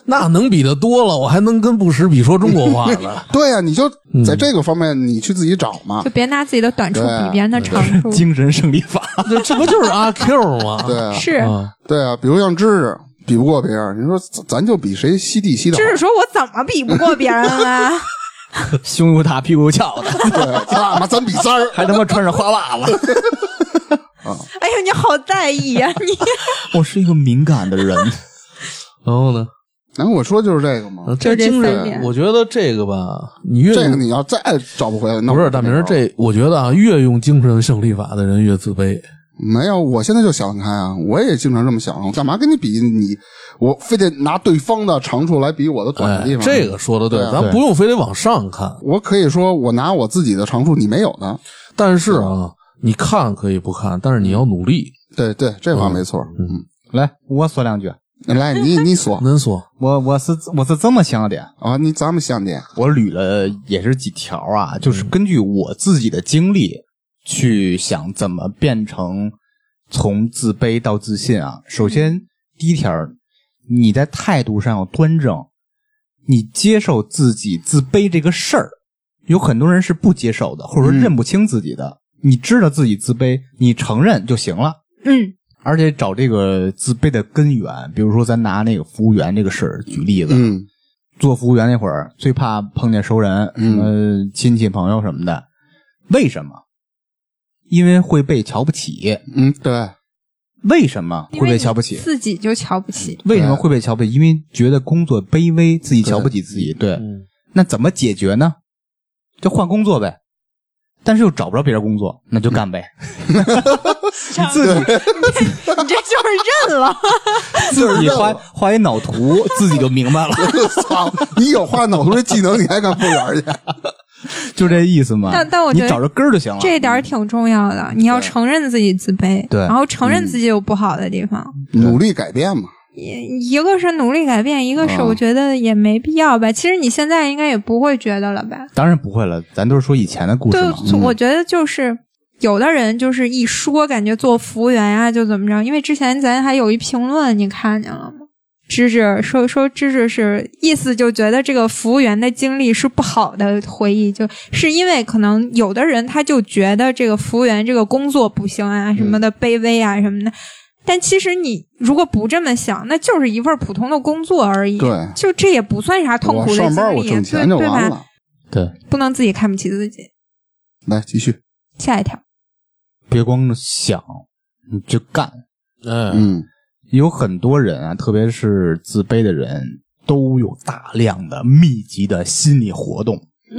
F: 那能比的多了，我还能跟不识比说中国话呢。
C: 对呀、你就
F: 嗯
C: 在这个方面你去自己找嘛
B: 就。别拿自己的短处
C: 对
B: 比别人的长处
D: 精神胜利法。
F: 这啊这不就是阿 Q 吗？
C: 对 啊，
B: 是，
F: 啊，
C: 对啊，比如像知识比不过别人，你说咱咱就比谁吸地吸的
B: 就是说我怎么比不过别人啊了？
D: 胸又大，屁股又翘的，
C: 好，对啊，咱俩嘛咱比三 儿，
D: 还他妈穿上花袜子。
B: 哎呦，你好在意啊！你
D: 我是一个敏感 的人，
F: 然后呢？
C: 然后我说就是这个嘛，
F: 啊
B: 就这
F: 精
B: 三
F: 神，
B: 点
F: 我觉得这个吧，你越
C: 这个你要再找不回来，那
F: 不
C: 我
F: 是大明儿，这我觉得啊，越用精神胜利法的人越自卑。
C: 没有，我现在就想得开啊，我也经常这么想，我干嘛跟你比你？我非得拿对方的长处来比我的短
F: 哎
C: 的地，方？
F: 这个说的对
C: 对，啊
F: 咱
D: 对
F: 不用非得往上看，
C: 我可以说我拿我自己的长处，你没有的。
F: 但是啊，你看可以不看，但是你要努力。
C: 对对，这话没错。嗯，
D: 来，我说两句。
C: 来，你你说
F: 您说，
D: 我我是我是这么想的，
C: 啊，你咱们想点。
D: 我捋了也是几条啊，就是
C: 嗯
D: 根据我自己的经历去想怎么变成从自卑到自信啊。首先第一条，你在态度上要端正，你接受自己自卑这个事儿，有很多人是不接受的，或者说
C: 嗯
D: 认不清自己的。你知道自己自卑，你承认就行了。
B: 嗯
D: 而且找这个自卑的根源，比如说咱拿那个服务员这个事儿举例子，
C: 嗯
D: 做服务员那会儿，最怕碰见熟人，什
C: 嗯
D: 么亲戚朋友什么的。为什么？因为会被瞧不起。
C: 嗯，对。
D: 为什么
B: 因
D: 会
B: 为
D: 被
B: 你
D: 瞧不起？
B: 自己就瞧不起。
D: 为什么会被瞧不起？因为觉得工作卑微，自己瞧不起自己。对，
F: 嗯，
D: 那怎么解决呢？就换工作呗。但是又找不着别人工作，那就干呗。 你自己
B: 你这就是认了，
D: 自己画画一脑图，自己就明白了，
C: 操！你有画脑图这技能，你还敢服务员去？
D: 就这意思嘛。
B: 但但我
D: 你
B: 觉得
D: 找着根儿就行了。
B: 这一点儿挺重要的。你要
C: 对
B: 承认自己自卑，
D: 对
B: 然后承认自己有不好的地方。
C: 努力改变嘛。
B: 一一个是努力改变，一个是
C: 嗯
B: 我觉得也没必要吧。其实你现在应该也不会觉得了吧？
D: 当然不会了，咱都是说以前的故事
B: 对
D: 嘛。，
C: 嗯
B: 从我觉得就是有的人就是一说感觉做服务员呀、就怎么着，因为之前咱还有一评论，你看见了吗？芝芝说说芝芝是意思就觉得这个服务员的经历是不好的回忆，就是因为可能有的人他就觉得这个服务员这个工作不行啊什么的卑微啊什么的，但其实你如果不这么想，那就是一份普通的工作而已，
C: 对
B: 就这也不算啥痛
C: 我
B: 苦的经历，
C: 上班，我挣钱就
B: 对对
C: 完
B: 吧？
C: 了。
D: 对，
B: 不能自己看不起自己。
C: 来，继续。
B: 下一条。
D: 别光想，你就干。
F: 哎，
C: 嗯，
D: 有很多人啊，特别是自卑的人，都有大量的密集的心理活动，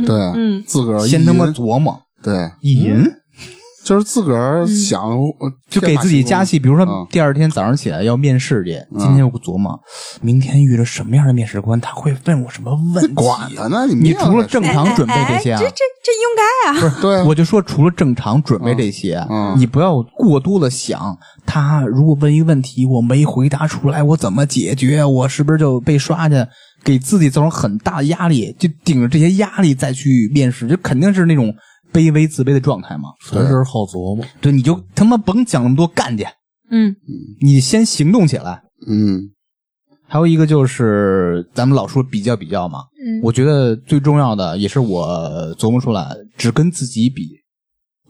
C: 对，
H: 嗯
C: 自个儿
D: 先
C: 一
D: 他妈
C: 人
D: 琢磨
C: 对，
D: 意淫，
C: 就是自个儿
B: 嗯
C: 想，呃
D: 就给自己加戏。比如
C: 嗯
D: 说第二天早上起来要面试去，今天我琢磨，明天遇着什么样的面试官，他会问我什么问题？啊
C: 管啊他呢，你
D: 你
C: 面
D: 除了
C: 子
D: 正常准备这些啊
B: 哎哎哎这，这这应该
C: 对啊
D: 我就说除了正常准备这些，
C: 嗯
D: 你不要过多的想他如果问一个问题我没回答出来，我怎么解决？我是不是就被刷去？给自己造成很大的压力，就顶着这些压力再去面试，就肯定是那种卑微自卑的状态嘛。
F: 凡事好琢磨。
D: 对，你就他妈甭讲那么多，干去，
H: 嗯
D: 你先行动起来。
C: 嗯，
D: 还有一个就是咱们老说比较比较嘛，
B: 嗯
D: 我觉得最重要的也是我琢磨出来，只跟自己比，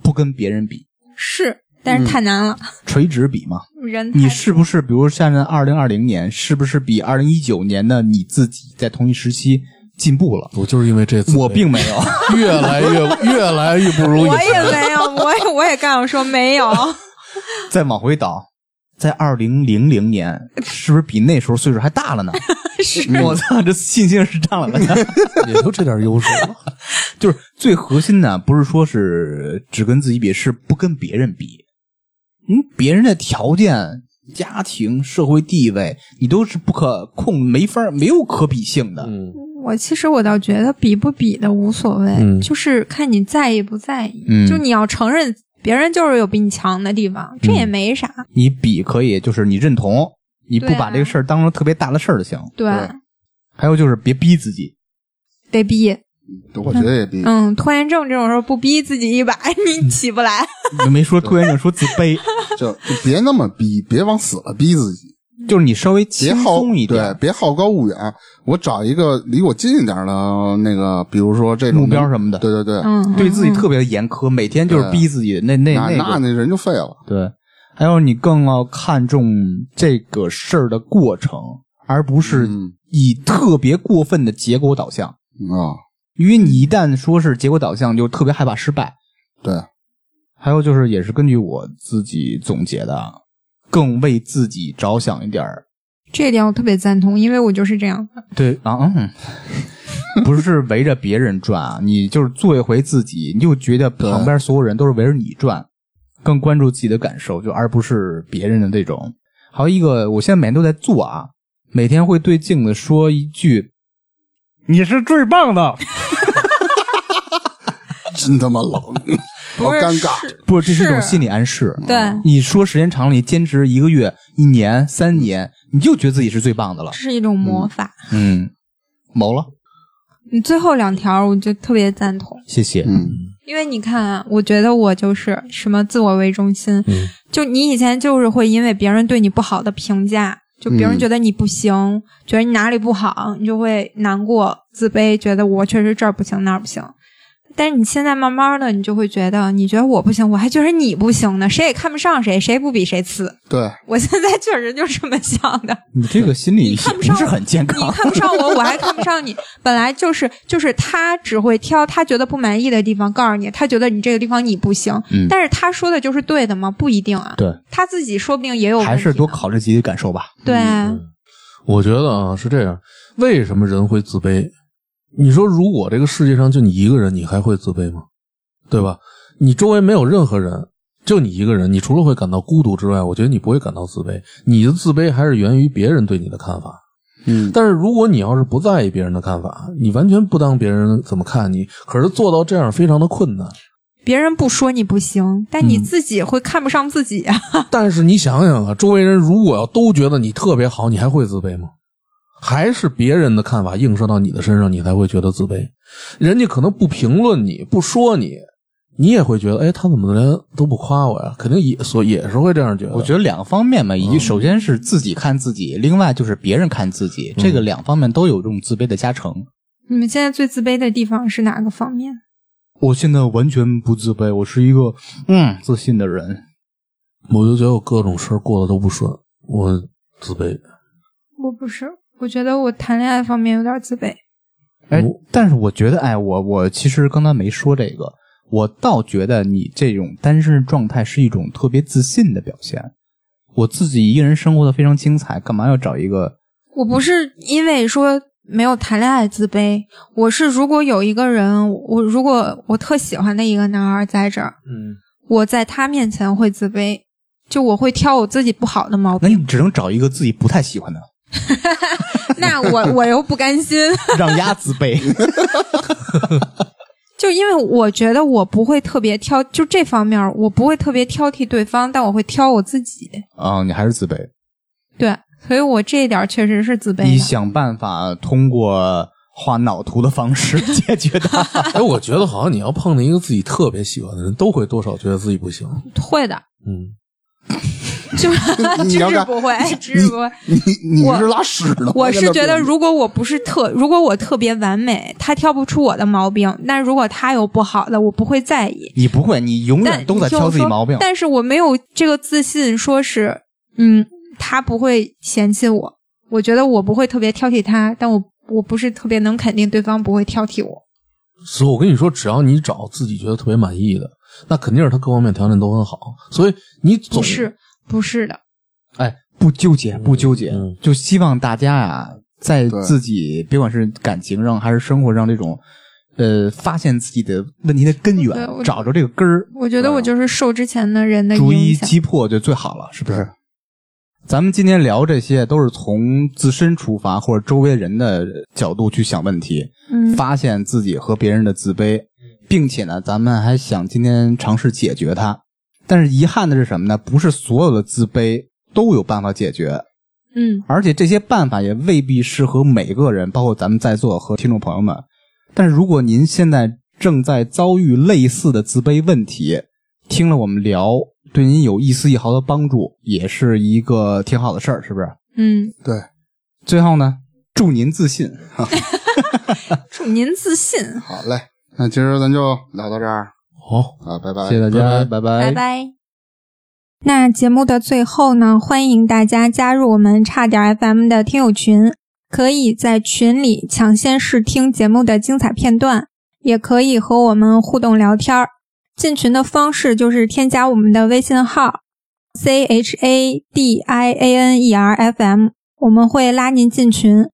D: 不跟别人比，
B: 是，但是太难了，
D: 垂直比嘛。
B: 人
D: 嗯
B: 太
D: 你是不是，比如现在二零二零年，是不是比二零一九年的你自己在同一时期进步了？
F: 我就是因为这次，
D: 我并没有，
F: 越来越越来越不如意
B: 我。也 没有，我也我也刚想说没有，
D: 再往回倒，在二零零零年，是不是比那时候岁数还大了呢？是，我操，这信心是上来了。
F: 也就这点优势了。
D: 就是最核心的，不是说是只跟自己比，是不跟别人比。嗯，别人的条件、家庭、社会地位，你都是不可控，没法儿没有可比性的。
F: 嗯，
B: 我其实我倒觉得比不比的无所谓，
F: 嗯
B: 就是看你在意不在意。
D: 嗯
B: 就你要承认别人就是有比你强的地方，这
D: 嗯
B: 也没啥。
D: 你比可以，就是你认同，你不
B: 对啊
D: 把这个事儿当成特别大的事儿就行。
B: 对，
D: 还有就是别逼自己，
B: 得逼。
C: 我觉得也比
B: 嗯，拖延症这种时候不逼自己一把，
D: 嗯
B: 你起不来。
D: 就没说拖延症，说自 卑，
C: 就别那么逼，别往死了逼自己，
D: 就是你稍微
C: 别
D: 轻
C: 好
D: 松一
C: 对
D: 点，，
C: 别好高骛远。我找一个离我近一点的那个，比如说这种
D: 目标什么的
C: 对对对，
B: 嗯，
D: 对自己特别的严苛，每天就是逼自己，那那
C: 那
D: 那
C: 那
D: 个
C: 那人就废了。
D: 对。还有你更要看重这个事儿的过程，而不是
C: 嗯
D: 以特别过分的结果导向，
C: 啊，
D: 因为你一旦说是结果导向，就特别害怕失败。
C: 对，
D: 还有就是，也是根据我自己总结的，啊更为自己着想一点儿，
B: 这一点我特别赞同，因为我就是这样的。
D: 对啊，嗯， 不是围着别人转啊，你就是做一回自己，你就觉得旁边所有人都是围着你转，更关注自己的感受，就而不是别人的这种。还有一个，我现在每天都在做啊，每天会对镜子说一句：“你是最棒的。
C: 真他妈冷，好尴尬。
B: 是”
D: 不，这是一种
B: 是
D: 心理暗示。
B: 对，
D: 你说时间长了，你坚持一个月、一年、三年，你就觉得自己是最棒的了
B: 这。是一种魔法。
D: 嗯，谋了，
B: 你最后两条，我就特别赞同。
D: 谢谢。
C: 嗯，
B: 因为你看啊，我觉得我就是什么自我为中心，就你以前就是会因为别人对你不好的评价，就别人
C: 嗯
B: 觉得你不行，觉得你哪里不好，你就会难过、自卑，觉得我确实这儿不行那儿不行。但是你现在慢慢的，你就会觉得，你觉得我不行，我还觉得你不行呢，谁也看不上谁，谁不比谁次。
C: 对，
B: 我现在确实就是这么想的。
D: 你这个心理
B: 你看不
D: 不
B: 上
D: 是很健
B: 你
D: 康。
B: 看不上我，我还看不上你。本来就是就是他只会挑他觉得不满意的地方，告诉你他觉得你这个地方你不行。
D: 嗯
B: 但是他说的就是对的吗？不一定啊。
D: 对，
B: 他自己说不定也有问题
D: 还
B: 呢
D: 是多考虑自己嗯的感受吧。
B: 对啊，
F: 我觉得啊是这样，为什么人会自卑？你说如果这个世界上就你一个人，你还会自卑吗？对吧？你周围没有任何人，就你一个人，你除了会感到孤独之外，我觉得你不会感到自卑。你的自卑还是源于别人对你的看法。
C: 嗯，
F: 但是如果你要是不在意别人的看法，你完全不当别人怎么看你，可是做到这样非常的困难。
B: 别人不说你不行，但
D: 嗯
B: 你自己会看不上自己啊。
F: 但是你想想啊，周围人如果要都觉得你特别好，你还会自卑吗？还是别人的看法映射到你的身上，你才会觉得自卑。人家可能不评论你，不说你，你也会觉得，哎，他怎么连都不夸我呀？肯定也所也是会这样觉得。
D: 我觉得两个方面吧，一句首先是自己看自己，另外就是别人看自己，这个两方面都有这种自卑的加成。
B: 你们现在最自卑的地方是哪个方面？
D: 我现在完全不自卑，我是一个嗯自信的人。
F: 我就觉得我各种事儿过得都不顺，我自卑。
B: 我不是，我觉得我谈恋爱方面有点自卑。
D: 哎
F: 我，
D: 但是我觉得，哎，我我其实刚才没说这个，我倒觉得你这种单身状态是一种特别自信的表现。我自己一个人生活的非常精彩，干嘛要找一个？
B: 我不是因为说没有谈恋爱自卑，我是如果有一个人，我如果我特喜欢的一个男孩在这儿，
F: 嗯，
B: 我在他面前会自卑，就我会挑我自己不好的毛
D: 那
B: 病。
D: 你只能找一个自己不太喜 欢的，
B: 那我我又不甘心，
D: 让丫自 卑。
B: 就因为我觉得我不会特别挑，就这方面我不会特别挑剔对方，但我会挑我自己。
D: 啊、你还是自卑。
B: 对，所以我这一点确实是自卑
D: 你
B: 的。
D: 想办法通过画脑图的方式 解决它。
F: 哎，我觉得好像你要碰见一个自己特别喜欢的人，都会多少觉得自己不行。
B: 会的，
F: 嗯，
B: 就是
C: 你
B: 只
C: 要
B: 是
C: 干
B: 不会，只是不会。
C: 你你
B: 我
C: 是拉屎的吗？
B: 我是觉得，
C: 在那边
B: 如果我不是特，如果我特别完美，他挑不出我的毛病。那如果他有不好的，我不会在意。
D: 你不会，你永
B: 但
D: 远都在挑自己毛病
B: 就是说。但是我没有这个自信，说是嗯，他不会嫌弃我。我觉得我不会特别挑剔他，但我我不是特别能肯定对方不会挑剔我。
F: 所以我跟你说，只要你找自己觉得特别满意的，那肯定是他各方面条件都很好。所以你总
B: 不是不是的，
D: 哎，不纠结，不纠结，
F: 嗯
D: 就希望大家呀，在
C: 对
D: 自己别管是感情上还是生活上这种，呃，发现自己的问题的根源
B: 对，我
D: 找着这个根儿，
B: 我觉得我就是受之前的人的
D: 嗯逐一
B: 影响。
D: 击破就最好了，是不是
C: 对？
D: 咱们今天聊这些，都是从自身出发或者周围人的角度去想问题，
B: 嗯，
D: 发现自己和别人的自卑，并且呢，咱们还想今天尝试解决它。但是遗憾的是什么呢？不是所有的自卑都有办法解决，
B: 嗯，
D: 而且这些办法也未必适合每个人，包括咱们在座和听众朋友们。但是如果您现在正在遭遇类似的自卑问题，听了我们聊，对您有一丝一毫的帮助，也是一个挺好的事儿，是不是？
B: 嗯，
C: 对，
D: 最后呢，祝您自信。
B: 祝您自信，
C: 好嘞，那今儿咱就聊到这儿
F: 好，
C: 啊，拜拜，
D: 谢谢大家，拜
B: 拜拜。那节目的最后呢，欢迎大家加入我们差点 FM 的听友群，可以在群里抢先试听节目的精彩片段，也可以和我们互动聊天儿。进群的方式就是添加我们的微信号 c h a d i a n e r f m，我们会拉您进群。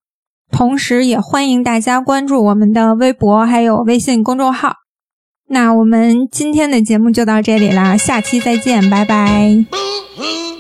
B: 同时，也欢迎大家关注我们的微博还有微信公众号。那我们今天的节目就到这里啦，下期再见，拜拜。
E: Boo hoo.